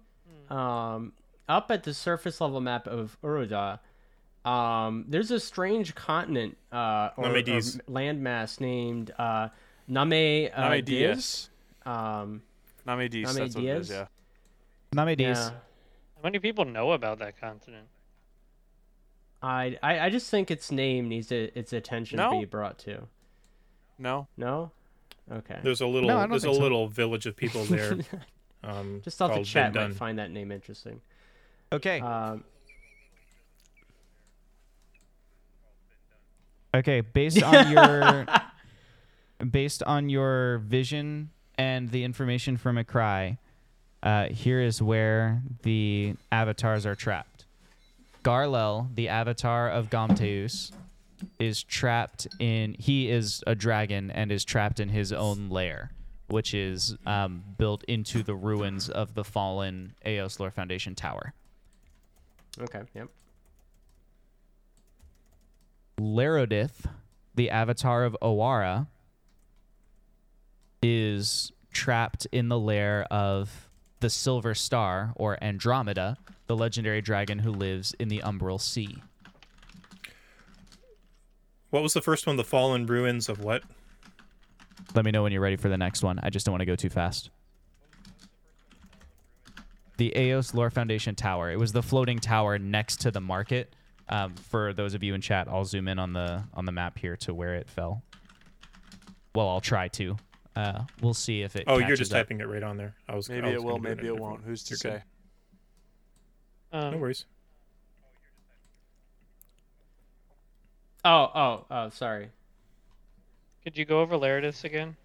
Speaker 1: Um, up at the surface level map of Uruda, um, there's a strange continent uh, or, or
Speaker 6: Namediz.
Speaker 1: landmass named uh, Name uh,
Speaker 3: Name
Speaker 1: Diz.
Speaker 3: Diaz.
Speaker 1: Um,
Speaker 3: Name Diaz.
Speaker 1: Name
Speaker 3: That's what it is.
Speaker 1: Diaz?
Speaker 3: Yeah.
Speaker 4: Namedis.
Speaker 1: yeah.
Speaker 5: How many people know about that continent?
Speaker 1: I, I I just think its name needs to, its attention
Speaker 3: No?
Speaker 1: to be brought to.
Speaker 3: No.
Speaker 1: No, okay.
Speaker 6: There's a little
Speaker 4: No, I don't
Speaker 6: there's a
Speaker 4: think so.
Speaker 6: little village of
Speaker 4: *laughs*
Speaker 6: people there. um,
Speaker 1: Just thought the
Speaker 6: called
Speaker 1: chat might
Speaker 6: Vindun.
Speaker 1: find that name interesting.
Speaker 4: Okay.
Speaker 1: Um,
Speaker 4: Okay, based on your based on your vision and the information from a cry, uh, here is where the avatars are trapped. Garlel, the avatar of Gomteus, is trapped in. He is a dragon and is trapped in his own lair, which is um, built into the ruins of the fallen Aos Lore Foundation tower.
Speaker 1: okay. Yep.
Speaker 4: Larodith, the avatar of Owara, is trapped in the lair of the Silver Star, or Andromeda, the legendary dragon who lives in the Umbral Sea.
Speaker 6: What was the first one? The fallen ruins of what?
Speaker 4: Let me know when you're ready for the next one. I just don't want to go too fast. The Aos Lore Foundation Tower. It was the floating tower next to the market. Um, for those of you in chat, I'll zoom in on the on the map here to where it fell. Well, I'll try to. Uh, we'll see if it.
Speaker 6: Oh, you're
Speaker 4: catches
Speaker 6: just
Speaker 4: up.
Speaker 6: typing it right on there. I was. I
Speaker 3: Maybe
Speaker 6: was
Speaker 3: it will.
Speaker 6: Oh, gonna do
Speaker 3: Maybe
Speaker 6: in
Speaker 3: it
Speaker 6: a different
Speaker 3: won't.
Speaker 6: one.
Speaker 3: Who's to
Speaker 6: You're
Speaker 3: say?
Speaker 6: good. No
Speaker 5: Um,
Speaker 6: worries.
Speaker 1: Oh, oh, oh. Sorry.
Speaker 5: could you go over
Speaker 1: *laughs*
Speaker 5: Laredith's again?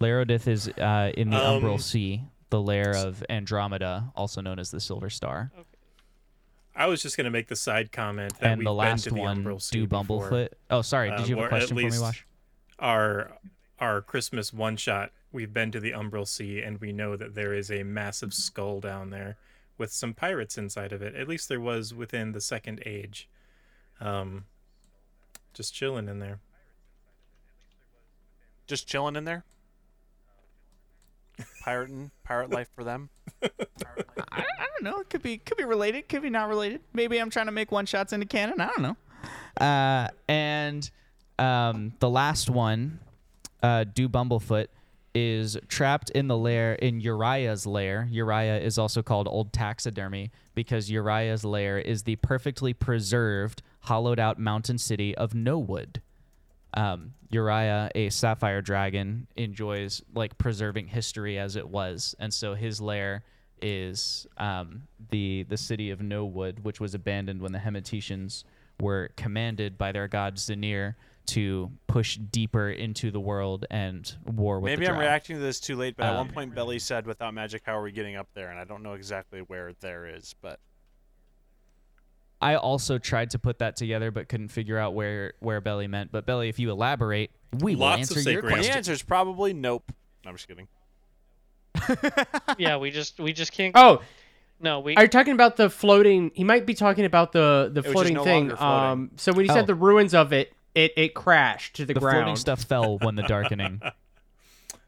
Speaker 4: Larodith is uh, in the
Speaker 6: Um,
Speaker 4: Umbral Sea, the lair of Andromeda, also known as the Silver Star,
Speaker 6: I was just gonna make the side comment that
Speaker 4: and
Speaker 6: we've
Speaker 4: the
Speaker 6: been
Speaker 4: last
Speaker 6: to the
Speaker 4: one,
Speaker 6: Umbral Sea
Speaker 4: Do
Speaker 6: before.
Speaker 4: Bumblefoot. Oh, sorry.
Speaker 6: Um,
Speaker 4: Did you
Speaker 6: or
Speaker 4: have a
Speaker 6: at
Speaker 4: question for me,
Speaker 6: least-
Speaker 4: Wash?
Speaker 6: Our our Christmas one shot. We've been to the Umbral Sea, and we know that there is a massive skull down there with some pirates inside of it. At least there was within the Second Age. Um, just chilling in there.
Speaker 3: Just chilling in there. Pirating, pirate life for them.
Speaker 4: I, I don't know. It could be could be related. Could be not related. Maybe I'm trying to make one shots into canon. I don't know. Uh, and um, the last one, uh, Do Bumblefoot, is trapped in the lair in Uriah's lair. Uriah is also called Old Taxidermy because Uriah's lair is the perfectly preserved, hollowed out mountain city of No Wood um, Uriah, a sapphire dragon, enjoys like preserving history as it was, and so his lair is um, the the city of No Wood, which was abandoned when the Hemetians were commanded by their god Zanir to push deeper into the world and war with.
Speaker 3: Maybe
Speaker 4: the
Speaker 3: I'm
Speaker 4: drow.
Speaker 3: reacting to this too late, but at one
Speaker 4: Um,
Speaker 3: point Belly said, "Without magic, how are we getting up there?" And I don't know exactly where there is, but
Speaker 4: I also tried to put that together, but couldn't figure out where where Belly meant. But Belly, if you elaborate, we will
Speaker 6: Lots of
Speaker 4: answer your
Speaker 6: sacred-
Speaker 4: question.
Speaker 3: the answer is probably nope. No, I'm just kidding.
Speaker 5: yeah, we just we just can't.
Speaker 1: Oh,
Speaker 5: no, we
Speaker 1: are you talking about the floating? He might be talking about the the
Speaker 3: was just
Speaker 1: floating
Speaker 3: no
Speaker 1: thing.
Speaker 3: longer floating.
Speaker 1: Um, so when he
Speaker 4: Oh.
Speaker 1: said the ruins of it, it it crashed to the,
Speaker 4: the
Speaker 1: ground.
Speaker 4: floating stuff fell when the
Speaker 6: *laughs*
Speaker 4: darkening.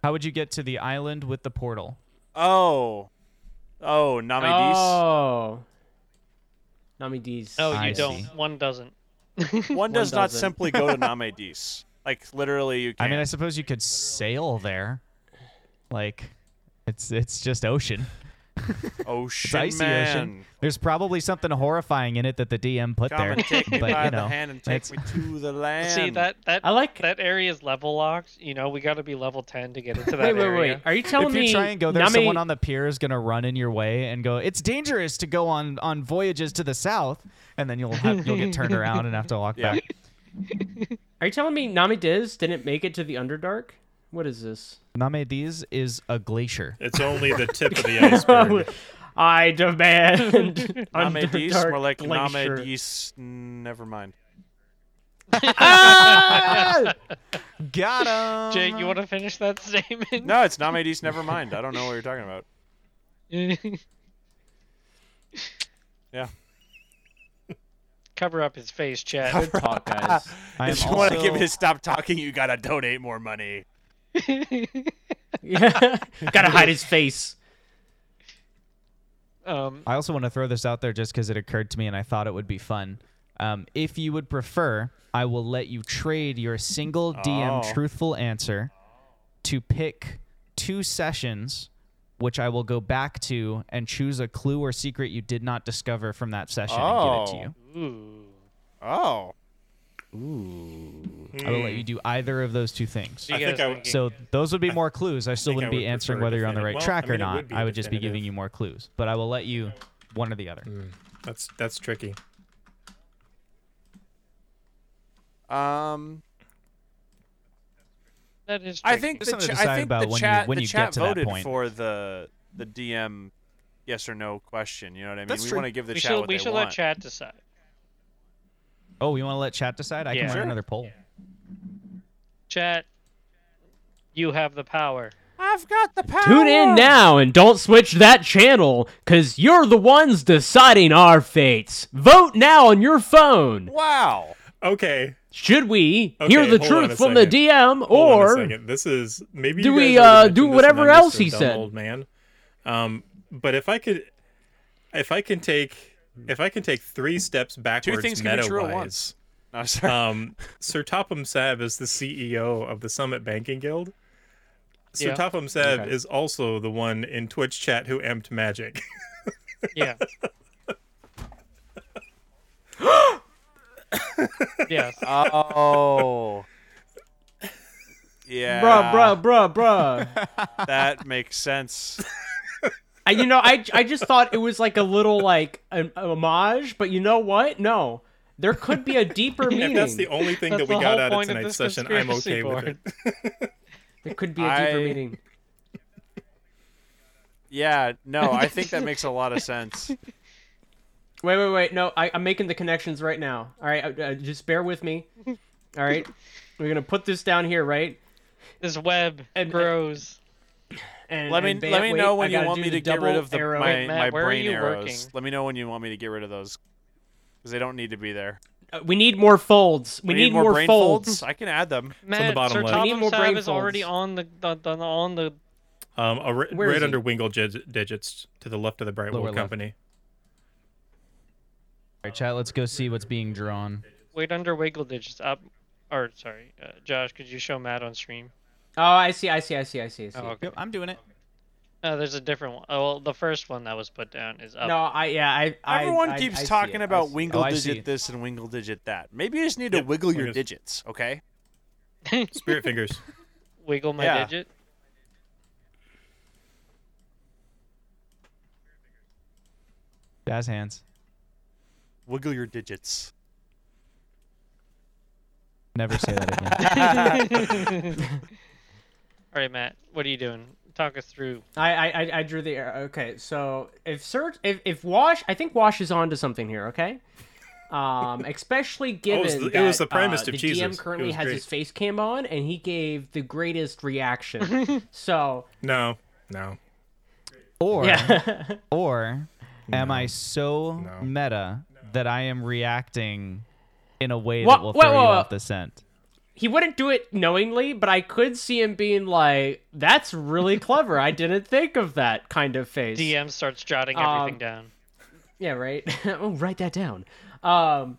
Speaker 4: How would you get to the island with the portal?
Speaker 3: Oh, oh, Namedis.
Speaker 1: Oh. Namidis.
Speaker 5: no, Oh, you
Speaker 4: I
Speaker 5: don't.
Speaker 4: see.
Speaker 5: One doesn't.
Speaker 3: One does not
Speaker 1: doesn't.
Speaker 3: simply go to Namedis. Like literally, you
Speaker 4: I
Speaker 3: can't.
Speaker 4: mean, I suppose you could sail there. Like, it's it's just ocean.
Speaker 3: oh
Speaker 4: It's
Speaker 3: shit,
Speaker 4: icy
Speaker 3: man.
Speaker 4: ocean. There's probably something horrifying in it that the DM put
Speaker 3: Come
Speaker 4: there.
Speaker 3: and take me
Speaker 4: but
Speaker 3: by
Speaker 4: you know,
Speaker 3: the hand and take
Speaker 4: it's-
Speaker 3: me to the land.
Speaker 5: *laughs* *laughs* See that that
Speaker 1: I like-
Speaker 5: that area is level locked. You know, we got to be level ten to get into
Speaker 1: *laughs*
Speaker 5: that
Speaker 1: wait, wait,
Speaker 5: area.
Speaker 1: wait. Are you telling
Speaker 4: if
Speaker 1: me
Speaker 4: you try and go there,
Speaker 1: Nami-
Speaker 4: someone on the pier is gonna run in your way and go, "It's dangerous to go on on voyages to the south," and then you'll have you'll get turned around and have to walk
Speaker 3: *laughs* Yeah.
Speaker 4: back.
Speaker 1: Are you telling me Namidiz didn't make it to the Underdark? What is
Speaker 4: *laughs*
Speaker 1: this?
Speaker 4: Namediz is a glacier.
Speaker 6: It's only the
Speaker 3: *laughs*
Speaker 6: tip of the iceberg.
Speaker 1: I demand
Speaker 3: Namedis,
Speaker 1: Underdark
Speaker 3: more like
Speaker 1: glacier.
Speaker 3: Namedis. Never mind.
Speaker 4: Got him.
Speaker 1: Uh-huh.
Speaker 5: Jake, you want to finish that *laughs* statement?
Speaker 3: No, it's Namedis. Never mind. I don't know what you're talking about. *laughs* Yeah.
Speaker 5: Cover up his face, chat.
Speaker 1: Good talk, guys.
Speaker 4: *laughs* I am
Speaker 3: if *laughs* you want to
Speaker 4: also-
Speaker 3: get me to stop talking, you gotta donate more money.
Speaker 1: *laughs* Yeah. *laughs* Gotta hide his face.
Speaker 5: *laughs* Um,
Speaker 4: I also want to throw this out there just because it occurred to me and I thought it would be fun. Um, if you would prefer, I will let you trade your single DM
Speaker 3: Oh.
Speaker 4: truthful answer to pick two sessions, which I will go back to and choose a clue or secret you did not discover from that session and give it to you.
Speaker 5: ooh.
Speaker 3: Oh.
Speaker 4: I will let you do either of those two things.
Speaker 5: Do you
Speaker 6: Oh. I think
Speaker 5: guys
Speaker 6: I would-
Speaker 5: like it?
Speaker 4: So those would be more clues. I still
Speaker 6: think I
Speaker 4: wouldn't be
Speaker 6: would
Speaker 4: answering
Speaker 6: prefer
Speaker 4: whether you're on the right
Speaker 6: definitive. Well,
Speaker 4: track
Speaker 6: I mean,
Speaker 4: or
Speaker 6: it
Speaker 4: not.
Speaker 6: would be
Speaker 4: I would just be giving
Speaker 6: definitive.
Speaker 4: you more clues, but I will let you one or the other.
Speaker 2: That's that's tricky.
Speaker 3: Um.
Speaker 5: that is.
Speaker 3: I
Speaker 5: tricky.
Speaker 3: think
Speaker 4: Just
Speaker 3: the,
Speaker 4: something to
Speaker 3: ch-
Speaker 4: decide
Speaker 3: I think
Speaker 4: about
Speaker 3: the
Speaker 4: when you-
Speaker 3: chat
Speaker 4: when
Speaker 3: the
Speaker 4: you get
Speaker 3: chat
Speaker 4: to that
Speaker 3: voted
Speaker 4: point.
Speaker 3: for the the DM yes or no question. You know what I mean?
Speaker 4: That's
Speaker 3: we
Speaker 4: true.
Speaker 3: want to give the
Speaker 5: we
Speaker 3: chat
Speaker 5: should
Speaker 3: what
Speaker 5: we
Speaker 3: they
Speaker 5: should
Speaker 3: want.
Speaker 5: let chat decide.
Speaker 4: Oh, you want to let chat decide? I
Speaker 5: Yeah.
Speaker 4: can run
Speaker 5: Sure.
Speaker 4: another poll.
Speaker 5: Chat, you have the power.
Speaker 3: I've got the power.
Speaker 1: Tune in now and don't switch that channel, cause you're the ones deciding our fates. Vote now on your phone.
Speaker 3: Wow.
Speaker 2: Okay.
Speaker 1: Should we hear
Speaker 2: Okay,
Speaker 1: the
Speaker 2: hold on
Speaker 1: truth
Speaker 2: a
Speaker 1: from the
Speaker 2: second.
Speaker 1: DM,
Speaker 2: Hold on a
Speaker 1: or
Speaker 2: second. this is maybe
Speaker 1: do
Speaker 2: you guys
Speaker 1: we,
Speaker 2: already
Speaker 1: uh, do
Speaker 2: mentioned this and
Speaker 1: whatever
Speaker 2: I'm just
Speaker 1: else
Speaker 2: a
Speaker 1: he
Speaker 2: dumb
Speaker 1: said?
Speaker 2: old man um but if i could if i can take if i can take three steps backwards
Speaker 3: things can be
Speaker 2: meta
Speaker 3: true at
Speaker 2: wise
Speaker 3: once. No, *laughs* sorry.
Speaker 2: um sir topham sab is the ceo of the summit banking guild sir
Speaker 5: Yeah.
Speaker 2: topham sab is also the one in twitch chat who emped magic *laughs*
Speaker 3: *laughs*
Speaker 5: Yeah. yes.
Speaker 3: oh. Yeah.
Speaker 1: bruh, bruh, bruh, bruh?
Speaker 2: *laughs*
Speaker 3: That makes sense.
Speaker 1: I, you know, I, I just thought it was like a little like an homage, but you know what? No, there could be a deeper
Speaker 2: *laughs* if
Speaker 1: meaning.
Speaker 2: that's the only thing
Speaker 5: That's
Speaker 2: that we
Speaker 5: the
Speaker 2: got
Speaker 5: whole
Speaker 2: out of
Speaker 5: point of
Speaker 2: tonight's
Speaker 5: this
Speaker 2: session i'm
Speaker 5: conspiracy
Speaker 2: okay with
Speaker 5: board.
Speaker 2: it
Speaker 1: there could be a deeper
Speaker 3: I-
Speaker 1: meaning.
Speaker 3: Yeah. No, I think that makes a lot of
Speaker 1: *laughs*
Speaker 3: sense.
Speaker 1: Wait, wait, wait. No, I, I'm making the connections right now. All right, uh, uh, just bear with me. All right, we're gonna put this down here, right?
Speaker 5: This web
Speaker 1: And- uh,
Speaker 5: grows.
Speaker 1: And
Speaker 3: Let me
Speaker 1: and
Speaker 3: let me
Speaker 1: wait,
Speaker 3: know
Speaker 1: I
Speaker 3: when you
Speaker 1: gotta
Speaker 3: want
Speaker 1: do
Speaker 3: me
Speaker 1: the
Speaker 3: to get rid
Speaker 1: double
Speaker 3: of the
Speaker 1: arrow.
Speaker 3: my,
Speaker 5: Matt,
Speaker 3: my
Speaker 5: where are
Speaker 3: brain
Speaker 5: you
Speaker 3: arrows.
Speaker 5: working?
Speaker 3: Let me know when you want me to get rid of those because they don't need to be there.
Speaker 1: Uh, we need more folds. We, need, more
Speaker 3: brain
Speaker 1: folds.
Speaker 3: I can add them.
Speaker 5: Man,
Speaker 2: bottom
Speaker 5: Sir
Speaker 2: left.
Speaker 1: We need
Speaker 5: Topham
Speaker 1: more
Speaker 5: Sab
Speaker 1: brain
Speaker 5: is already
Speaker 1: folds.
Speaker 5: on the, the, the on the.
Speaker 2: um a ri-
Speaker 1: Where is
Speaker 2: right
Speaker 1: he?
Speaker 2: under wingle jig- digits to the left of the brightwell
Speaker 4: Lower left.
Speaker 2: company
Speaker 4: All right, chat, let's go see what's being drawn.
Speaker 5: Wait under wiggle digits up. Or sorry, uh, Josh, could you show Matt on stream?
Speaker 1: Oh, I see, I see, I see, I see, I see.
Speaker 5: Oh, okay.
Speaker 4: Yep, I'm doing it.
Speaker 5: No, there's a different one. Oh, well, the first one that was put down is up.
Speaker 1: No, I yeah, I. *laughs* I
Speaker 3: Everyone
Speaker 1: I-
Speaker 3: keeps
Speaker 1: I see
Speaker 3: talking
Speaker 1: it, I
Speaker 3: about
Speaker 1: see it.
Speaker 3: wingle
Speaker 4: Oh, I see.
Speaker 3: digit this and wingle digit that. Maybe you just need to
Speaker 2: Yep,
Speaker 3: wiggle your
Speaker 2: wingle-
Speaker 3: digits, okay?
Speaker 2: spirit fingers
Speaker 5: *laughs* Wiggle my
Speaker 1: *laughs*
Speaker 3: Yeah.
Speaker 5: digit. *laughs*
Speaker 4: Jazz hands.
Speaker 3: Wiggle your digits.
Speaker 4: Never say that again.
Speaker 7: *laughs*
Speaker 5: All right, Matt, what are you doing? Talk us through.
Speaker 1: I, I I- I drew the arrow. Okay, so if search if, if Wash, I think Wash is onto something here. Okay,
Speaker 3: *laughs*
Speaker 1: um, especially given
Speaker 2: was the-
Speaker 1: that,
Speaker 2: it was the primest
Speaker 1: uh,
Speaker 2: of
Speaker 1: the DM
Speaker 2: cheeses. It
Speaker 1: currently
Speaker 2: was
Speaker 1: has
Speaker 2: great.
Speaker 1: his face cam on, and he gave the greatest
Speaker 3: *laughs*
Speaker 1: reaction. so
Speaker 2: no no
Speaker 4: Or,
Speaker 1: yeah, *laughs*
Speaker 4: or am I so
Speaker 2: No.
Speaker 4: meta that I am reacting in a way
Speaker 1: Wha-
Speaker 4: that will
Speaker 1: wha-
Speaker 4: throw you
Speaker 1: wha-
Speaker 4: off the scent?
Speaker 1: he wouldn't do it knowingly, but I could see him being like, "That's
Speaker 5: *laughs*
Speaker 1: really clever. I didn't think of that kind of face."
Speaker 5: DM starts jotting
Speaker 1: Um,
Speaker 5: everything down.
Speaker 1: Yeah, right. *laughs* oh, write that down. Um,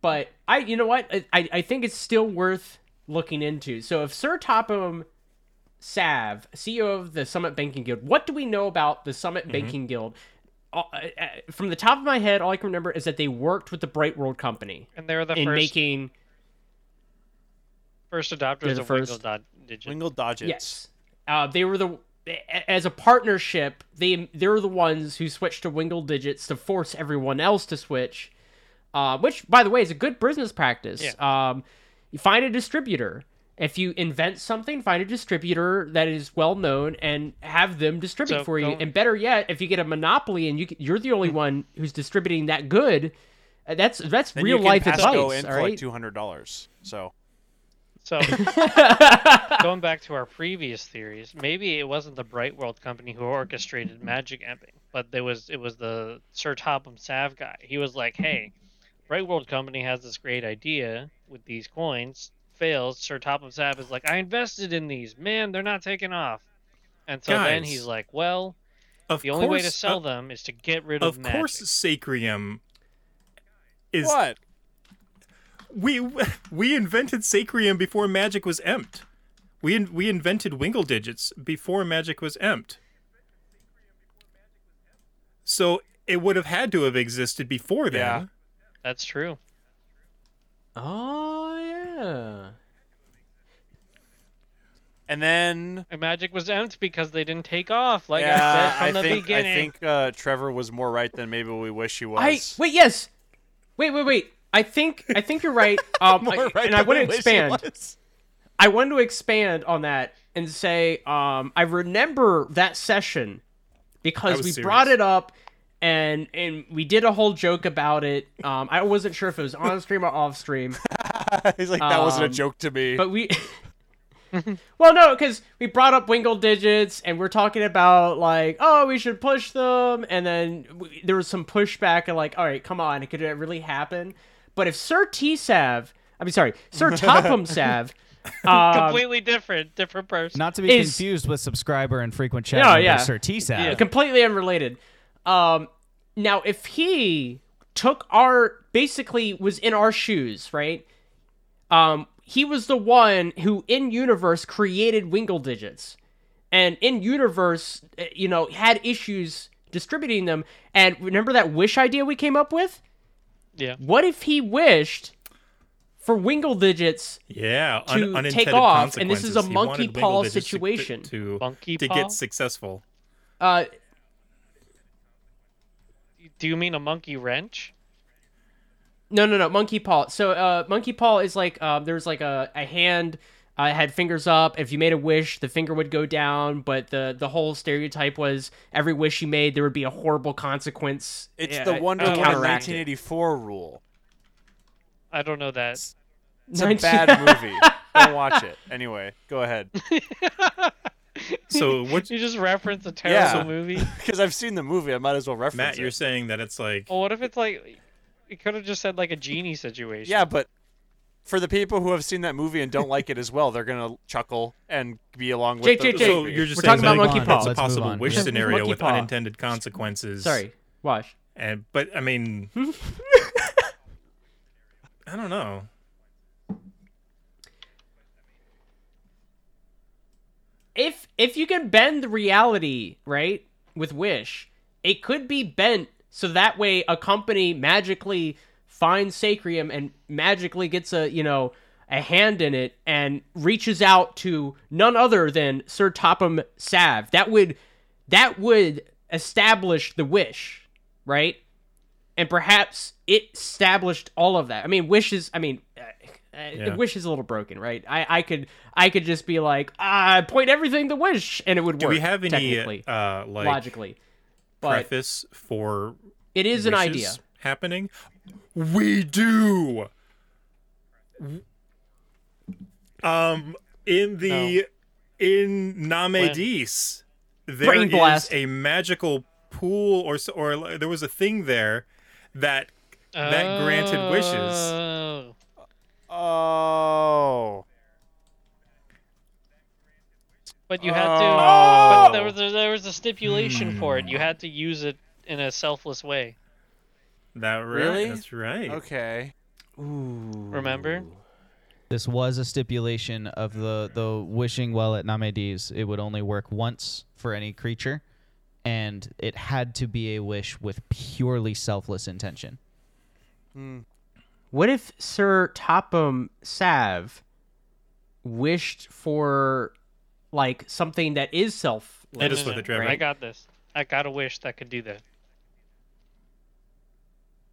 Speaker 1: but I, you know what? I, I I think it's still worth looking into. So if Sir Topham Sav, CEO of the Summit Banking Guild, what do we know about the Summit
Speaker 5: Mm-hmm.
Speaker 1: Banking Guild? Uh, uh, uh, from the top of my head, all I can remember is that they worked with the Bright World Company
Speaker 5: And they were the
Speaker 1: in
Speaker 5: first
Speaker 1: making
Speaker 5: first
Speaker 1: They're
Speaker 5: adopters
Speaker 1: the
Speaker 5: of wiggle
Speaker 1: first.
Speaker 5: dot digit.
Speaker 3: Wingle dodgets.
Speaker 1: yes. Uh, they were the a- as a partnership. They they were the ones who switched to Wingle digits to force everyone else to switch. uh, which by the way is a good business practice. Um, you find a distributor. If you invent something, find a distributor that is well known and have them distribute
Speaker 5: So
Speaker 1: for you.
Speaker 5: don't-
Speaker 1: And better yet, if you get a monopoly and you c- you're the
Speaker 3: Hmm.
Speaker 1: only one who's distributing that good, uh, that's that's
Speaker 3: Then
Speaker 1: real
Speaker 3: you can
Speaker 1: life
Speaker 3: pass
Speaker 1: advice.
Speaker 3: go in
Speaker 1: all
Speaker 3: for
Speaker 1: right? *laughs*
Speaker 3: like two hundred dollars. So
Speaker 5: So going back to our previous theories, maybe it wasn't the Bright World company who orchestrated magic emping, but there was it was the Sir Topham Sav guy. He was like, "Hey, Bright World company has this great idea with these coins." Fails. Sir Topham Sav is like, "I invested in these. Man, they're not taking off." And so then he's
Speaker 6: Guys.
Speaker 5: like, well,
Speaker 6: Of
Speaker 5: the only way to
Speaker 6: course-
Speaker 5: sell
Speaker 6: of-
Speaker 5: them is to get rid of
Speaker 6: Of
Speaker 5: magic.
Speaker 6: course, Sacrium is
Speaker 3: What?
Speaker 6: we we invented Sacrium before magic was empt. We in, we invented Wingle digits before magic was empt. So it would have had to have existed before then.
Speaker 3: Yeah.
Speaker 5: That's true.
Speaker 1: Oh yeah.
Speaker 3: And then
Speaker 5: And magic was empty because they didn't take off, like
Speaker 3: yeah,
Speaker 5: I said from the
Speaker 3: think
Speaker 5: beginning.
Speaker 3: I think uh, Trevor was more right than maybe we wish he was. *laughs*
Speaker 1: I wait. Yes. Wait. Wait. Wait. I think I think you're
Speaker 3: *laughs*
Speaker 1: right. Um, I-
Speaker 3: right
Speaker 1: and I
Speaker 3: than
Speaker 1: want to
Speaker 3: we wish he
Speaker 1: expand.
Speaker 3: was.
Speaker 1: I wanted to expand on that and say um, I remember that session because we
Speaker 6: was
Speaker 1: brought
Speaker 6: serious.
Speaker 1: it up and and we did a whole joke about it. Um, I wasn't sure if it was on stream or off stream,
Speaker 3: He's like, that wasn't a
Speaker 1: Um,
Speaker 3: joke to me.
Speaker 1: but we. well, no, because we brought up Wingle digits and we're talking about like, oh, we should push them, and then we, there was some pushback and like, all right, come on, could it really happen? But if Sir T Sav, I mean, sorry, Sir Topham Sav. Um,
Speaker 5: Completely different, different person.
Speaker 7: Not to be
Speaker 1: Is-
Speaker 7: confused with subscriber and frequent chat
Speaker 1: No,
Speaker 7: member
Speaker 1: yeah.
Speaker 7: Sir T-Sat.
Speaker 5: Yeah.
Speaker 1: completely unrelated. Um, now, if he took our basically was in our shoes, right? Um, he was the one who in universe created Wingle digits, and in universe, eh, you know, had issues distributing them. And remember that wish idea we came up with?
Speaker 5: Yeah.
Speaker 1: What if he wished for Wingle digits
Speaker 6: Yeah,
Speaker 1: To take
Speaker 6: unintended
Speaker 1: off, and this is a
Speaker 6: consequences. He wanted
Speaker 1: monkey
Speaker 6: Wingle
Speaker 1: paw
Speaker 6: digits to-
Speaker 1: situation.
Speaker 6: to
Speaker 5: Monkey
Speaker 6: to
Speaker 5: paw?
Speaker 6: get successful.
Speaker 1: uh,
Speaker 5: Do you mean a monkey wrench?
Speaker 1: No, no, no. Monkey paw. So, uh, monkey paw is like um, there's like a a hand. uh, had fingers up. If you made a wish, the finger would go down. But the the whole stereotype was every wish you made, there would be a horrible consequence.
Speaker 3: it's
Speaker 1: uh,
Speaker 3: the Wonder
Speaker 1: to
Speaker 3: Woman
Speaker 1: counteract it.
Speaker 3: 1984 rule.
Speaker 5: I don't know that.
Speaker 3: It's
Speaker 1: *laughs*
Speaker 3: a bad movie. Don't watch it. Anyway, go ahead. *laughs*
Speaker 6: So what
Speaker 5: You just reference a terrible
Speaker 3: Yeah.
Speaker 5: movie.
Speaker 3: Because I've seen the movie, I might as well reference
Speaker 6: Matt,
Speaker 3: it.
Speaker 6: you're saying that it's like
Speaker 3: Oh,
Speaker 5: Well, what if it's like you could have just said like a genie situation?
Speaker 3: Yeah, but for the people who have seen that movie and don't like it as well, they're gonna chuckle and be along with.
Speaker 1: Jake,
Speaker 3: the,
Speaker 1: Jake, Jake.
Speaker 6: so you're just
Speaker 1: We're
Speaker 6: saying
Speaker 1: talking about
Speaker 6: like,
Speaker 1: monkey
Speaker 6: it's
Speaker 1: paw.
Speaker 6: a
Speaker 1: Let's
Speaker 7: move
Speaker 6: possible
Speaker 7: on.
Speaker 6: wish
Speaker 7: Yeah.
Speaker 6: scenario
Speaker 1: Monkey
Speaker 6: with
Speaker 1: paw.
Speaker 6: unintended consequences.
Speaker 1: Sorry, Wash.
Speaker 6: And but I mean,
Speaker 1: *laughs*
Speaker 6: I don't know.
Speaker 1: If if you can bend the reality, right, with wish, it could be bent so that way a company magically finds Sacrium and magically gets a you know a hand in it and reaches out to none other than Sir Topham Sav. That would that would establish the wish, right? And perhaps it established all of that. I mean, wish is. I mean, uh, uh,
Speaker 6: Yeah.
Speaker 1: wish is a little broken, right? I I could I could just be like, ah, point everything to wish, and it would
Speaker 6: Do
Speaker 1: work.
Speaker 6: we have any
Speaker 1: technically,
Speaker 6: uh, like
Speaker 1: logically? But
Speaker 6: preface for
Speaker 1: it is an
Speaker 6: wishes
Speaker 1: idea.
Speaker 6: happening? We do. Um, in the in Name
Speaker 5: When?
Speaker 6: Dis, there
Speaker 1: Brain
Speaker 6: is
Speaker 1: blast.
Speaker 6: a magical pool, or s- or like, there was a thing there that that granted wishes.
Speaker 5: Oh.
Speaker 3: Oh,
Speaker 5: But you had to.
Speaker 3: Oh.
Speaker 5: But there was there was a stipulation for it. You had to use it in a selfless way.
Speaker 6: That right,
Speaker 3: Really?
Speaker 6: That's right.
Speaker 3: okay.
Speaker 5: Remember?
Speaker 7: This was a stipulation of the the wishing well at Namedis. It would only work once for any creature, and it had to be a wish with purely selfless intention.
Speaker 1: What if Sir Topham Sav wished for like something that is self?
Speaker 6: Hit us with it, Trevor.
Speaker 5: I got this. I got a wish that could do that.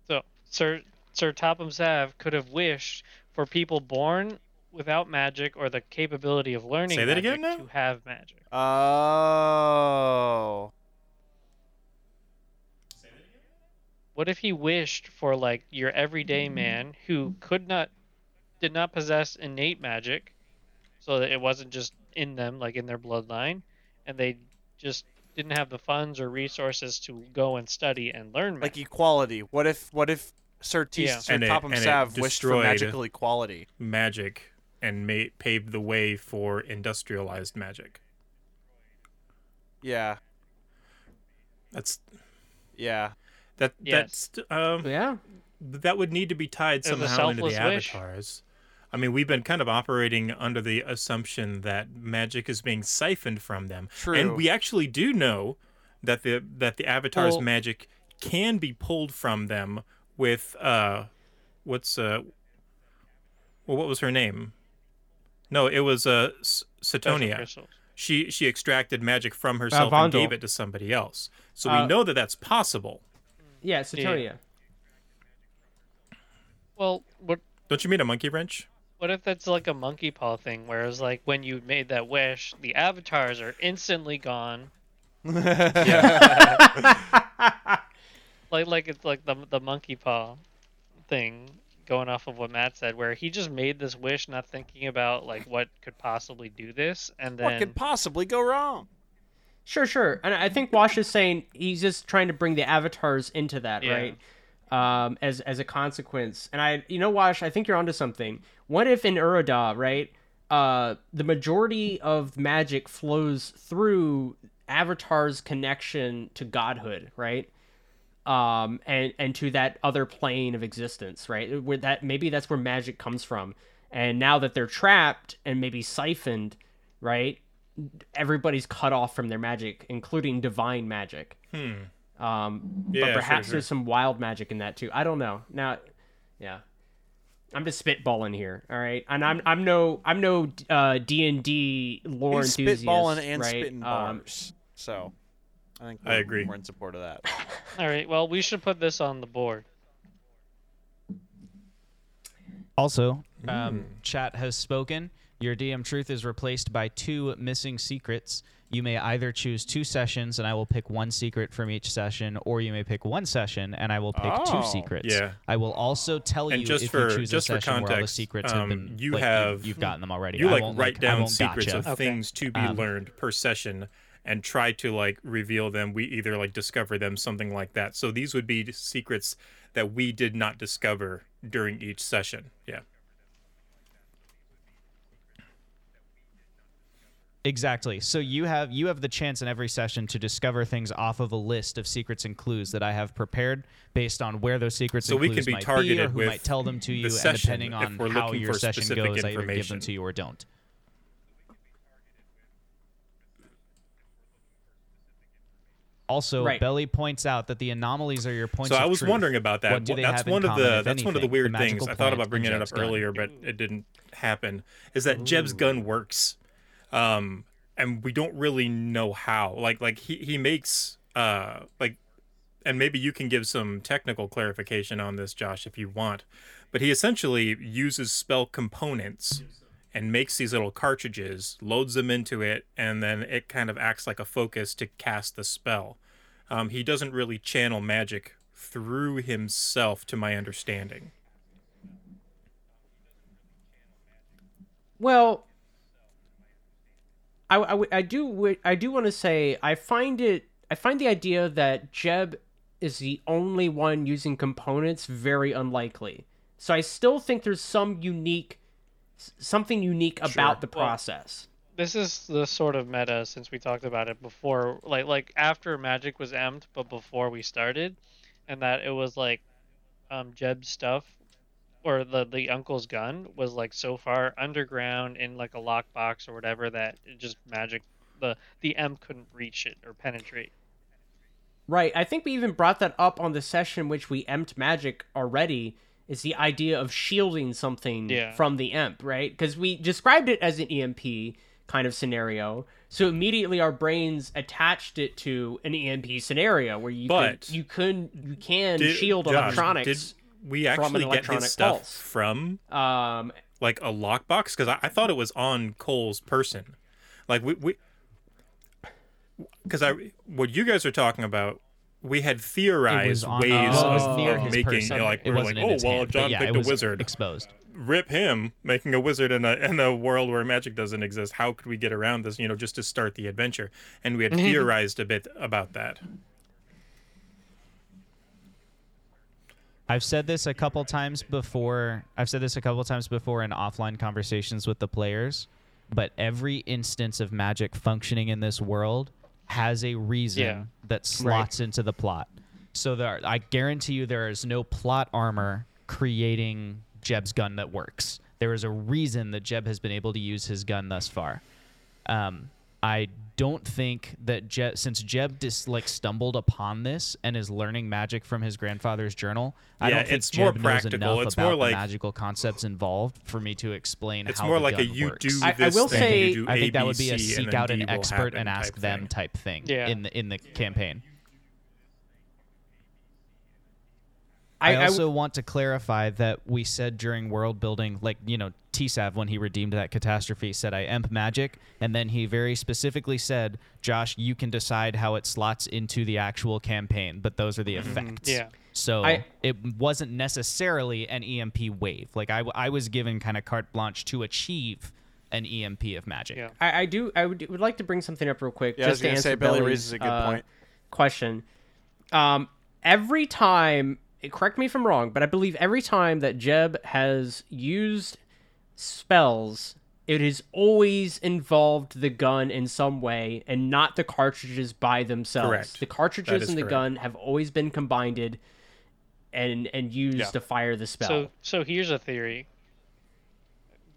Speaker 5: So Sir Sir Topham Sav could have wished for people born without magic or the capability of learning
Speaker 6: Say that again
Speaker 5: magic
Speaker 6: now?
Speaker 5: to have magic.
Speaker 3: Oh,
Speaker 5: What if he wished for like your everyday man who could not did not possess innate magic so that it wasn't just in them like in their bloodline and they just didn't have the funds or resources to go and study and learn
Speaker 3: like
Speaker 5: magic.
Speaker 3: equality. What if? What if Sir T.
Speaker 5: Yeah.
Speaker 3: Sir
Speaker 6: And it-
Speaker 3: Topham
Speaker 6: and it
Speaker 3: Sav wished for
Speaker 6: destroyed-
Speaker 3: magical equality?
Speaker 6: Magic and ma- paved the way for industrialized magic.
Speaker 3: Yeah.
Speaker 2: That's
Speaker 3: Yeah.
Speaker 2: that
Speaker 5: Yes.
Speaker 2: that's um
Speaker 1: Yeah.
Speaker 2: that would need to be tied
Speaker 5: It was a
Speaker 2: somehow into the
Speaker 5: selfless wish.
Speaker 2: avatars. I mean, we've been kind of operating under the assumption that magic is being siphoned from them,
Speaker 3: True.
Speaker 2: and we actually do know that the that the avatars'
Speaker 1: Well-
Speaker 2: magic can be pulled from them with uh, what's uh, well, what was her name? No, it was uh, S-
Speaker 5: Those are
Speaker 2: Setonia.
Speaker 5: crystals.
Speaker 2: she she extracted magic from herself and
Speaker 1: Vondel.
Speaker 2: gave it to somebody else. So we
Speaker 1: Uh,
Speaker 2: know that that's possible.
Speaker 1: Yeah, Satonia.
Speaker 5: Well, what
Speaker 2: Don't you mean a monkey wrench?
Speaker 5: what if that's like a monkey paw thing, whereas like when you made that wish, the avatars are instantly gone. *laughs* Like like it's like the the monkey paw thing going off of what Matt said, where he just made this wish not thinking about like what could possibly do this, and
Speaker 3: What
Speaker 5: then
Speaker 3: could possibly go wrong?
Speaker 1: Sure, sure. And I think Wash is saying he's just trying to bring the avatars into that,
Speaker 5: Yeah.
Speaker 1: right? Um, as as a consequence. And I you know, Wash, I think you're onto something. What if in Urada, right? Uh the majority of magic flows through Avatar's connection to godhood, right? um, and and to that other plane of existence, right? Where that maybe that's where magic comes from. And now that they're trapped and maybe siphoned, right? Everybody's cut off from their magic, including divine magic. Um,
Speaker 2: Hmm. Yeah,
Speaker 1: but
Speaker 2: sure,
Speaker 1: perhaps
Speaker 2: sure.
Speaker 1: there's some wild magic in that too. I don't know. Now, yeah, I'm just spitballing here. All right, and I'm I'm no I'm no uh D and D lore
Speaker 3: He's
Speaker 1: enthusiast.
Speaker 3: spitballing and
Speaker 1: right?
Speaker 3: spitting
Speaker 1: Um,
Speaker 3: bars. so I think
Speaker 2: I
Speaker 3: we're-
Speaker 2: agree.
Speaker 3: We're in support of that.
Speaker 5: all right, well we should put this on the board.
Speaker 4: Also,
Speaker 2: Hmm.
Speaker 4: um, chat has spoken. Your DM truth is replaced by two missing secrets. You may either choose two sessions, and I will pick one secret from each session, or you may pick one session, and I will pick
Speaker 3: Oh.
Speaker 4: two secrets.
Speaker 2: Yeah.
Speaker 4: I will also tell
Speaker 2: And
Speaker 4: you
Speaker 2: just
Speaker 4: if
Speaker 2: for-
Speaker 4: you choose
Speaker 2: just
Speaker 4: a
Speaker 2: for
Speaker 4: session where all the
Speaker 2: context,
Speaker 4: secrets
Speaker 2: um,
Speaker 4: have been
Speaker 2: you
Speaker 4: like,
Speaker 2: have-
Speaker 4: you've gotten them already.
Speaker 2: You
Speaker 4: I
Speaker 2: like
Speaker 4: won't,
Speaker 2: write
Speaker 4: I
Speaker 2: down
Speaker 4: won't
Speaker 2: secrets
Speaker 4: gotcha. Um,
Speaker 2: of things to be learned per session and try to like reveal them. We either like discover them, something like that. So these would be secrets that we did not discover during each session. Yeah.
Speaker 4: Exactly. So you have you have the chance in every session to discover things off of a list of secrets and clues that I have prepared based on where those secrets
Speaker 2: So
Speaker 4: and
Speaker 2: we
Speaker 4: clues
Speaker 2: can be
Speaker 4: might be or
Speaker 2: targeted
Speaker 4: who
Speaker 2: with
Speaker 4: might tell them to
Speaker 2: the
Speaker 4: you, and
Speaker 2: session
Speaker 4: depending
Speaker 2: if
Speaker 4: on
Speaker 2: we're
Speaker 4: how
Speaker 2: looking
Speaker 4: your
Speaker 2: for
Speaker 4: session
Speaker 2: specific
Speaker 4: goes, I either give them
Speaker 2: information.
Speaker 4: to you or don't. Also,
Speaker 1: Right.
Speaker 4: Belly points out that the anomalies are your points.
Speaker 2: so
Speaker 4: of
Speaker 2: I was
Speaker 4: truth.
Speaker 2: wondering about that.
Speaker 4: What do they
Speaker 2: that's
Speaker 4: have in
Speaker 6: one
Speaker 2: one of
Speaker 4: common,
Speaker 2: the
Speaker 4: if
Speaker 2: that's one of the
Speaker 4: anything?
Speaker 2: weird things.
Speaker 4: magical
Speaker 2: I thought
Speaker 4: plant
Speaker 2: about
Speaker 4: and
Speaker 2: bringing it up
Speaker 4: Jeb's gun.
Speaker 2: earlier, but it didn't happen. Is that Jeb's gun works, um, and we don't really know how. Like like he he makes uh like, and maybe you can give some technical clarification on this, Josh, if you want. But he essentially uses spell components. And makes these little cartridges, loads them into it, and then it kind of acts like a focus to cast the spell. Um, he doesn't really channel magic through himself, to my understanding.
Speaker 1: Well, I, I, would- I do would- I do want to say I find it I find the idea that Jeb is the only one using components very unlikely. So I still think there's some unique s- something unique about the process.
Speaker 5: This is the sort of meta since we talked about it before, like like after Magic was emmed, but before we started, and that it was like, um, Jeb's stuff, or the the uncle's gun was like so far underground in like a lockbox or whatever that it just Magic, the the M couldn't reach it or penetrate.
Speaker 1: Right. I think we even brought that up on the session which we emped magic already is the idea of shielding something
Speaker 5: Yeah.
Speaker 1: from the emp, right? Because we described it as an EMP kind of scenario. So immediately our brains attached it to an EMP scenario where you
Speaker 2: But-
Speaker 1: could, you can you can
Speaker 2: Did-
Speaker 1: shield
Speaker 2: Josh,
Speaker 1: electronics
Speaker 2: Did we
Speaker 1: from an
Speaker 2: actually get
Speaker 1: electronic
Speaker 2: his stuff
Speaker 1: pulse.
Speaker 2: from
Speaker 1: um
Speaker 2: like a lockbox? Because I, I thought it was on Cole's person. Like we we because I what you guys are talking about. We had theorized
Speaker 4: on- Oh,
Speaker 2: ways
Speaker 4: it was
Speaker 2: of,
Speaker 4: near
Speaker 2: of
Speaker 4: his
Speaker 2: making
Speaker 4: person.
Speaker 2: like we
Speaker 4: It
Speaker 2: we're like,
Speaker 4: wasn't in
Speaker 2: oh
Speaker 4: his
Speaker 2: well,
Speaker 4: hand, but
Speaker 2: John
Speaker 4: yeah,
Speaker 2: picked
Speaker 4: it
Speaker 2: a
Speaker 4: was
Speaker 2: wizard.
Speaker 4: Exposed.
Speaker 2: rip him making a wizard in a in a world where magic doesn't exist how could we get around this you know just to start the adventure and
Speaker 4: *laughs*
Speaker 2: we had theorized a bit about that
Speaker 4: I've said this a couple times before. I've said this a couple times before in offline conversations with the players, but every instance of magic functioning in this world has a reason
Speaker 5: Yeah.
Speaker 4: that slots into the plot. So there, I guarantee you, there is no plot armor creating Jeb's gun that works. There is a reason that Jeb has been able to use his gun thus far. Um, I don't think that Jeb, since Jeb just like stumbled upon this and is learning magic from his grandfather's journal, I
Speaker 2: Yeah,
Speaker 4: don't think
Speaker 2: it's
Speaker 4: Jeb
Speaker 2: more
Speaker 4: knows
Speaker 2: practical.
Speaker 4: enough
Speaker 2: It's
Speaker 4: about
Speaker 2: more
Speaker 4: the
Speaker 2: like-
Speaker 4: magical concepts involved for me to explain.
Speaker 2: It's
Speaker 4: how
Speaker 2: more
Speaker 4: the
Speaker 2: like a
Speaker 4: gun
Speaker 2: you
Speaker 4: works.
Speaker 2: do
Speaker 1: I- I
Speaker 2: this
Speaker 1: will
Speaker 2: thing,
Speaker 1: say-
Speaker 2: you do
Speaker 4: I
Speaker 2: A,
Speaker 4: think that
Speaker 2: B,
Speaker 4: would be a
Speaker 2: C,
Speaker 4: seek
Speaker 2: and then
Speaker 4: out
Speaker 2: D
Speaker 4: an
Speaker 2: will
Speaker 4: expert
Speaker 2: happen
Speaker 4: and
Speaker 2: type
Speaker 4: ask them
Speaker 2: thing.
Speaker 4: type thing
Speaker 5: Yeah.
Speaker 4: in the in the campaign.
Speaker 1: I,
Speaker 4: I,
Speaker 1: I-
Speaker 4: also want to clarify that we said during world building, like you know, TSAV when he redeemed that catastrophe said I emp magic, and then he very specifically said, Josh, you can decide how it slots into the actual campaign, but those are the effects.
Speaker 5: Yeah.
Speaker 4: So
Speaker 1: I-
Speaker 4: it wasn't necessarily an EMP wave. Like I, w- I was given kind of carte blanche to achieve an EMP of magic.
Speaker 5: Yeah.
Speaker 1: I, I do. I would, would like to bring something up real quick.
Speaker 3: Yeah, I was
Speaker 1: just to
Speaker 3: gonna
Speaker 1: answer
Speaker 3: say, Billy
Speaker 1: Billy's,
Speaker 3: raises a good
Speaker 1: uh,
Speaker 3: point.
Speaker 1: Question. Um, every time, correct me if I'm wrong, but I believe every time that Jeb has used spells, it has always involved the gun in some way, and not the cartridges by themselves.
Speaker 2: Correct.
Speaker 1: The cartridges
Speaker 2: is
Speaker 1: and the
Speaker 2: correct.
Speaker 1: gun have always been combined and and used to fire the spell.
Speaker 5: So so here's a theory.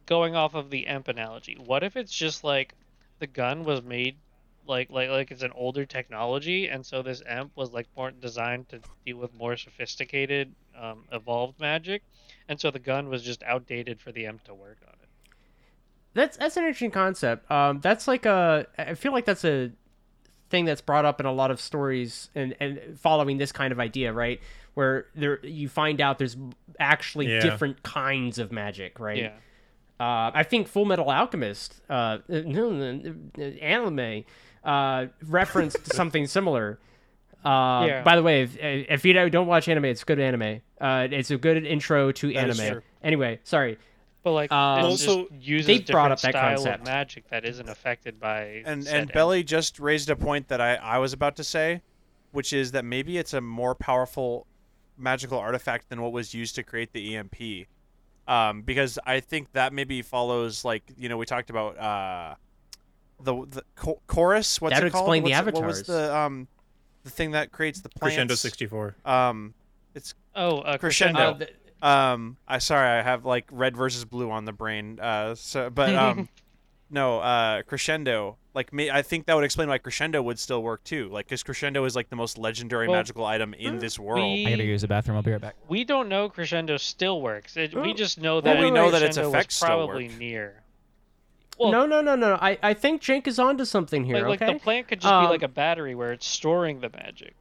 Speaker 5: Going off of the amp analogy, what if it's just like the gun was made like like like it's an older technology, and so this amp was like more designed to deal with more sophisticated, um, evolved magic, and so the gun was just outdated for the amp to work on it.
Speaker 1: That's that's an interesting concept. Um, that's like a. I feel like that's a thing that's brought up in a lot of stories and and following this kind of idea, right? Where there you find out there's actually
Speaker 2: Yeah.
Speaker 1: different kinds of magic, right?
Speaker 5: Yeah,
Speaker 1: Uh, I think Full Metal Alchemist, uh, *laughs* no, no, no, anime, uh, referenced
Speaker 3: *laughs*
Speaker 1: something similar. Uh,
Speaker 5: Yeah.
Speaker 1: By the way, if, if you don't watch anime, it's good anime. Uh, it's a good intro to
Speaker 3: That is
Speaker 1: anime.
Speaker 3: true.
Speaker 1: Anyway, sorry.
Speaker 5: but like
Speaker 1: Um,
Speaker 5: it's
Speaker 2: Also,
Speaker 5: just uses
Speaker 1: they brought
Speaker 5: different
Speaker 1: up that
Speaker 5: style
Speaker 1: concept.
Speaker 5: of magic that isn't affected by
Speaker 3: And
Speaker 5: said
Speaker 3: and
Speaker 5: amp.
Speaker 3: Belly just raised a point that I, I was about to say, which is that maybe it's a more powerful magical artifact than what was used to create the EMP. Um, because I think that maybe follows like, you know, we talked about uh the, the cho- chorus, what's
Speaker 1: That would
Speaker 3: it called?
Speaker 1: explain the
Speaker 3: What's it- What was
Speaker 1: avatars.
Speaker 3: the um the thing that creates the plants?
Speaker 2: Crescendo 64.
Speaker 3: Um
Speaker 5: oh uh,
Speaker 3: Crescendo.
Speaker 5: crescendo.
Speaker 1: Uh, th-
Speaker 3: Um, I sorry, I have like red versus blue on the brain. Uh, so
Speaker 1: *laughs*
Speaker 3: but um, no, uh, crescendo. Like me, I think that would explain why crescendo would still work too. Like, because crescendo is like the most legendary
Speaker 5: Well,
Speaker 3: magical item in
Speaker 1: uh,
Speaker 3: this world.
Speaker 5: we-
Speaker 4: I gotta use the bathroom. I'll be right back.
Speaker 5: We don't know crescendo still works. It, we
Speaker 1: Well,
Speaker 5: just know
Speaker 3: well,
Speaker 5: that
Speaker 3: we know that its
Speaker 5: Crescendo was
Speaker 3: effects still
Speaker 5: probably
Speaker 3: work.
Speaker 5: near. Well,
Speaker 1: no, no, no, no. I, I think Jake is onto something here.
Speaker 5: like, like
Speaker 1: okay.
Speaker 5: the plant could just
Speaker 1: Um,
Speaker 5: be like a battery where it's storing the magic.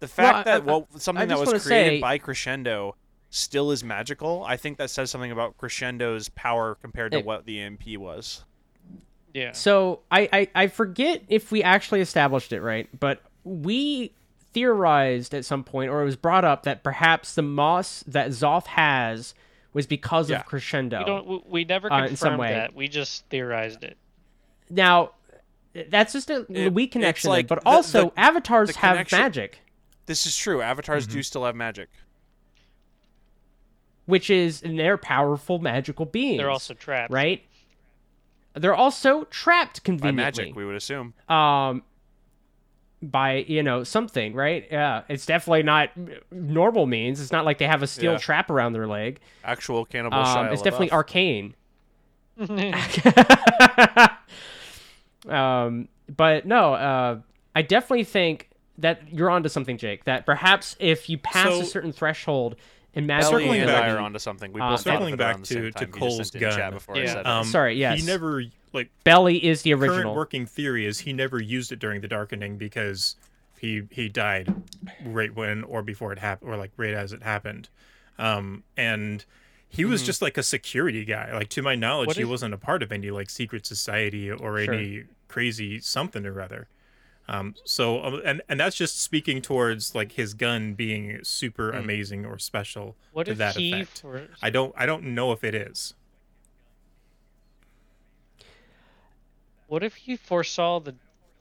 Speaker 3: the fact
Speaker 1: well, I-
Speaker 3: that well, something that
Speaker 1: just
Speaker 3: was
Speaker 1: wanna
Speaker 3: created
Speaker 1: say-
Speaker 3: by crescendo still is magical. I think that says something about crescendo's power compared to
Speaker 1: It-
Speaker 3: what the MP was.
Speaker 5: Yeah.
Speaker 1: So I, I I forget if we actually established it right, but we theorized at some point, or it was brought up that perhaps the moss that Zoth has was because
Speaker 3: Yeah.
Speaker 1: of Crescendo.
Speaker 5: we don't. We, we never
Speaker 1: Uh,
Speaker 5: confirmed
Speaker 1: in some way.
Speaker 5: that. We just theorized it.
Speaker 1: Now, that's just a weak connection,
Speaker 3: like
Speaker 1: but
Speaker 3: the-
Speaker 1: also
Speaker 3: the-
Speaker 1: avatars
Speaker 3: the
Speaker 1: have
Speaker 3: connection-
Speaker 1: magic,
Speaker 3: This is true. Avatars
Speaker 1: Mm-hmm.
Speaker 3: do still have magic.
Speaker 1: which is and they're powerful magical beings.
Speaker 5: They're also trapped. *laughs*
Speaker 1: right. They're also trapped
Speaker 3: By
Speaker 1: conveniently.
Speaker 3: magic, we would assume.
Speaker 1: um by you know something right yeah it's definitely not normal means it's not like they have a steel
Speaker 3: Yeah.
Speaker 1: trap around their leg
Speaker 3: Actual cannibal.
Speaker 1: um
Speaker 3: Shia
Speaker 1: it's definitely
Speaker 3: LaBeouf.
Speaker 1: arcane *laughs* um but no uh i definitely think that you're onto something jake that perhaps if you pass
Speaker 2: So-
Speaker 1: a certain threshold in
Speaker 3: Ellie
Speaker 1: magic
Speaker 2: Circling
Speaker 3: and
Speaker 2: back-
Speaker 3: I are onto something. We
Speaker 1: Uh,
Speaker 3: both thought of
Speaker 2: circling
Speaker 3: it around
Speaker 2: back
Speaker 3: the same
Speaker 2: to- to
Speaker 3: time. You just
Speaker 2: Cole's
Speaker 3: didn't
Speaker 2: gun.
Speaker 3: chat before I
Speaker 5: Yeah.
Speaker 3: said
Speaker 2: Um,
Speaker 3: it.
Speaker 1: Sorry, yes.
Speaker 2: He never like
Speaker 1: belly is the
Speaker 2: current
Speaker 1: original
Speaker 2: working theory is he never used it during the darkening because he he died right when or before it happened or like right as it happened um and he was just like a security guy like to my knowledge
Speaker 5: Mm-hmm. What
Speaker 2: he
Speaker 5: is-
Speaker 2: wasn't a part of any like secret society or
Speaker 1: Sure.
Speaker 2: any crazy something or other um so um, and and that's just speaking towards like his gun being super amazing or special
Speaker 5: Hmm. What
Speaker 2: to
Speaker 5: if
Speaker 2: that
Speaker 5: he?
Speaker 2: effect
Speaker 5: For,
Speaker 2: i don't i don't know if it is
Speaker 5: what if he foresaw the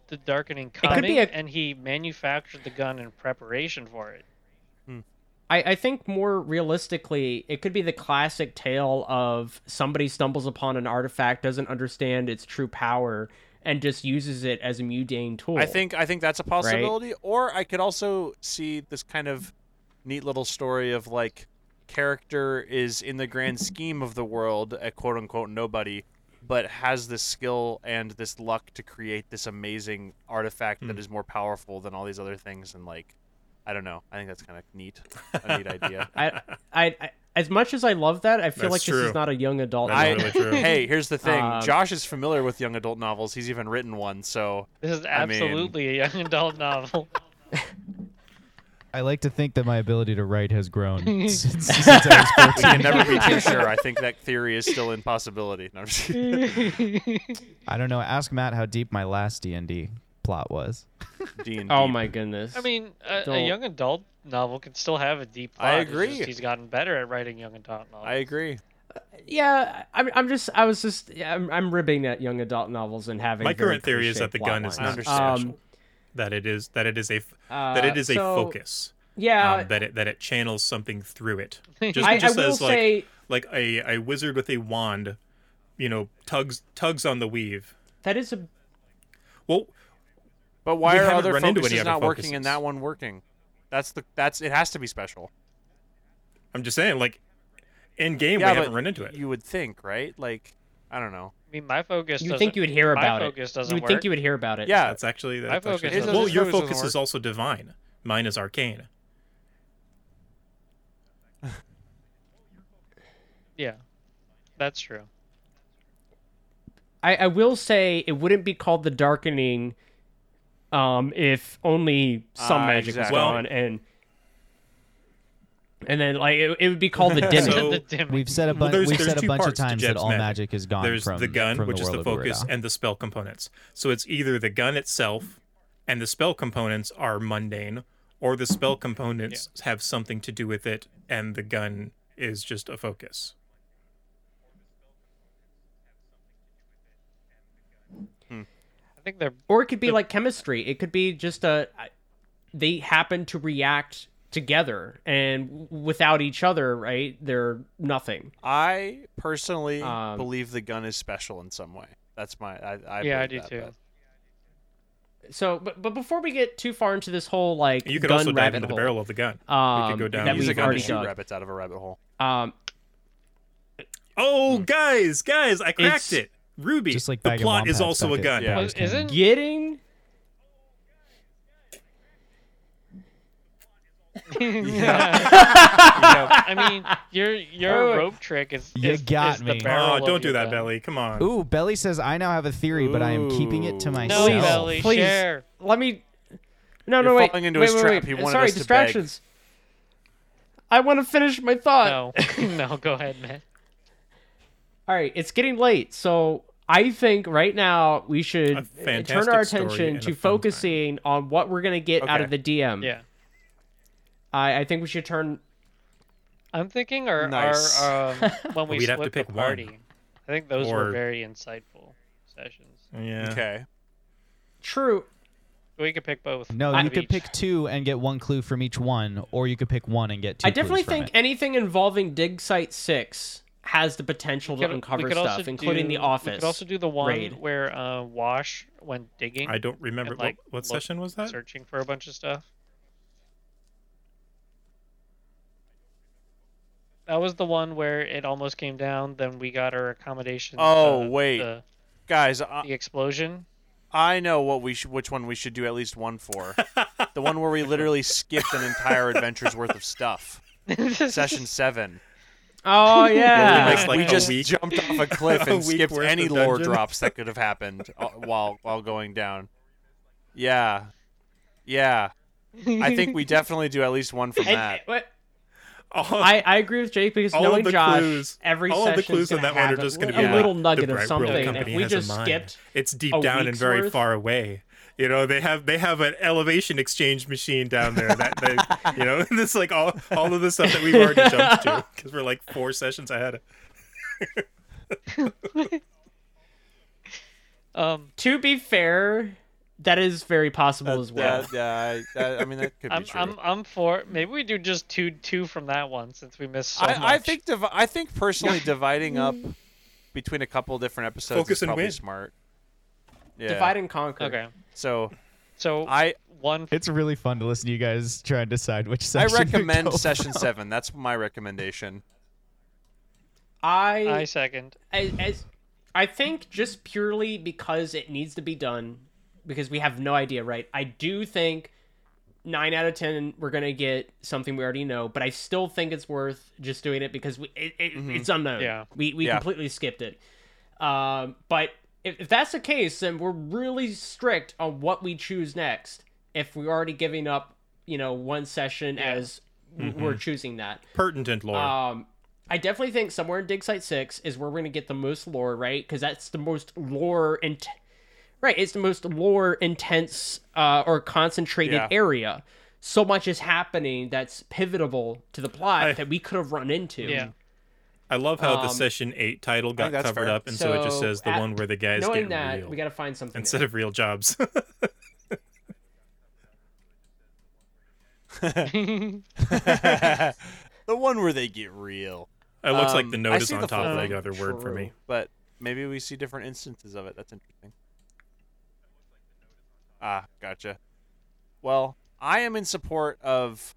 Speaker 5: the darkening
Speaker 1: be
Speaker 5: coming
Speaker 1: a-
Speaker 5: and he manufactured the gun in preparation for it?
Speaker 1: I, I think more realistically, it could be the classic tale of somebody stumbles upon an artifact, doesn't understand its true power, and just uses it as a mundane tool.
Speaker 3: I think I think that's a possibility. Or I could also see this kind of neat little story of like character is in the grand scheme of the world a quote unquote nobody, but has this skill and this luck to create this amazing artifact that is more powerful than all these other things and like I don't know. I think that's kind of neat. A *laughs* neat idea.
Speaker 1: *laughs* I, I, I as much as I love that, I feel
Speaker 6: That's
Speaker 1: like this
Speaker 6: true.
Speaker 1: is not a young adult.
Speaker 6: That's
Speaker 3: I-
Speaker 1: novel.
Speaker 6: really true.
Speaker 3: hey, here's the thing.
Speaker 1: Um,
Speaker 3: Josh is familiar with young adult novels. He's even written one, so
Speaker 5: This is
Speaker 3: I mean-
Speaker 5: absolutely a young adult *laughs* novel.
Speaker 7: I like to think that my ability to write has grown since, since I was
Speaker 3: we
Speaker 7: 14.
Speaker 3: can
Speaker 6: *laughs*
Speaker 3: never be too sure. I think that theory is still in possibility. No, I'm just kidding. *laughs*
Speaker 7: I don't know. Ask Matt how deep my last D and D plot was.
Speaker 3: Dean,
Speaker 1: *laughs* Oh
Speaker 3: Dean.
Speaker 6: Um,
Speaker 1: my goodness!
Speaker 5: I mean, a, a
Speaker 1: Don't-
Speaker 5: young adult novel can still have a deep plot.
Speaker 3: I
Speaker 5: it's just
Speaker 3: agree.
Speaker 5: he's gotten better at writing young adult novels.
Speaker 3: I agree.
Speaker 1: yeah, I'm, I'm just, I was just, I'm, I'm ribbing at young adult novels and having.
Speaker 6: My
Speaker 1: very
Speaker 6: current theory is
Speaker 1: cliche
Speaker 6: that the
Speaker 1: plot
Speaker 6: gun is
Speaker 1: lines.
Speaker 6: not
Speaker 1: Um,
Speaker 6: essential. that it is that it is a f- that
Speaker 1: uh,
Speaker 6: it is a
Speaker 1: so-
Speaker 6: focus.
Speaker 1: Yeah,
Speaker 6: um, that it that it channels something through it. Just,
Speaker 1: Uh, I, I
Speaker 6: just
Speaker 1: will
Speaker 6: as like
Speaker 1: say
Speaker 6: like a, a wizard with a wand, you know, tugs tugs on the weave.
Speaker 1: that is a
Speaker 6: Well,
Speaker 3: But why
Speaker 6: We
Speaker 3: are
Speaker 6: haven't
Speaker 3: other
Speaker 6: run into
Speaker 3: focuses
Speaker 6: any other
Speaker 3: not working and
Speaker 6: focuses.
Speaker 3: that one working? That's the that's it has to be special.
Speaker 6: I'm just saying, like in game
Speaker 3: yeah,
Speaker 6: we haven't
Speaker 3: but
Speaker 6: run into it.
Speaker 3: You would think, right? Like I don't know.
Speaker 5: I mean, my focus.
Speaker 1: you would
Speaker 5: doesn't-
Speaker 1: think you would hear
Speaker 5: my
Speaker 1: about
Speaker 5: focus
Speaker 1: it. You
Speaker 5: doesn't
Speaker 1: would think
Speaker 5: work.
Speaker 1: you would hear about it.
Speaker 3: Yeah,
Speaker 6: That's actually
Speaker 5: My
Speaker 6: that's actually
Speaker 5: focus
Speaker 6: something-
Speaker 5: doesn't-
Speaker 6: well,
Speaker 3: His
Speaker 6: your
Speaker 3: focus doesn't
Speaker 6: focus is
Speaker 3: work.
Speaker 6: also divine. Mine is arcane.
Speaker 5: Yeah, that's
Speaker 6: *laughs*
Speaker 5: true.
Speaker 1: I, I will say it wouldn't be called the darkening, um, if only some
Speaker 3: Ah,
Speaker 1: magic was
Speaker 3: exactly.
Speaker 6: Well-
Speaker 1: gone and. And then, like, it, it would be
Speaker 6: *laughs*
Speaker 1: called the dimming.
Speaker 6: So-
Speaker 5: the dim-
Speaker 7: We've said a,
Speaker 6: Well,
Speaker 7: bun-
Speaker 6: there's-
Speaker 7: we've
Speaker 6: there's
Speaker 7: said a
Speaker 6: two
Speaker 7: bunch of
Speaker 6: parts to
Speaker 7: times that
Speaker 6: Jeb's
Speaker 7: all
Speaker 6: magic.
Speaker 7: magic is gone
Speaker 6: There's
Speaker 7: from
Speaker 6: the gun,
Speaker 7: from
Speaker 6: which
Speaker 7: the
Speaker 6: is
Speaker 7: world
Speaker 6: the
Speaker 7: of Weird
Speaker 6: focus,
Speaker 7: Al.
Speaker 6: and the spell components. So it's either the gun itself and the spell components are mundane, or the spell components have something to do with it, and the gun is just a focus.
Speaker 5: I think they're
Speaker 1: or it could be like chemistry it could be just a they happen to react together and w- without each other right they're nothing
Speaker 3: I personally
Speaker 1: Um,
Speaker 3: believe the gun is special in some way. That's my I, I
Speaker 5: Yeah, I do
Speaker 3: believe that,
Speaker 5: too.
Speaker 3: but-
Speaker 1: so but, but before we get too far into this whole like
Speaker 6: You could
Speaker 1: gun
Speaker 6: also dive
Speaker 1: rabbit
Speaker 6: into the
Speaker 1: hole,
Speaker 6: barrel of the gun.
Speaker 1: um,
Speaker 6: go down
Speaker 1: that
Speaker 6: Use
Speaker 3: Use a
Speaker 1: we've
Speaker 3: gun to
Speaker 1: already
Speaker 3: shoot
Speaker 1: done
Speaker 3: rabbits out of a rabbit hole.
Speaker 1: um
Speaker 6: Oh, guys, guys, I
Speaker 1: It's-
Speaker 6: cracked it. Ruby,
Speaker 7: Just like
Speaker 6: the
Speaker 7: Bag of
Speaker 6: plot is
Speaker 7: Wompats
Speaker 6: also
Speaker 7: back
Speaker 6: a
Speaker 7: at-
Speaker 6: gun.
Speaker 3: Yeah.
Speaker 5: Well, isn't *laughs*
Speaker 6: *laughs*
Speaker 1: getting
Speaker 5: I mean your your
Speaker 1: Oh.
Speaker 5: rope trick is
Speaker 7: You
Speaker 5: is,
Speaker 7: got
Speaker 5: is
Speaker 7: me.
Speaker 5: The
Speaker 6: Oh,
Speaker 5: barrel of
Speaker 6: don't do
Speaker 5: your
Speaker 6: that,
Speaker 5: gun.
Speaker 6: Belly. Come on.
Speaker 7: Ooh, Belly says I now have a theory, but I am keeping it to
Speaker 3: Ooh. No,
Speaker 5: No,
Speaker 7: myself.
Speaker 1: Please,
Speaker 5: Belly,
Speaker 1: please. *laughs*
Speaker 5: share.
Speaker 1: let me no
Speaker 3: You're
Speaker 1: no wait
Speaker 3: falling into
Speaker 1: wait,
Speaker 3: his
Speaker 1: wait,
Speaker 3: trap.
Speaker 1: wait.
Speaker 3: He wanted
Speaker 1: sorry
Speaker 3: us to beg.
Speaker 1: distractions i want to finish my thought
Speaker 5: No, *laughs* no, go ahead, man.
Speaker 1: All right, it's getting late, so I think right now we should
Speaker 6: A
Speaker 1: uh, turn our
Speaker 6: fantastic story
Speaker 1: attention
Speaker 6: and a
Speaker 1: to
Speaker 6: fun time.
Speaker 1: focusing on what we're gonna get out
Speaker 3: Okay.
Speaker 1: of the
Speaker 6: Hmm.
Speaker 1: DM.
Speaker 5: Yeah,
Speaker 1: I, I think we should turn.
Speaker 5: I'm thinking our
Speaker 3: Nice.
Speaker 5: our
Speaker 7: *laughs*
Speaker 5: um, when we
Speaker 6: We'd have to
Speaker 5: split
Speaker 6: pick
Speaker 5: the
Speaker 6: one.
Speaker 5: party. I think those
Speaker 6: Or-
Speaker 5: were very insightful sessions.
Speaker 6: Yeah.
Speaker 3: Okay.
Speaker 1: True.
Speaker 5: We could pick both.
Speaker 7: No,
Speaker 5: one
Speaker 7: you
Speaker 5: of
Speaker 7: could
Speaker 5: each.
Speaker 7: pick two and get one clue from each one, or you could pick one and get two.
Speaker 1: I definitely
Speaker 7: clues from
Speaker 1: think
Speaker 7: it.
Speaker 1: anything involving Dig Site Six has the potential to uncover stuff, including the
Speaker 5: do- We
Speaker 1: office.
Speaker 5: could also do the one
Speaker 1: raid.
Speaker 5: where uh, Wash went digging,
Speaker 6: I don't remember
Speaker 5: And, like,
Speaker 6: what, what
Speaker 5: look-
Speaker 6: session was that.
Speaker 5: searching for a bunch of stuff. That was the one where it almost came down. Then we got our accommodation.
Speaker 3: Oh,
Speaker 5: uh,
Speaker 3: wait.
Speaker 5: the,
Speaker 3: Guys, I,
Speaker 5: the explosion. *laughs*
Speaker 3: I know what we should, which one we should do at least one
Speaker 6: *laughs*
Speaker 3: for. the one where we literally skipped an entire adventure's worth of stuff.
Speaker 1: *laughs*
Speaker 3: Session seven.
Speaker 5: *laughs*
Speaker 3: Uh,
Speaker 1: Oh
Speaker 6: Really
Speaker 1: yeah.
Speaker 6: makes, like,
Speaker 3: we
Speaker 6: a
Speaker 3: just
Speaker 6: week-
Speaker 3: jumped off *laughs* a cliff
Speaker 6: a
Speaker 3: and
Speaker 6: week
Speaker 3: skipped
Speaker 6: worth
Speaker 3: any
Speaker 6: of
Speaker 3: lore
Speaker 6: dungeon.
Speaker 3: drops that could have happened uh, while while going down. Yeah, yeah. I think *laughs* we definitely do at least one from
Speaker 1: And-
Speaker 3: that.
Speaker 1: what-
Speaker 6: Oh,
Speaker 1: I, I agree with Jake because
Speaker 6: All of
Speaker 1: knowing
Speaker 6: the
Speaker 1: Josh,
Speaker 6: clues-
Speaker 1: every
Speaker 6: all of
Speaker 1: session
Speaker 6: the clues on that one are just
Speaker 1: going
Speaker 6: going
Speaker 1: to
Speaker 6: to be
Speaker 1: a little
Speaker 6: like,
Speaker 1: nugget
Speaker 6: the
Speaker 1: of
Speaker 6: Bright World
Speaker 1: something. If
Speaker 6: Company
Speaker 1: we
Speaker 6: has a
Speaker 1: just
Speaker 6: mind.
Speaker 1: skipped
Speaker 6: it's deep
Speaker 1: a
Speaker 6: down and
Speaker 1: week's
Speaker 6: very
Speaker 1: worth.
Speaker 6: far away. You know, they have they have an elevation exchange machine down there. That
Speaker 1: *laughs*
Speaker 6: they, you know, *laughs* this like all all of the stuff that we've already jumped to because we're like four sessions ahead.
Speaker 5: Um,
Speaker 1: To be fair, that is very possible as well.
Speaker 3: That- that- that- I mean, that could be
Speaker 5: I'm,
Speaker 3: true.
Speaker 5: I'm I'm for maybe we do just two two from that one since we missed so much.
Speaker 3: I, I think div- I think personally dividing up between a couple different episodes
Speaker 6: Focus
Speaker 3: is
Speaker 6: and
Speaker 3: probably
Speaker 6: win.
Speaker 3: smart. Yeah.
Speaker 1: Divide and conquer.
Speaker 5: Okay.
Speaker 3: So
Speaker 5: So
Speaker 3: I
Speaker 5: one
Speaker 4: It's really fun to listen to you guys try and decide which
Speaker 3: I
Speaker 4: section. to go
Speaker 6: *laughs*
Speaker 3: recommend
Speaker 4: for.
Speaker 3: session seven. That's my *laughs* recommendation.
Speaker 5: I
Speaker 1: I,
Speaker 5: second.
Speaker 1: as, as I think just purely because it needs to be done because we have no idea, right? I do think 9 out of 10 we're going to get something we already know, but I still think it's worth just doing it because we, it, it, it's unknown.
Speaker 5: Yeah.
Speaker 1: We we
Speaker 3: Yeah.
Speaker 1: completely skipped it. Um, but if, if that's the case, then we're really strict on what we choose next if we're already giving up, you know, one session as w- we're choosing that.
Speaker 6: Pertinent lore.
Speaker 1: Um, I definitely think somewhere in Dig Site Six is where we're gonna get the most lore, right? Because that's the most lore and right, it's the most lore intense uh, or concentrated
Speaker 3: Yeah.
Speaker 1: area. So much is happening that's pivotable to the plot
Speaker 6: I-
Speaker 1: that we could have run into.
Speaker 5: Yeah.
Speaker 6: I love how the
Speaker 1: um,
Speaker 6: session eight title got
Speaker 3: that's
Speaker 6: covered
Speaker 3: fair.
Speaker 6: up, and so, it just
Speaker 1: So,
Speaker 6: says the
Speaker 1: at-
Speaker 6: one where the guys
Speaker 1: Knowing
Speaker 6: get
Speaker 1: that,
Speaker 6: real
Speaker 1: we gotta find something.
Speaker 6: *laughs* instead
Speaker 1: there.
Speaker 6: of real jobs. *laughs*
Speaker 3: the one where they get real.
Speaker 6: it looks like
Speaker 3: Um,
Speaker 6: the
Speaker 3: I
Speaker 6: notice
Speaker 3: see
Speaker 6: on
Speaker 3: the
Speaker 6: top of
Speaker 3: full
Speaker 6: the
Speaker 3: thing.
Speaker 6: other word for me.
Speaker 3: But maybe we see different instances of it. That's interesting. Ah, gotcha. Well, I am in support of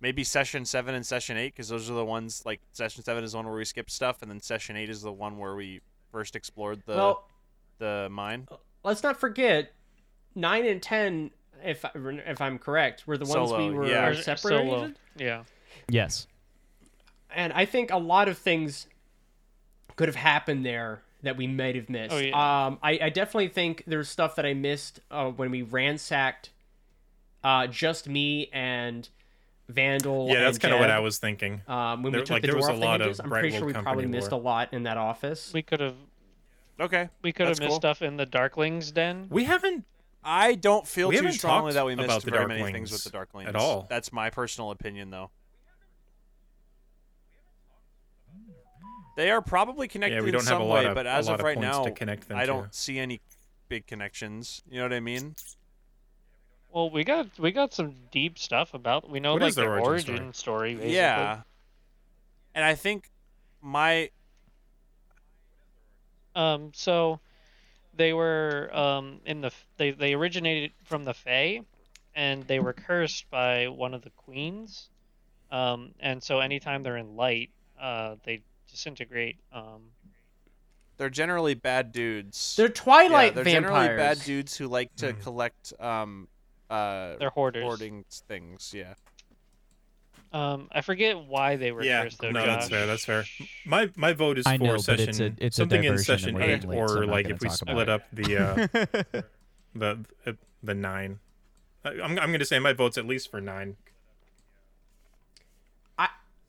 Speaker 3: maybe session seven and session eight because those are the ones like session seven is the one where we skip stuff, and then session eight is the one where we first explored the
Speaker 1: well,
Speaker 3: the mine.
Speaker 1: let's not forget nine and ten. If I- if I'm correct, were the ones
Speaker 3: Solo,
Speaker 1: we were
Speaker 3: yeah.
Speaker 5: Or
Speaker 1: uh,
Speaker 5: solo.
Speaker 1: separated.
Speaker 5: Yeah.
Speaker 4: Yes.
Speaker 1: and I think a lot of things could have happened there that we might have missed.
Speaker 5: Oh, yeah.
Speaker 1: Um, I, I definitely think there's stuff that I missed uh, when we ransacked uh, just me and Vandal.
Speaker 6: Yeah, that's
Speaker 1: kind of
Speaker 6: what I was thinking.
Speaker 1: Um, when
Speaker 6: There-
Speaker 1: we took
Speaker 6: like,
Speaker 1: the
Speaker 6: there
Speaker 1: door
Speaker 6: was
Speaker 1: off
Speaker 6: a
Speaker 1: the
Speaker 6: lot of
Speaker 1: hinges, I'm pretty
Speaker 6: Brightwold
Speaker 1: sure we
Speaker 6: Company
Speaker 1: probably missed a
Speaker 6: lore.
Speaker 1: lot in that office.
Speaker 5: We could have
Speaker 3: Okay,
Speaker 5: we could
Speaker 3: That's
Speaker 5: have missed
Speaker 3: cool.
Speaker 5: stuff in the Darklings den.
Speaker 6: We haven't
Speaker 3: I don't feel
Speaker 6: We
Speaker 3: too
Speaker 6: haven't
Speaker 3: strongly
Speaker 6: talked
Speaker 3: that we missed
Speaker 6: about the
Speaker 3: very
Speaker 6: Dark
Speaker 3: many things with
Speaker 6: Lanes
Speaker 3: the dark lanes
Speaker 6: at all.
Speaker 3: That's my personal opinion, though. They are probably connected
Speaker 6: we
Speaker 3: in
Speaker 6: don't have a
Speaker 3: some
Speaker 6: lot
Speaker 3: way,
Speaker 6: of-
Speaker 3: but
Speaker 6: a
Speaker 3: as
Speaker 6: lot
Speaker 3: of
Speaker 6: of
Speaker 3: right
Speaker 6: points
Speaker 3: now,
Speaker 6: to connect them
Speaker 3: I
Speaker 6: to.
Speaker 3: don't see any big connections. You know what I mean?
Speaker 5: Well, we got we got some deep stuff about we know
Speaker 6: What
Speaker 5: like
Speaker 6: is their
Speaker 5: their
Speaker 6: origin
Speaker 5: origin,
Speaker 6: story?
Speaker 5: story. basically.
Speaker 3: Yeah. And I think my
Speaker 5: Um. So they were um in the they they originated from the Fae, and they were cursed by one of the queens. Um. And so anytime they're in light, uh, they disintegrate. Um.
Speaker 3: they're generally bad dudes.
Speaker 1: They're Twilight
Speaker 3: yeah, they're generally
Speaker 1: vampires.
Speaker 3: bad dudes who like to
Speaker 6: Hmm.
Speaker 3: collect um uh
Speaker 5: They're hoarders.
Speaker 3: hoarding things. Yeah.
Speaker 5: Um. I forget why they were
Speaker 6: Yeah,
Speaker 5: cursed though.
Speaker 6: no, that's
Speaker 5: Josh.
Speaker 6: fair. That's fair. My my vote is
Speaker 4: I know,
Speaker 6: for
Speaker 4: but
Speaker 6: session
Speaker 4: it's a- it's a
Speaker 6: something in
Speaker 4: diversion and
Speaker 6: session
Speaker 4: we're
Speaker 6: eight,
Speaker 4: getting late, so
Speaker 6: or
Speaker 4: I'm not
Speaker 6: like
Speaker 4: gonna
Speaker 6: if we
Speaker 4: talk about it.
Speaker 6: split up the uh,
Speaker 4: *laughs*
Speaker 6: the uh, the nine. I, I'm I'm gonna say my vote's at least for nine.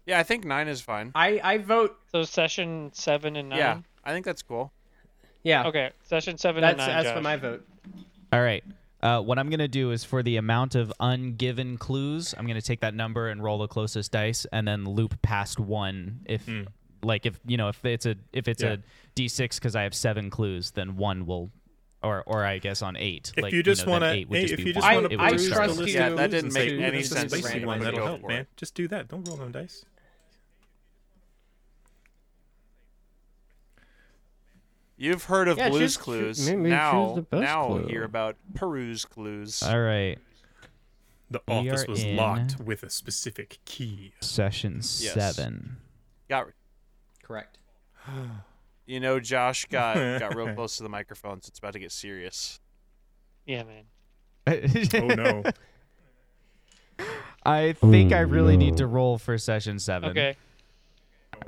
Speaker 3: Yeah, I think nine is fine.
Speaker 1: I, I vote.
Speaker 5: So session seven and nine.
Speaker 3: Yeah, I think that's cool.
Speaker 1: Yeah.
Speaker 5: Okay. Session seven
Speaker 1: That's,
Speaker 5: and nine.
Speaker 1: that's for
Speaker 5: Josh.
Speaker 1: my vote.
Speaker 4: All right. Uh, what I'm going to do is for the amount of ungiven clues, I'm going to take that number and roll the closest dice and then loop past one. If like if you know if it's a if it's
Speaker 6: Hmm. Yeah.
Speaker 4: a d6 because I have seven clues, then one will, or or I guess on eight.
Speaker 6: If
Speaker 4: like,
Speaker 6: you just
Speaker 4: know, then
Speaker 6: want
Speaker 4: eight
Speaker 6: to,
Speaker 4: would just
Speaker 6: if
Speaker 4: be
Speaker 6: you just
Speaker 4: one.
Speaker 1: wanna
Speaker 6: want
Speaker 4: It
Speaker 6: to
Speaker 4: would
Speaker 1: I
Speaker 4: just start
Speaker 1: trust
Speaker 4: with-
Speaker 1: you. Yeah, that
Speaker 3: didn't make any sense
Speaker 6: Spicy
Speaker 3: randomly.
Speaker 6: one, that'll
Speaker 3: Go
Speaker 6: help,
Speaker 3: for
Speaker 6: man.
Speaker 3: it.
Speaker 6: Just do that. Don't roll no dice.
Speaker 3: You've heard of
Speaker 1: Yeah,
Speaker 3: Blue's
Speaker 1: choose- choo-
Speaker 3: Clues.
Speaker 1: maybe choose
Speaker 3: now,
Speaker 1: the best
Speaker 3: now
Speaker 1: clue.
Speaker 3: hear about Peru's Clues.
Speaker 4: All right.
Speaker 6: The
Speaker 4: We
Speaker 6: office
Speaker 4: are
Speaker 6: was
Speaker 4: in-
Speaker 6: locked with a specific key.
Speaker 4: Session
Speaker 3: Yes.
Speaker 4: seven.
Speaker 3: Got
Speaker 1: Correct.
Speaker 3: you know, Josh got
Speaker 2: *laughs*
Speaker 3: got real close to the microphone, so it's about to get serious.
Speaker 5: Yeah, man.
Speaker 6: Oh no!
Speaker 4: *laughs* I think I really need to roll for session seven.
Speaker 5: Okay.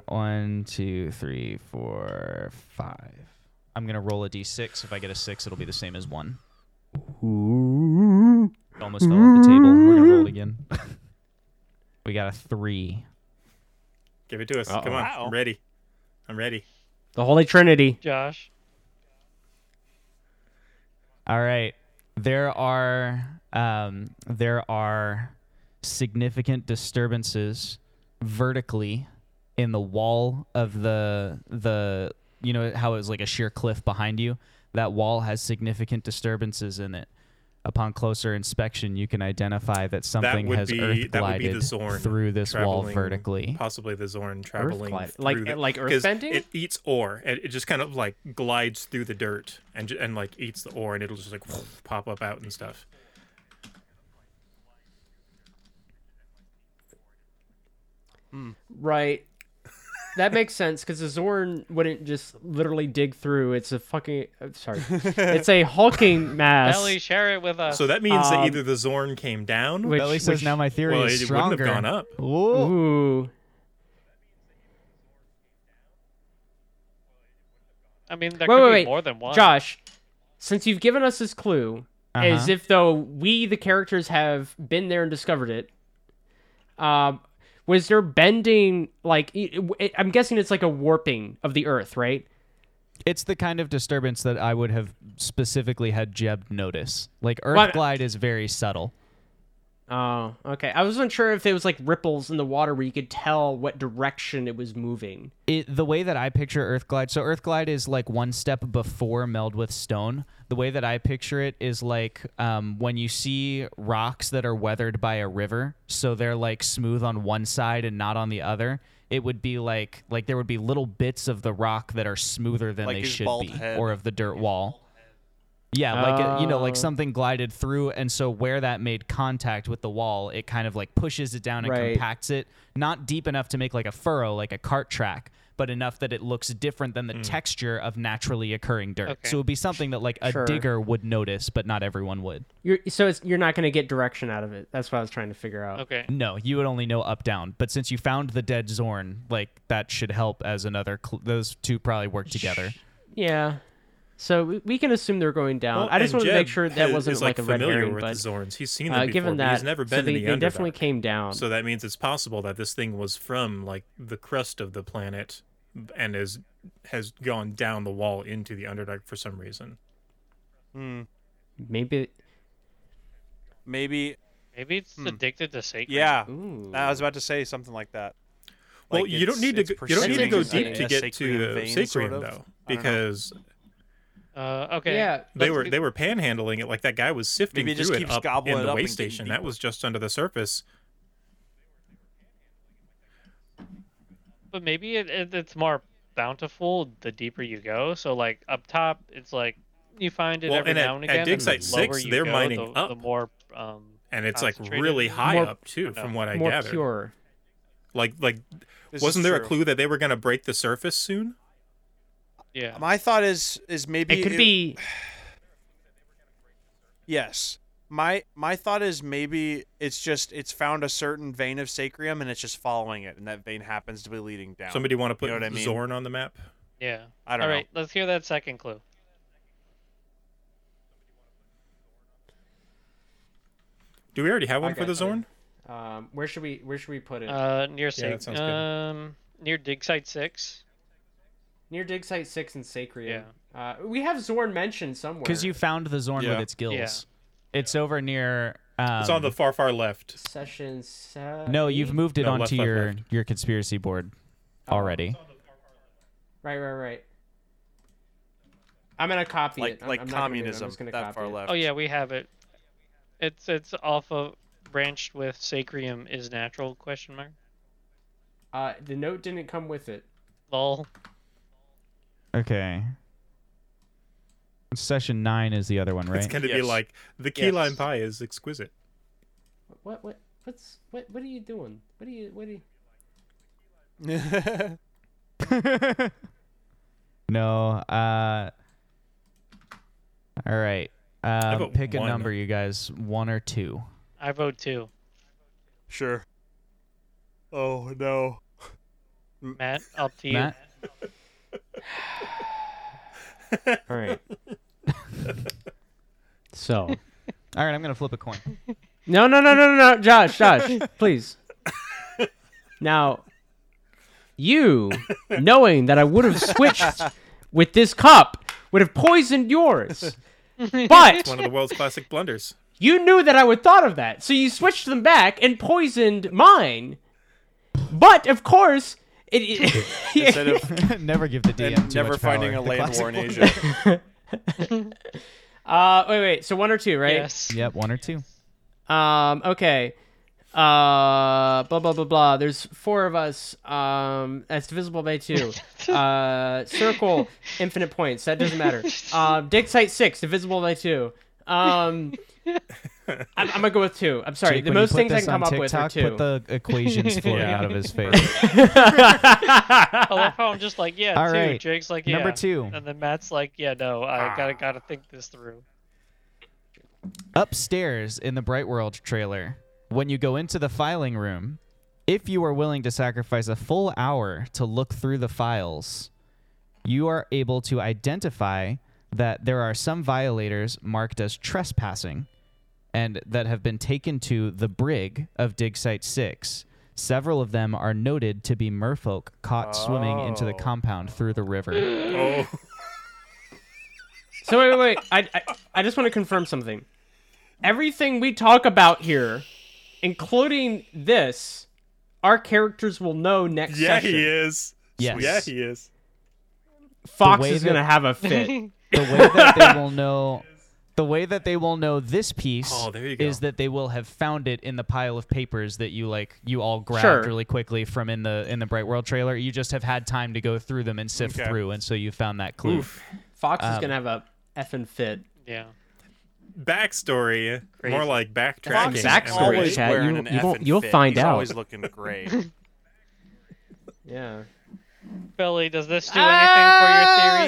Speaker 4: One, two, three, four, five. I'm gonna roll a d6. If I get a six, it'll be the same as one. It Almost fell off the table. We're gonna roll it again. *laughs* we got a three.
Speaker 6: Give it to us. Come on.
Speaker 3: Wow.
Speaker 6: I'm ready. I'm ready.
Speaker 1: The Holy Trinity.
Speaker 5: Josh.
Speaker 4: All right. There are um, there are significant disturbances vertically in the wall of the the you know how it was like a sheer cliff behind you. That wall has significant disturbances in it. Upon closer inspection, you can identify that something
Speaker 2: would
Speaker 4: has
Speaker 2: be-
Speaker 4: earth
Speaker 2: that would be the
Speaker 4: glided
Speaker 2: Zorn
Speaker 4: through this wall
Speaker 2: traveling
Speaker 4: vertically.
Speaker 2: possibly the Zorn traveling
Speaker 1: glide- like- eh,
Speaker 2: through the-
Speaker 1: like
Speaker 2: 'cause
Speaker 1: earthbending?
Speaker 2: It eats ore, and it just kind of like glides through the dirt and ju- and like eats the ore, and it'll just like pop up out and stuff.
Speaker 1: Right. That makes sense because the Zorn wouldn't just literally dig through. It's a fucking uh,
Speaker 2: *laughs*
Speaker 1: sorry. It's a hulking mass.
Speaker 5: Ellie, share it with us.
Speaker 2: So that means
Speaker 1: Um,
Speaker 2: that either the Zorn came down,
Speaker 1: which-
Speaker 4: Belly says now my theory
Speaker 2: well,
Speaker 4: is
Speaker 2: it wouldn't have
Speaker 4: stronger.
Speaker 2: gone up.
Speaker 4: Whoa.
Speaker 1: Ooh.
Speaker 5: I mean, there
Speaker 1: Wait,
Speaker 5: could
Speaker 1: wait,
Speaker 5: be
Speaker 1: wait.
Speaker 5: more than one.
Speaker 1: Josh, since you've given us this clue, as
Speaker 4: Uh-huh.
Speaker 1: if though we, the characters, have been there and discovered it, um, was there bending, like, i- i- I'm guessing it's like a warping of the Earth, right?
Speaker 4: It's the kind of disturbance that I would have specifically had Jeb notice. Like Earth
Speaker 1: Well, I-
Speaker 4: glide is very subtle.
Speaker 1: Oh, okay. I wasn't sure if it was like ripples in the water where you could tell what direction it was moving.
Speaker 4: It, the way that I picture Earth glide, so Earth glide is like one step before meld with stone. The way that I picture it is like um, when you see rocks that are weathered by a river, so they're like smooth on one side and not on the other. It would be like like there would be little bits of the rock that are smoother than
Speaker 3: Like
Speaker 4: they
Speaker 3: his
Speaker 4: should
Speaker 3: bald
Speaker 4: be,
Speaker 3: head.
Speaker 4: or of the dirt wall. Yeah, like uh, you know, like something glided through, and so where that made contact with the wall, it kind of like pushes it down and
Speaker 1: Right.
Speaker 4: compacts it, not deep enough to make like a furrow, like a cart track, but enough that it looks different than the texture of naturally occurring dirt.
Speaker 5: Okay.
Speaker 4: So it would be something that like a
Speaker 1: Sure.
Speaker 4: digger would notice, but not everyone would.
Speaker 1: You're, so it's, you're not going to get direction out of it. That's what I was trying to figure out.
Speaker 5: Okay.
Speaker 4: No, you would only know up down. But since you found the dead Zorn, like that should help as another. Cl- those two probably work together.
Speaker 1: Yeah. So we, we can assume they're going down.
Speaker 2: Well,
Speaker 1: uh, I just
Speaker 2: and
Speaker 1: wanted to make
Speaker 2: Jeb
Speaker 1: sure that
Speaker 2: is-
Speaker 1: wasn't
Speaker 2: is,
Speaker 1: like, a red
Speaker 2: familiar
Speaker 1: herring,
Speaker 2: with
Speaker 1: but
Speaker 2: the Zorns. He's seen them
Speaker 1: uh,
Speaker 2: before,
Speaker 1: given
Speaker 2: but
Speaker 1: that,
Speaker 2: he's never been
Speaker 1: so they,
Speaker 2: in the
Speaker 1: they definitely
Speaker 2: Underdark.
Speaker 1: came down.
Speaker 2: So that means it's possible that this thing was from like the crust of the planet and is has gone down the wall into the Underdark for some reason.
Speaker 3: Hmm,
Speaker 1: Maybe.
Speaker 3: Maybe.
Speaker 5: Maybe it's
Speaker 2: Hmm.
Speaker 5: addicted to sacred.
Speaker 3: Yeah.
Speaker 1: Ooh.
Speaker 3: I was about to say something like that.
Speaker 2: Well,
Speaker 3: Like,
Speaker 2: you don't
Speaker 3: it's-
Speaker 2: need to
Speaker 3: it's
Speaker 2: go- you don't need to
Speaker 3: pursuing
Speaker 2: go
Speaker 3: a-
Speaker 2: deep to
Speaker 3: a
Speaker 2: get to
Speaker 3: sacrian
Speaker 2: uh,
Speaker 3: vein,
Speaker 2: Sacrian
Speaker 3: sort of.
Speaker 2: though,
Speaker 3: I don't know.
Speaker 2: because
Speaker 5: Uh, okay.
Speaker 1: Yeah.
Speaker 2: they
Speaker 5: Let's
Speaker 2: were
Speaker 5: be-
Speaker 2: they were panhandling it like that guy was sifting
Speaker 3: Maybe it just
Speaker 2: through
Speaker 3: keeps
Speaker 2: it up
Speaker 3: gobbling
Speaker 2: in
Speaker 3: it
Speaker 2: the
Speaker 3: up
Speaker 2: way
Speaker 3: and getting
Speaker 2: station. That
Speaker 3: deeper.
Speaker 2: was just under the surface.
Speaker 5: But maybe it, it, it's more bountiful the deeper you go. So like up top, it's like you find it
Speaker 2: Well,
Speaker 5: every
Speaker 2: and at-
Speaker 5: now and
Speaker 2: at
Speaker 5: again.
Speaker 2: dig
Speaker 5: and the
Speaker 2: site six,
Speaker 5: lower you
Speaker 2: they're
Speaker 5: go,
Speaker 2: mining
Speaker 5: the,
Speaker 2: up.
Speaker 5: The more. Um,
Speaker 2: And it's like
Speaker 5: concentrated.
Speaker 2: really high
Speaker 1: More-
Speaker 2: up too, from what I
Speaker 1: More
Speaker 2: gathered.
Speaker 1: pure.
Speaker 2: Like like
Speaker 3: This is
Speaker 2: wasn't there a
Speaker 3: true.
Speaker 2: clue that they were gonna break the surface soon?
Speaker 5: Yeah.
Speaker 3: My thought is is maybe
Speaker 1: It could be.
Speaker 3: Yes. My my thought is maybe it's just it's found a certain vein of sacrium and it's just following it, and that vein happens to be leading down.
Speaker 2: Somebody want to put
Speaker 3: know what I mean?
Speaker 2: Zorn on the map?
Speaker 5: Yeah.
Speaker 3: I don't
Speaker 5: All
Speaker 3: know.
Speaker 5: right. Let's hear that second clue.
Speaker 2: Do we already have one
Speaker 1: I
Speaker 2: for
Speaker 1: got
Speaker 2: the
Speaker 1: you.
Speaker 2: Zorn?
Speaker 1: Um, where should we? Where should we put it?
Speaker 5: Uh, near
Speaker 2: Yeah, that
Speaker 5: sac-
Speaker 2: sounds good.
Speaker 5: um near dig site six.
Speaker 1: Near dig site six and Sacrium. Yeah. Uh, we have Zorn mentioned somewhere.
Speaker 4: Because you found the Zorn
Speaker 3: Yeah.
Speaker 4: with its gills. It's over near. Um,
Speaker 2: It's on the far far left.
Speaker 1: session. Se-
Speaker 4: No, you've moved it
Speaker 2: No,
Speaker 4: onto
Speaker 2: left, left,
Speaker 4: your
Speaker 2: left.
Speaker 4: your conspiracy board already.
Speaker 1: Right, right, right. I'm gonna copy
Speaker 3: like
Speaker 1: it. I'm,
Speaker 3: like
Speaker 1: I'm not gonna do it. I'm
Speaker 3: communism
Speaker 1: just gonna
Speaker 3: that
Speaker 1: copy
Speaker 3: far
Speaker 1: it.
Speaker 3: left.
Speaker 5: Oh yeah, we have it. It's it's off of branched with sacrium is natural question mark.
Speaker 1: Uh, the note didn't come with it.
Speaker 5: Lol.
Speaker 4: Okay. Session nine is the other one,
Speaker 2: It's *laughs*
Speaker 4: right?
Speaker 2: gonna be
Speaker 3: Yes.
Speaker 2: like the key
Speaker 5: Yes.
Speaker 2: lime pie is exquisite.
Speaker 1: What? What? What's? What? What are you doing? What are you? What are you?
Speaker 4: *laughs* no. Uh. All right. Um,
Speaker 2: vote
Speaker 4: pick a
Speaker 2: one.
Speaker 4: number, you guys. One or two.
Speaker 5: I vote two.
Speaker 3: *laughs* sure. Oh no.
Speaker 5: Matt, up to you.
Speaker 4: Matt.
Speaker 1: All right. so.
Speaker 4: All right, I'm gonna flip a coin.
Speaker 1: No, no, no, no, no, no, Josh, Josh, please. Now, you, knowing that I would have switched with this cup, would have poisoned yours. But
Speaker 2: One of the world's classic blunders.
Speaker 1: you knew that I would thought of that, so you switched them back and poisoned mine. But of course, it, it- *laughs*
Speaker 3: Instead of *laughs*
Speaker 4: *laughs* never give the DM
Speaker 3: and
Speaker 4: too
Speaker 3: never
Speaker 4: much
Speaker 3: finding *laughs*
Speaker 4: power.
Speaker 3: a
Speaker 4: The
Speaker 3: land war
Speaker 4: classic
Speaker 3: in Asia.
Speaker 1: Uh, wait, wait. So one or two, right?
Speaker 5: Yes.
Speaker 4: Yep, one or two.
Speaker 1: Um, okay. Uh, blah blah blah blah. There's four of us. Um, that's divisible by two. uh, circle infinite points. That doesn't matter. Um, dig site six divisible by two.
Speaker 4: *laughs*
Speaker 1: Um, I'm, I'm gonna go with two. I'm sorry.
Speaker 4: Jake,
Speaker 1: the
Speaker 4: when you
Speaker 1: most
Speaker 4: put
Speaker 1: things I
Speaker 4: this
Speaker 1: can come
Speaker 4: on
Speaker 1: up with are
Speaker 4: TikTok,
Speaker 1: two. *laughs*
Speaker 4: Put the equations floating out of his face.
Speaker 5: Oh, I love how I'm just like, yeah,
Speaker 4: All
Speaker 5: two.
Speaker 4: right.
Speaker 5: Jake's like, yeah.
Speaker 4: Number two.
Speaker 5: And then Matt's like, yeah, no,
Speaker 1: Ah.
Speaker 5: I gotta gotta think this through.
Speaker 4: Upstairs in the Bright World trailer, when you go into the filing room, if you are willing to sacrifice a full hour to look through the files, you are able to identify that there are some violators marked as trespassing and that have been taken to the brig of Dig Site 6. Several of them are noted to be merfolk caught swimming into the compound through the river.
Speaker 2: Oh,
Speaker 1: *laughs* So wait, wait, wait. I, I, I just want to confirm something. Everything we talk about here, including this, our characters will know next
Speaker 2: yeah,
Speaker 1: session.
Speaker 2: he is.
Speaker 4: Yes.
Speaker 2: Yeah, he is.
Speaker 1: Fox
Speaker 4: The way
Speaker 1: is
Speaker 4: that-
Speaker 1: gonna have a
Speaker 5: *laughs*
Speaker 1: fit.
Speaker 4: the way that they will know the way that they will know this piece
Speaker 6: Oh, there you go.
Speaker 4: is that they will have found it in the pile of papers that you like you all grabbed
Speaker 1: Sure.
Speaker 4: really quickly from in the in the Bright World trailer. You just have had time to go through them and sift
Speaker 2: Okay.
Speaker 4: through and so you found that clue.
Speaker 1: Fox
Speaker 4: Um,
Speaker 1: is gonna have a effing fit.
Speaker 5: Yeah.
Speaker 6: Backstory, more
Speaker 5: Crazy.
Speaker 6: like
Speaker 3: Fox
Speaker 6: backtracking.
Speaker 3: is
Speaker 1: Backstory,
Speaker 3: always
Speaker 1: Chad.
Speaker 3: wearing
Speaker 1: You-
Speaker 3: an
Speaker 1: you won't-
Speaker 3: effing
Speaker 1: you'll
Speaker 3: fit.
Speaker 1: find
Speaker 3: He's
Speaker 1: out. *laughs*
Speaker 3: always looking great.
Speaker 1: Yeah.
Speaker 5: Billy, does this do
Speaker 4: Ah!
Speaker 5: anything for your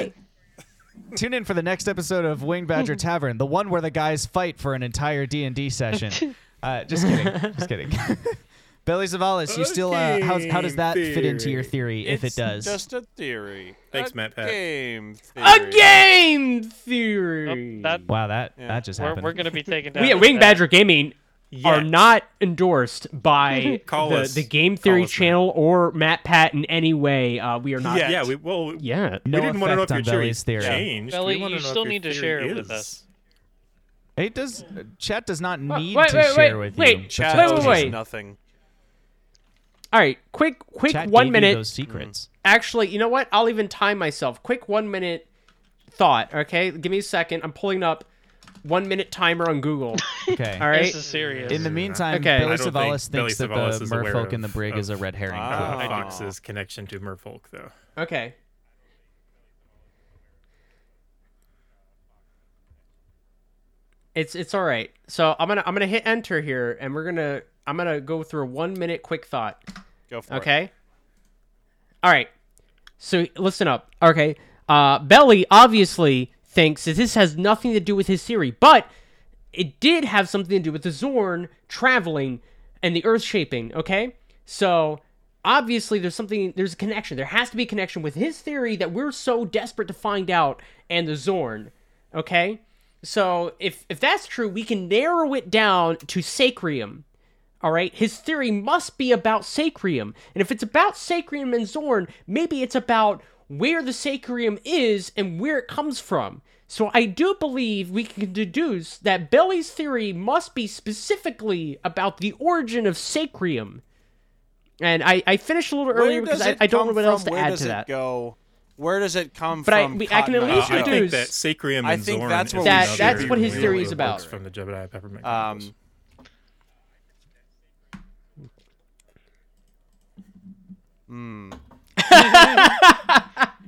Speaker 5: theory?
Speaker 4: Tune in for the next episode of Winged
Speaker 6: *laughs*
Speaker 4: Badger Tavern, the one where the guys fight for an entire D and D
Speaker 6: *laughs*
Speaker 4: session. Uh, just kidding, just kidding. *laughs* Billy Zavalis, you still uh, how, how does that fit into your theory if it
Speaker 3: It's
Speaker 4: does?
Speaker 3: Just a theory.
Speaker 6: Thanks,
Speaker 3: A
Speaker 6: Matt Pat.
Speaker 3: Game
Speaker 1: A
Speaker 3: theory.
Speaker 1: game theory.
Speaker 5: Oh, that
Speaker 4: wow, that
Speaker 3: Yeah.
Speaker 4: that just
Speaker 5: we're,
Speaker 4: happened.
Speaker 5: we're
Speaker 1: *laughs*
Speaker 5: gonna be taken down.
Speaker 1: we at
Speaker 5: for
Speaker 1: Wing
Speaker 5: that.
Speaker 1: Badger Gaming are
Speaker 6: Yes.
Speaker 1: not endorsed by
Speaker 6: Call
Speaker 1: the,
Speaker 6: us.
Speaker 1: the Game
Speaker 6: Call
Speaker 1: Theory
Speaker 6: us, man.
Speaker 1: channel or Matt Pat in any way. Uh, we are not.
Speaker 6: Yeah, we well,
Speaker 1: Yeah.
Speaker 4: no
Speaker 6: we didn't want to know if
Speaker 4: effect
Speaker 6: your
Speaker 4: on Billy's
Speaker 6: theory
Speaker 4: theory.
Speaker 6: changed.
Speaker 5: Billy,
Speaker 6: we wanna
Speaker 5: you
Speaker 6: know if
Speaker 5: still
Speaker 6: your
Speaker 5: need to
Speaker 6: theory
Speaker 5: share it with
Speaker 6: is.
Speaker 5: us.
Speaker 4: It does. Chat does not
Speaker 1: Wha-
Speaker 4: need
Speaker 1: wait,
Speaker 4: to
Speaker 1: wait,
Speaker 4: share
Speaker 1: wait,
Speaker 4: with
Speaker 1: wait,
Speaker 4: you.
Speaker 1: Chat
Speaker 3: Chat
Speaker 1: Wait, wait,
Speaker 3: knows
Speaker 1: wait.
Speaker 3: nothing.
Speaker 1: All right. Quick, quick.
Speaker 4: Chat
Speaker 1: one
Speaker 4: gave
Speaker 1: minute.
Speaker 4: You those secrets.
Speaker 1: Actually, you know what? I'll even time myself. Quick one minute thought. Okay, give me a second. I'm pulling up one minute timer on Google.
Speaker 4: Okay.
Speaker 1: *laughs* All right.
Speaker 5: This is serious.
Speaker 4: In the meantime,
Speaker 1: Okay. I
Speaker 4: Billy
Speaker 6: don't
Speaker 4: Savalas
Speaker 6: think
Speaker 4: thinks
Speaker 6: Billy
Speaker 4: that
Speaker 6: Savalas
Speaker 4: the
Speaker 6: is aware
Speaker 4: merfolk
Speaker 6: of-
Speaker 4: in the brig is a
Speaker 6: of-
Speaker 4: red herring.
Speaker 3: Ah.
Speaker 6: Uh, Fox's connection to Merfolk, though.
Speaker 1: Okay. It's it's all right. So I'm gonna I'm gonna hit enter here, and we're gonna I'm gonna go through a one minute quick thought.
Speaker 3: Go for it.
Speaker 1: Okay. All right. So listen up. Okay. Uh, Belly obviously thinks that this has nothing to do with his theory, but it did have something to do with the Zorn traveling and the Earth shaping. Okay. So obviously there's something there's a connection. There has to be a connection with his theory that we're so desperate to find out and the Zorn. Okay. So if if that's true, we can narrow it down to Sacrium. All right, his theory must be about Sacrium. And if it's about Sacrium and Zorn, maybe it's about where the Sacrium is and where it comes from. So I do believe we can deduce that Belly's theory must be specifically about the origin of Sacrium. And I, I finished a little earlier
Speaker 3: Where
Speaker 1: because
Speaker 3: does
Speaker 1: I,
Speaker 3: it
Speaker 1: I don't know
Speaker 3: come
Speaker 1: what else
Speaker 3: from?
Speaker 1: to
Speaker 3: Where
Speaker 1: add
Speaker 3: does
Speaker 1: to
Speaker 3: it
Speaker 1: that.
Speaker 3: Go? Where does it come
Speaker 1: But I-
Speaker 3: from?
Speaker 1: we- I can at
Speaker 3: Cotton Eye
Speaker 1: least
Speaker 3: Joe?
Speaker 6: I think
Speaker 1: reduce-
Speaker 6: that Sacrium and
Speaker 3: I think
Speaker 6: Zorn
Speaker 3: that's what
Speaker 6: is
Speaker 3: we
Speaker 1: That-
Speaker 6: another
Speaker 1: that's what his
Speaker 6: really
Speaker 1: theory
Speaker 6: old
Speaker 1: is about.
Speaker 6: books From the Jebediah Peppermint. Chronicles.
Speaker 1: *laughs*
Speaker 3: Um,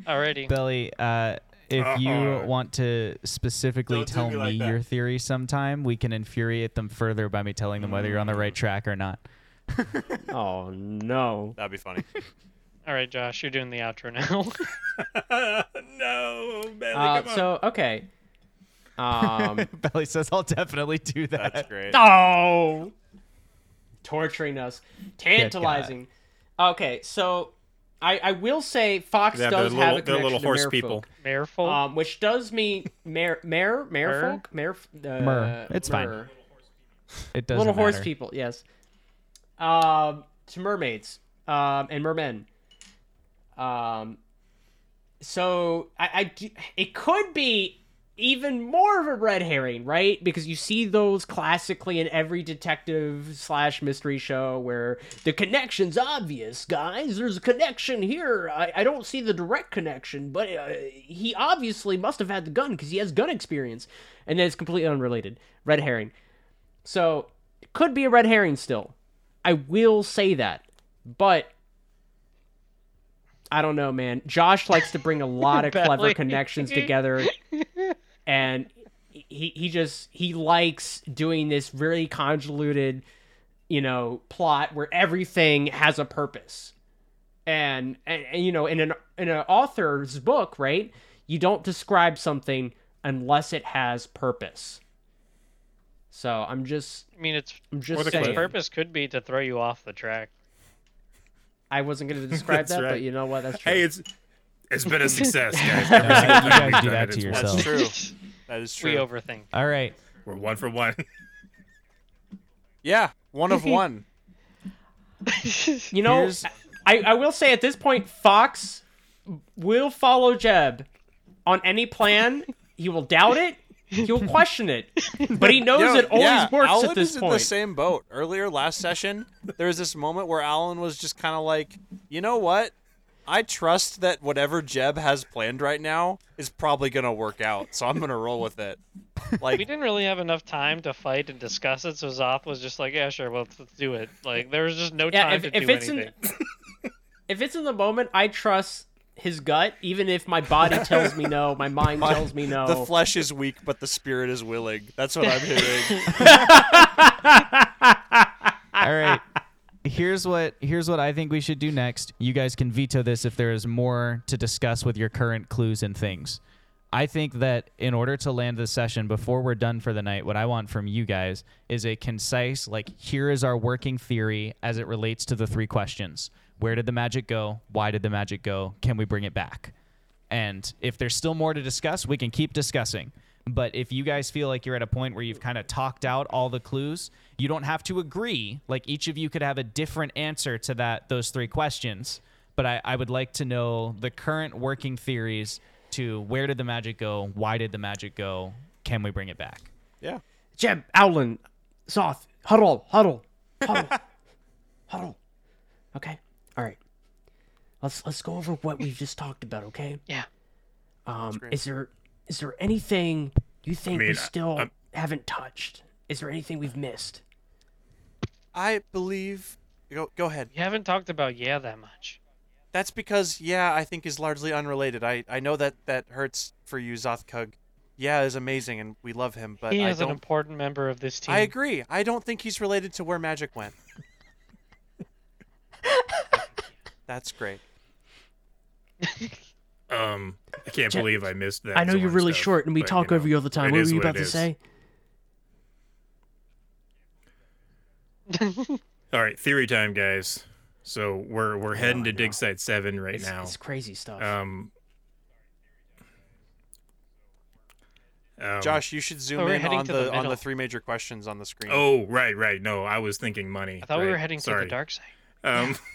Speaker 5: Already.
Speaker 4: Billy, uh, if you want to specifically
Speaker 6: Don't do
Speaker 4: tell
Speaker 6: me
Speaker 4: me
Speaker 6: like that.
Speaker 4: your theory sometime, we can infuriate them further by me telling them whether you're on the
Speaker 6: Mm.
Speaker 4: right track or not. *laughs*
Speaker 1: Oh, no.
Speaker 3: that'd be funny.
Speaker 5: All right, Josh, you're doing the
Speaker 1: *laughs*
Speaker 5: outro now. *laughs*
Speaker 6: no, Billy,
Speaker 1: Uh,
Speaker 6: come on.
Speaker 1: so,
Speaker 3: *laughs*
Speaker 1: okay. Um,
Speaker 4: Billy says, "I'll definitely do that."
Speaker 3: That's great.
Speaker 1: Oh, torturing us, tantalizing. Okay, so I I will say Fox
Speaker 6: Yeah, they're
Speaker 1: does have
Speaker 6: little-
Speaker 1: a
Speaker 6: they're
Speaker 1: connection
Speaker 6: little
Speaker 1: to
Speaker 6: horse
Speaker 1: merfolk,
Speaker 6: people.
Speaker 5: Mareful.
Speaker 1: um, which does mean mare mare marefolk mare uh,
Speaker 4: Mer. It's fine.
Speaker 1: mer.
Speaker 4: It doesn't
Speaker 1: little horse
Speaker 4: matter.
Speaker 1: people. Yes, um, to mermaids um, and mermen. Um, so I, I do- it could be even more of a red herring, right? Because you see those classically in every detective slash mystery show where the connection's obvious, guys. There's a connection here. I, I don't see the direct connection, but uh, he obviously must have had the gun because he has gun experience. And then it's completely unrelated. Red herring. So, it could be a red herring still. I will say that. But I don't know, man. Josh likes to bring a lot of clever
Speaker 5: Belly.
Speaker 1: connections together, and he he just he likes doing this really convoluted, you know, plot where everything has a purpose, and and, and you know, in an in an author's book, right? You don't describe something unless it has purpose. So I'm just
Speaker 5: I mean, it's
Speaker 1: I'm just
Speaker 5: its
Speaker 1: saying.
Speaker 5: purpose could be to throw you off the track.
Speaker 1: I wasn't going to describe
Speaker 2: That's
Speaker 1: that, but
Speaker 2: right.
Speaker 1: you know what? That's true.
Speaker 2: Hey, it's it's been a success, guys.
Speaker 6: *laughs*
Speaker 4: Uh,
Speaker 2: Every single time
Speaker 4: you guys
Speaker 2: we've
Speaker 4: do
Speaker 2: done
Speaker 4: that
Speaker 2: it,
Speaker 4: to
Speaker 2: it's-
Speaker 4: yourself.
Speaker 3: True.
Speaker 1: *laughs*
Speaker 3: That is true.
Speaker 5: We overthink.
Speaker 4: All right.
Speaker 2: We're one for one. *laughs*
Speaker 3: yeah,
Speaker 1: *laughs*
Speaker 3: one of one.
Speaker 1: You know,
Speaker 4: Here's-
Speaker 1: I, I will say at this point, Fox will follow Jeb on any plan. He will doubt it. He'll question it, but he knows
Speaker 3: Yo,
Speaker 1: Oh, it always
Speaker 3: yeah,
Speaker 1: works
Speaker 3: Alan
Speaker 1: at this
Speaker 3: is in the
Speaker 1: point.
Speaker 3: same boat. Earlier last session, there was this moment where Alan was just kind of like, you know what? I trust that whatever Jeb has planned right now is probably gonna work out, so I'm gonna roll with it.
Speaker 5: We
Speaker 3: Like,
Speaker 5: didn't really have enough time to fight and discuss it, so Zoth was just like, "Yeah, sure, well, let's, let's do it." Like there was just no
Speaker 1: Yeah,
Speaker 5: time
Speaker 1: if-
Speaker 5: to
Speaker 1: if
Speaker 5: do
Speaker 1: it's in-
Speaker 5: anything.
Speaker 1: If it's in the moment, I trust his gut, even if my body tells me no, my mind tells me no.
Speaker 3: the flesh is weak, but the spirit is willing. That's what I'm hearing.
Speaker 4: All right. Here's what here's what I think we should do next. You guys can veto this if there is more to discuss with your current clues and things. I think that in order to land the session before we're done for the night, what I want from you guys is a concise like here is our working theory as it relates to the three questions. Where did the magic go? Why did the magic go? Can we bring it back? And if there's still more to discuss, we can keep discussing. But if you guys feel like you're at a point where you've kind of talked out all the clues, you don't have to agree. Like each of you could have a different answer to that those three questions. But I, I would like to know the current working theories to where did the magic go? Why did the magic go? Can we bring it back?
Speaker 3: Yeah.
Speaker 1: Jeb, Owlin, Soth, huddle, huddle, huddle, huddle. Okay, all right. Let's let's go over what we've just talked about. Okay.
Speaker 5: Yeah.
Speaker 1: Um, is there is there anything you think we
Speaker 2: mean, I-
Speaker 1: still
Speaker 2: I'm-
Speaker 1: haven't touched? Is there anything we've missed?
Speaker 3: I believe. Go, go ahead.
Speaker 5: We haven't talked about yeah that much.
Speaker 3: That's because yeah, I think is largely unrelated. I I know that that hurts for you, Zothkug. Yeah, is amazing, and we love him, but
Speaker 5: he
Speaker 3: I
Speaker 5: is an
Speaker 3: don't.
Speaker 5: important member of this team.
Speaker 3: I agree. I don't think he's related to where magic went. That's great.
Speaker 2: Um, I can't
Speaker 1: Jack,
Speaker 2: believe I missed that.
Speaker 1: I know you're
Speaker 2: Zorn
Speaker 1: really
Speaker 2: stuff,
Speaker 1: short, and we
Speaker 2: but,
Speaker 1: talk
Speaker 2: know,
Speaker 1: over you all the time.
Speaker 2: it
Speaker 1: What
Speaker 2: is
Speaker 1: were you about
Speaker 2: it
Speaker 1: to
Speaker 2: is.
Speaker 1: say?
Speaker 2: All right, theory time, guys. So we're we're heading to dig site seven right
Speaker 1: Oh, It's,
Speaker 2: now.
Speaker 1: it's crazy stuff.
Speaker 2: Um, um,
Speaker 3: Josh, you should zoom
Speaker 5: Oh, we're
Speaker 3: in
Speaker 5: heading
Speaker 3: on
Speaker 5: to
Speaker 3: the,
Speaker 5: the
Speaker 3: on
Speaker 5: middle.
Speaker 3: the three major questions on the screen.
Speaker 2: Oh, right, right. No, I was thinking money.
Speaker 5: I thought we
Speaker 2: right,
Speaker 5: were heading
Speaker 2: sorry.
Speaker 5: to the dark side.
Speaker 2: Um, *laughs*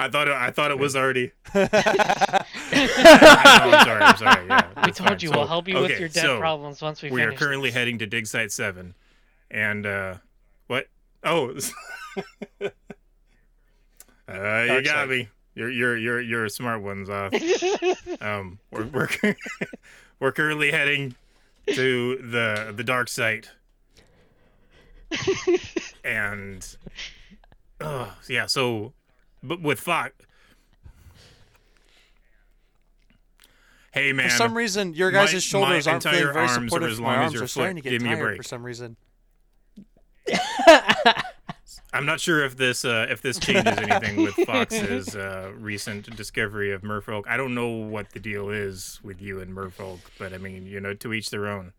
Speaker 2: I thought it, I thought it was
Speaker 3: *laughs*
Speaker 2: already. *laughs* I'm sorry. I'm sorry. Yeah,
Speaker 5: We
Speaker 2: it's
Speaker 5: told
Speaker 2: fine.
Speaker 5: you
Speaker 2: So-
Speaker 5: we'll help you
Speaker 2: okay,
Speaker 5: with your debt
Speaker 2: so
Speaker 5: problems once we,
Speaker 2: We are
Speaker 5: finish.
Speaker 2: currently heading to dig site seven, and uh, what? Oh, *laughs* uh, you
Speaker 3: Dark
Speaker 2: got
Speaker 3: side.
Speaker 2: me. You're you're you're you're a smart ones off. um, we're we're, *laughs* we're currently heading to the the dark site,
Speaker 5: *laughs*
Speaker 2: and uh, yeah. So, but with Fox. Hey man,
Speaker 3: for some reason, your
Speaker 2: my-
Speaker 3: guys' shoulders
Speaker 2: my
Speaker 3: aren't feeling
Speaker 2: entire
Speaker 3: very
Speaker 2: arms are
Speaker 3: supportive.
Speaker 2: as
Speaker 3: for
Speaker 2: long
Speaker 3: my
Speaker 2: as
Speaker 3: arms
Speaker 2: your
Speaker 3: are starting
Speaker 2: foot.
Speaker 3: to get
Speaker 2: Give me a
Speaker 3: tired for
Speaker 2: break.
Speaker 3: some reason.
Speaker 2: I'm not sure if this uh, if this changes anything with Fox's uh, recent discovery of Merfolk. I don't know what the deal is with you and Merfolk, but I mean, you know, to each their own.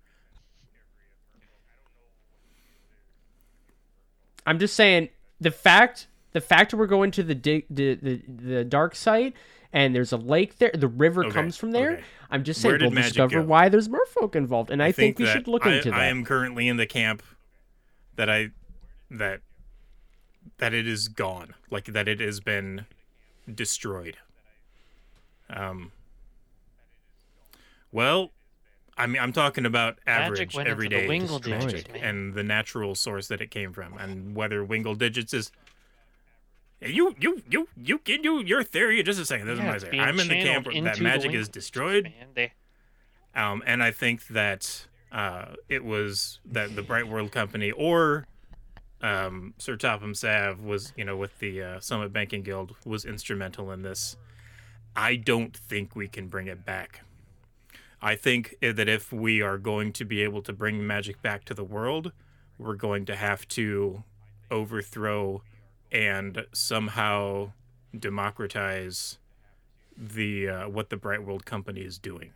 Speaker 1: I'm just saying the fact the fact we're going to the dig, the, the the dark site and there's a lake there. The river
Speaker 2: Okay,
Speaker 1: comes from there.
Speaker 2: okay.
Speaker 1: I'm just
Speaker 2: Where
Speaker 1: saying
Speaker 2: did
Speaker 1: we'll
Speaker 2: magic
Speaker 1: discover
Speaker 2: go?
Speaker 1: why there's merfolk involved, and I, think, we
Speaker 2: that
Speaker 1: should look
Speaker 2: I,
Speaker 1: into that.
Speaker 2: I am currently in the camp that I that that it is gone, like that it has been destroyed. Um, Well, I mean, I'm talking about average
Speaker 5: Magic went
Speaker 2: every
Speaker 5: into
Speaker 2: day
Speaker 5: the Wingle
Speaker 1: destroyed.
Speaker 5: digit, man.
Speaker 2: and the natural source that it came from, and whether Wingle digits is. You you you you can do your theory in just a second. That's
Speaker 5: Yeah,
Speaker 2: what I
Speaker 5: it's
Speaker 2: say.
Speaker 5: being
Speaker 2: I'm in the
Speaker 5: channeled
Speaker 2: camp where that
Speaker 5: into the
Speaker 2: magic
Speaker 5: Wingle
Speaker 2: is
Speaker 5: digits,
Speaker 2: destroyed,
Speaker 5: man. They,
Speaker 2: um, and I think that uh, it was that the Bright World Company or um, Sir Topham Sav was, you know, with the uh, Summit Banking Guild was instrumental in this. I don't think we can bring it back. I think i- that if we are going to be able to bring magic back to the world, we're going to have to overthrow and somehow democratize the uh, what the Bright World Company is doing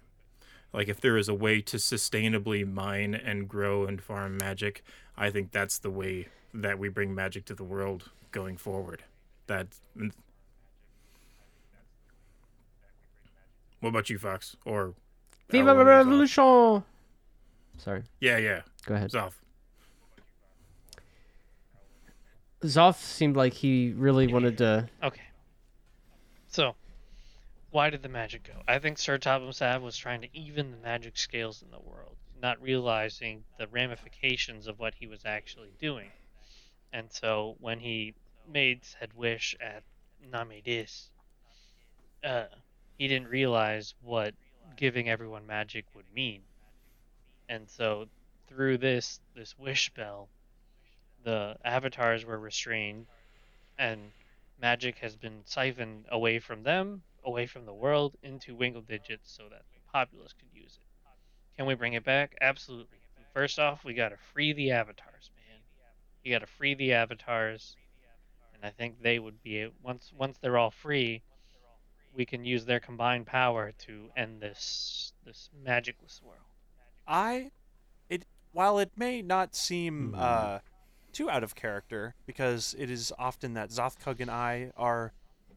Speaker 2: like if there is a way to sustainably mine and grow and farm magic i think that's the way that we bring magic to the world going forward that what about you fox or
Speaker 1: Viva la
Speaker 2: Alan or Zoff?
Speaker 1: revolution! Sorry,
Speaker 2: yeah yeah
Speaker 1: go ahead.
Speaker 2: Zoff.
Speaker 1: Zoff seemed like he really wanted to.
Speaker 5: Okay. So, why did the magic go? I think Sir Topham Sav was trying to even the magic scales in the world, not realizing the ramifications of what he was actually doing. And so, when he made said wish at Namedis, uh, he didn't realize what giving everyone magic would mean. And so, through this this wish spell, the avatars were restrained, and magic has been siphoned away from them, away from the world, into Wingle Digits so that the populace could use it. Can we bring it back? Absolutely. First off, we gotta free the avatars, man. You gotta free the avatars, and I think they would be once once they're all free, we can use their combined power to end this this magicless world.
Speaker 3: I, it while it may not seem
Speaker 2: Hmm.
Speaker 3: uh, too out of character because it is often that Zothkug and I are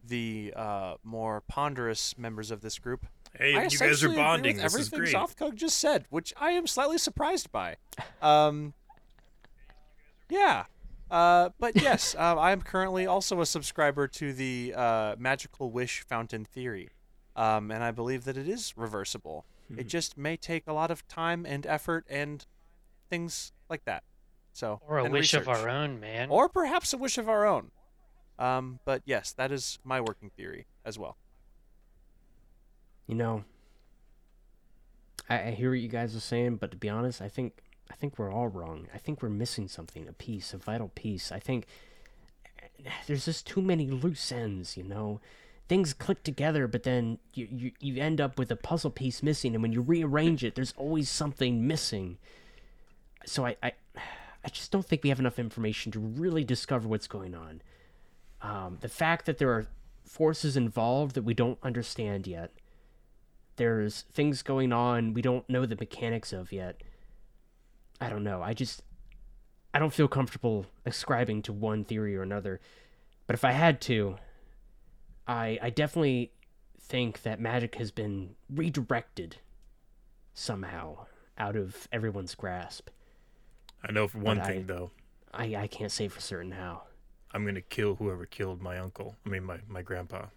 Speaker 3: the uh, more ponderous members of this group.
Speaker 2: hey you
Speaker 3: I
Speaker 2: guys are
Speaker 3: essentially agree
Speaker 2: bonding
Speaker 3: with
Speaker 2: this is
Speaker 3: everything
Speaker 2: great
Speaker 3: Zothkug just said, which I am slightly surprised by. Um, yeah. Uh, but
Speaker 2: *laughs*
Speaker 3: yes, uh, I am currently also a subscriber to the uh, magical wish fountain theory, um, and I believe that it is reversible. It
Speaker 2: Hmm.
Speaker 3: just may take a lot of time and effort and things like that. So
Speaker 5: Or a
Speaker 3: and
Speaker 5: wish of
Speaker 3: research.
Speaker 5: our own, man.
Speaker 3: or perhaps a wish of our own. Um, but yes, that is my working theory as well.
Speaker 1: You know, I, I hear what you guys are saying, but to be honest, I think I think we're all wrong. I think we're missing something—a piece, a vital piece. I think eh, there's just too many loose ends. You know, things click together, but then you you, you end up with a puzzle piece missing, and when you rearrange it, there's always something missing. So I I, I just don't think we have enough information to really discover what's going on. Um, the fact that there are forces involved that we don't understand yet there's things going on we don't know the mechanics of yet. I don't know. I just I don't feel comfortable ascribing to one theory or another. But if I had to, I I definitely think that magic has been redirected somehow out of everyone's grasp.
Speaker 2: i know for one
Speaker 1: But I-
Speaker 2: thing though
Speaker 1: I I can't say for certain how.
Speaker 2: i'm gonna kill whoever killed my uncle i mean my, my grandpa
Speaker 4: *laughs*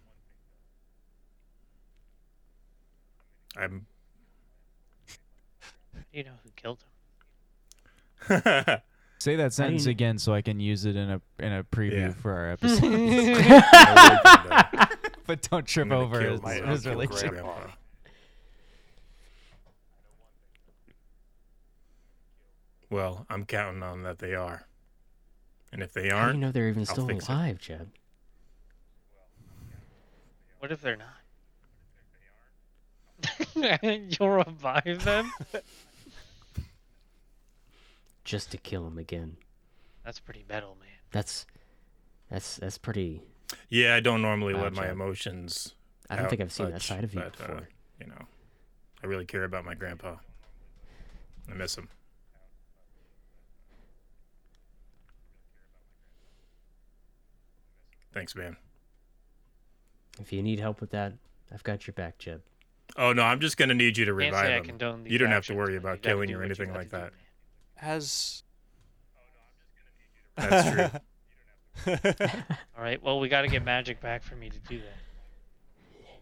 Speaker 2: i'm
Speaker 5: you know who killed him?
Speaker 4: Say that sentence
Speaker 1: mean-
Speaker 4: again so I can use it in a in a preview
Speaker 2: Yeah.
Speaker 4: for our
Speaker 2: *laughs*
Speaker 4: episode. *laughs*
Speaker 2: I'm
Speaker 4: but don't trip
Speaker 2: gonna
Speaker 4: over
Speaker 2: kill
Speaker 4: his,
Speaker 2: my
Speaker 4: his
Speaker 2: uncle
Speaker 4: relationship.
Speaker 2: grandpa. Well, I'm counting on that they are. And if
Speaker 1: How *laughs*
Speaker 2: they
Speaker 1: do you
Speaker 2: aren't,
Speaker 1: know they're even
Speaker 2: I'll
Speaker 1: still
Speaker 2: fix it.
Speaker 1: alive, Jeb?
Speaker 5: What if they're not? *laughs* You'll revive them?
Speaker 1: Just to kill him again.
Speaker 5: That's pretty metal, man.
Speaker 1: That's that's that's pretty
Speaker 2: yeah, I don't normally let my
Speaker 1: Gotcha.
Speaker 2: emotions.
Speaker 1: I don't
Speaker 2: out
Speaker 1: think I've seen that
Speaker 2: much,
Speaker 1: side of you
Speaker 2: but, uh,
Speaker 1: before.
Speaker 2: you know, I really care about my grandpa. I miss him. Thanks, man.
Speaker 1: If you need help with that, I've got your back, Jeb.
Speaker 2: Oh no, I'm just gonna need you to
Speaker 5: Can't
Speaker 2: revive
Speaker 5: say I
Speaker 2: him.
Speaker 5: condone these
Speaker 2: you don't have to
Speaker 5: actions,
Speaker 2: worry
Speaker 5: but
Speaker 2: about
Speaker 5: you gotta
Speaker 2: killing
Speaker 5: do
Speaker 2: or
Speaker 5: what you
Speaker 2: anything
Speaker 5: gotta
Speaker 2: like
Speaker 5: do,
Speaker 2: that.
Speaker 5: man.
Speaker 3: Has
Speaker 2: That's true.
Speaker 5: *laughs* All right. Well, we got to get magic back for me to do that.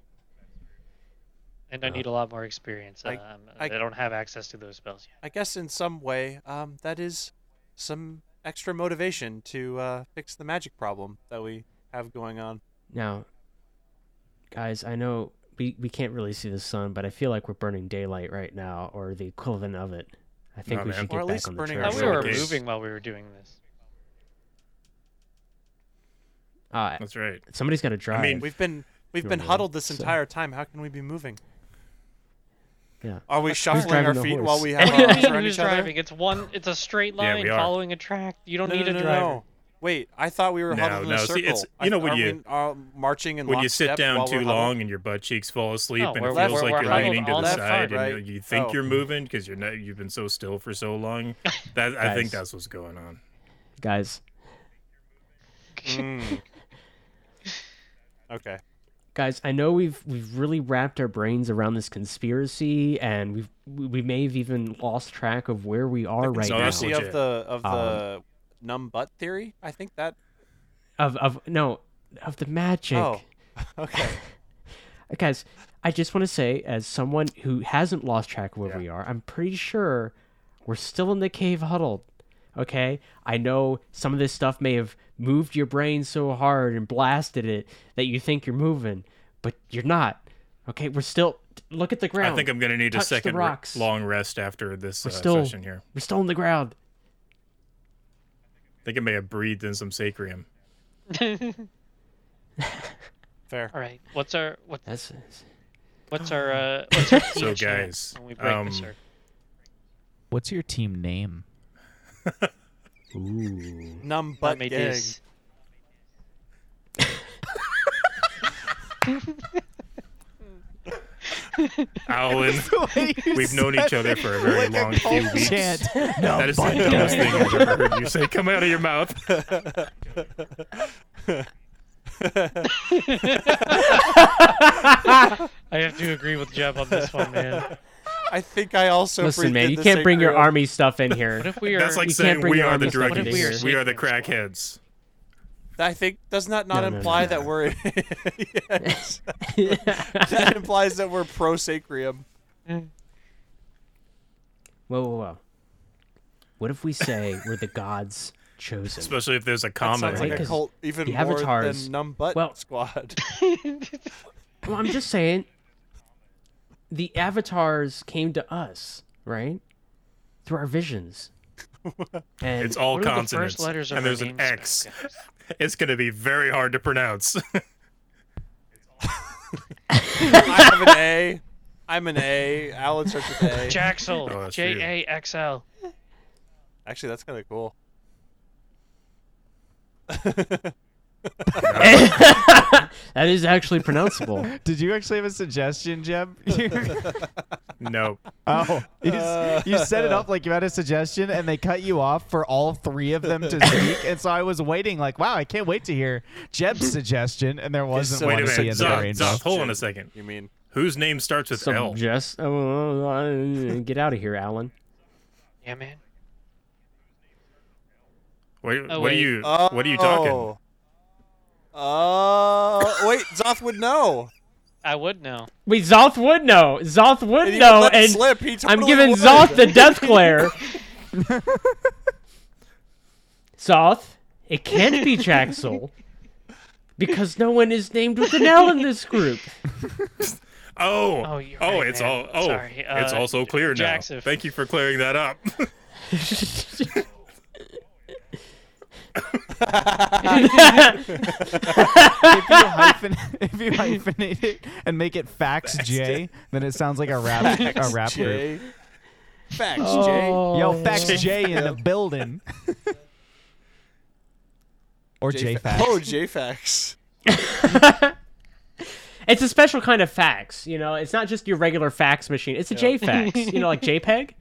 Speaker 5: and I need a lot more experience.
Speaker 3: I-
Speaker 5: um,
Speaker 3: I-
Speaker 5: I, don't have access to those spells yet.
Speaker 3: I guess in some way, um, that is some extra motivation to uh, fix the magic problem that we have going on.
Speaker 1: Now, guys, I know we, we can't really see the sun, but I feel like we're burning daylight right now, or the equivalent of it. I think
Speaker 2: Nah,
Speaker 1: we
Speaker 2: man.
Speaker 1: should get
Speaker 3: Or at
Speaker 1: back
Speaker 3: least
Speaker 1: on the
Speaker 3: burning
Speaker 1: trail.
Speaker 3: our
Speaker 5: I
Speaker 2: Yeah,
Speaker 5: thought we
Speaker 2: sure
Speaker 5: were
Speaker 2: it is.
Speaker 5: moving while we were doing this.
Speaker 1: Uh,
Speaker 2: That's right.
Speaker 1: somebody's got to drive.
Speaker 2: mean,
Speaker 3: We've been we've
Speaker 1: You're
Speaker 3: been
Speaker 1: right,
Speaker 3: huddled this
Speaker 1: so-
Speaker 3: entire time. How can we be moving?
Speaker 1: yeah.
Speaker 3: Are we shuffling
Speaker 1: driving
Speaker 3: our
Speaker 1: the
Speaker 3: feet
Speaker 1: horse?
Speaker 3: while *laughs* we have
Speaker 5: What
Speaker 3: our
Speaker 5: do you
Speaker 3: arms
Speaker 5: mean
Speaker 3: around
Speaker 5: who's
Speaker 3: each other?
Speaker 5: driving? It's one. It's a straight
Speaker 2: Yeah,
Speaker 5: line
Speaker 2: we are.
Speaker 5: following a track. You don't
Speaker 3: No,
Speaker 5: need
Speaker 3: no,
Speaker 5: a
Speaker 3: no,
Speaker 5: driver.
Speaker 3: no. Wait, I thought we were
Speaker 2: No,
Speaker 3: huddled in
Speaker 2: no,
Speaker 3: a circle.
Speaker 2: see, it's-
Speaker 3: I
Speaker 2: you know,
Speaker 3: th-
Speaker 2: when
Speaker 3: are
Speaker 2: you-
Speaker 3: we, uh, marching in
Speaker 2: When you sit
Speaker 3: lockstep
Speaker 2: down
Speaker 3: while
Speaker 2: too
Speaker 3: we're huddled?
Speaker 2: long and your butt cheeks fall asleep
Speaker 5: No,
Speaker 2: and
Speaker 5: we're-
Speaker 2: it feels
Speaker 3: we're-
Speaker 2: like
Speaker 3: we're
Speaker 2: you're
Speaker 3: huddled
Speaker 2: leaning to
Speaker 5: all
Speaker 2: the
Speaker 5: left,
Speaker 2: side
Speaker 3: right.
Speaker 2: and you you think
Speaker 3: Oh.
Speaker 2: you're moving because you're not, you've been so still for so
Speaker 5: *laughs*
Speaker 2: long. That I think
Speaker 1: Guys.
Speaker 2: that's what's going on.
Speaker 1: Guys,
Speaker 2: *laughs*
Speaker 3: Mm. okay.
Speaker 1: guys, I know we've we've really wrapped our brains around this conspiracy, and we've we we may have even lost track of where we are right
Speaker 2: so.
Speaker 1: now.
Speaker 2: That's
Speaker 3: See
Speaker 2: legit.
Speaker 3: of the of the
Speaker 1: Um,
Speaker 3: numb butt theory. I think that.
Speaker 1: Of of no, of the magic.
Speaker 3: Oh, *laughs* okay.
Speaker 1: guys i just want to say as someone who hasn't lost track of where we are i'm pretty sure we're still in the cave huddled okay i know some of this stuff may have moved your brain so hard and blasted it that you think you're moving but you're not okay we're still look at the ground
Speaker 2: I think I'm going to need a
Speaker 1: Touch the
Speaker 2: second re-
Speaker 1: rocks.
Speaker 2: long rest after this uh,
Speaker 1: we're still
Speaker 2: session here.
Speaker 1: we're still on the ground
Speaker 2: I think I may have breathed in some sacrium.
Speaker 1: *laughs*
Speaker 3: Fair.
Speaker 5: All right. What's our what,
Speaker 1: that's
Speaker 5: what's our uh, what's our
Speaker 2: *laughs* So,
Speaker 5: team chant
Speaker 2: guys,
Speaker 5: when we break
Speaker 2: um,
Speaker 5: the circle?
Speaker 4: What's your team name?
Speaker 1: ooh
Speaker 3: Numb butt
Speaker 5: Made
Speaker 3: gig.
Speaker 5: this.
Speaker 2: Alan, we've known each other for a very long few weeks.
Speaker 4: *laughs*
Speaker 2: that is the dumbest thing I've ever heard you say come out of your mouth.
Speaker 5: I have to agree with Jeb on this one,
Speaker 2: *laughs*
Speaker 5: man.
Speaker 3: I think I also.
Speaker 1: listen
Speaker 3: breathed
Speaker 1: man
Speaker 3: in
Speaker 1: you
Speaker 3: the
Speaker 1: can't bring your
Speaker 3: sacrum.
Speaker 1: army stuff in here
Speaker 5: What if we are?
Speaker 2: That's like
Speaker 1: You can't
Speaker 2: saying
Speaker 1: bring
Speaker 2: we
Speaker 1: your
Speaker 2: are the
Speaker 1: army stuff in
Speaker 2: druggies.
Speaker 1: here.
Speaker 2: We are the
Speaker 5: Sacrium squad.
Speaker 2: crackheads.
Speaker 3: I think does not not
Speaker 1: No, no, no,
Speaker 3: imply
Speaker 1: no. *laughs*
Speaker 3: that we're. yes. *laughs* that implies that we're pro sacrium.
Speaker 1: whoa whoa whoa what if we say we're the gods chosen
Speaker 2: Especially if there's a
Speaker 3: That
Speaker 2: comma.
Speaker 3: sounds
Speaker 2: in
Speaker 3: like a
Speaker 2: there.
Speaker 1: Because
Speaker 3: cult even
Speaker 1: the
Speaker 3: more
Speaker 1: avatars-
Speaker 3: than numb butt
Speaker 1: well-
Speaker 3: squad. *laughs*
Speaker 1: Well, I'm just saying, the avatars came to us, right? Through our
Speaker 3: *laughs*
Speaker 1: visions. And
Speaker 2: It's all
Speaker 5: What are the
Speaker 2: consonants.
Speaker 5: first letters of
Speaker 2: and
Speaker 5: our
Speaker 2: there's an
Speaker 5: names,
Speaker 2: X. *laughs*
Speaker 5: man?
Speaker 2: It's going to be very hard to pronounce. *laughs*
Speaker 3: I have an A. I'm an A. Alan starts with A.
Speaker 2: Oh,
Speaker 5: Jaxel.
Speaker 2: that's
Speaker 5: J A X L.
Speaker 3: Actually, that's kind of cool. *laughs*
Speaker 1: that is actually pronounceable.
Speaker 3: *laughs*
Speaker 4: Did you actually have a suggestion, Jeb? *laughs*
Speaker 2: no.
Speaker 4: oh, you, s-
Speaker 2: Uh.
Speaker 4: you set it up like you had a suggestion, and they cut you off for all three of them to speak. And so I was waiting, like, wow, I can't wait to hear
Speaker 2: *laughs*
Speaker 4: Jeb's suggestion. And there wasn't
Speaker 3: so
Speaker 4: one
Speaker 2: Wait a
Speaker 4: to see
Speaker 2: minute.
Speaker 4: in the
Speaker 2: Zoth,
Speaker 4: range.
Speaker 2: Zoth, hold on a second.
Speaker 3: You mean?
Speaker 2: Whose name starts with
Speaker 1: So
Speaker 2: L?
Speaker 1: just oh, get out of here, Alan.
Speaker 5: Yeah, man.
Speaker 2: Wait, what are
Speaker 5: Oh, wait.
Speaker 2: you?
Speaker 3: Oh.
Speaker 2: What are you talking?
Speaker 3: Uh, wait, Zoth would know.
Speaker 5: I would know.
Speaker 1: Wait, Zoth would know. Zoth would
Speaker 3: And he would
Speaker 1: know.
Speaker 3: let it
Speaker 1: And
Speaker 3: slip. He
Speaker 1: I'm
Speaker 3: totally
Speaker 1: giving
Speaker 3: would.
Speaker 1: Zoth
Speaker 3: *laughs*
Speaker 1: the death glare. Zoth, it can't be Jaxel. Because no one is named with an L in this group.
Speaker 3: *laughs*
Speaker 2: Oh,
Speaker 5: Oh, you're
Speaker 2: oh,
Speaker 5: right,
Speaker 2: it's
Speaker 5: man.
Speaker 2: all. Oh,
Speaker 5: Sorry,
Speaker 2: it's
Speaker 5: uh,
Speaker 2: also clear now.
Speaker 5: Jaxif.
Speaker 2: Thank you for clearing that up.
Speaker 4: *laughs*
Speaker 1: *laughs*
Speaker 4: if you hyphen if you hyphenate it and make it fax J, then it sounds like a rap a rap group. Oh,
Speaker 3: Jay. Facts, Jay.
Speaker 4: Yo, fax
Speaker 2: Oh.
Speaker 4: J in the
Speaker 2: *laughs*
Speaker 4: building. Or J fax.
Speaker 3: Oh, J facts.
Speaker 1: It's a special kind of fax, you know. It's not just your regular fax machine. It's a JFax, you know, like JPEG.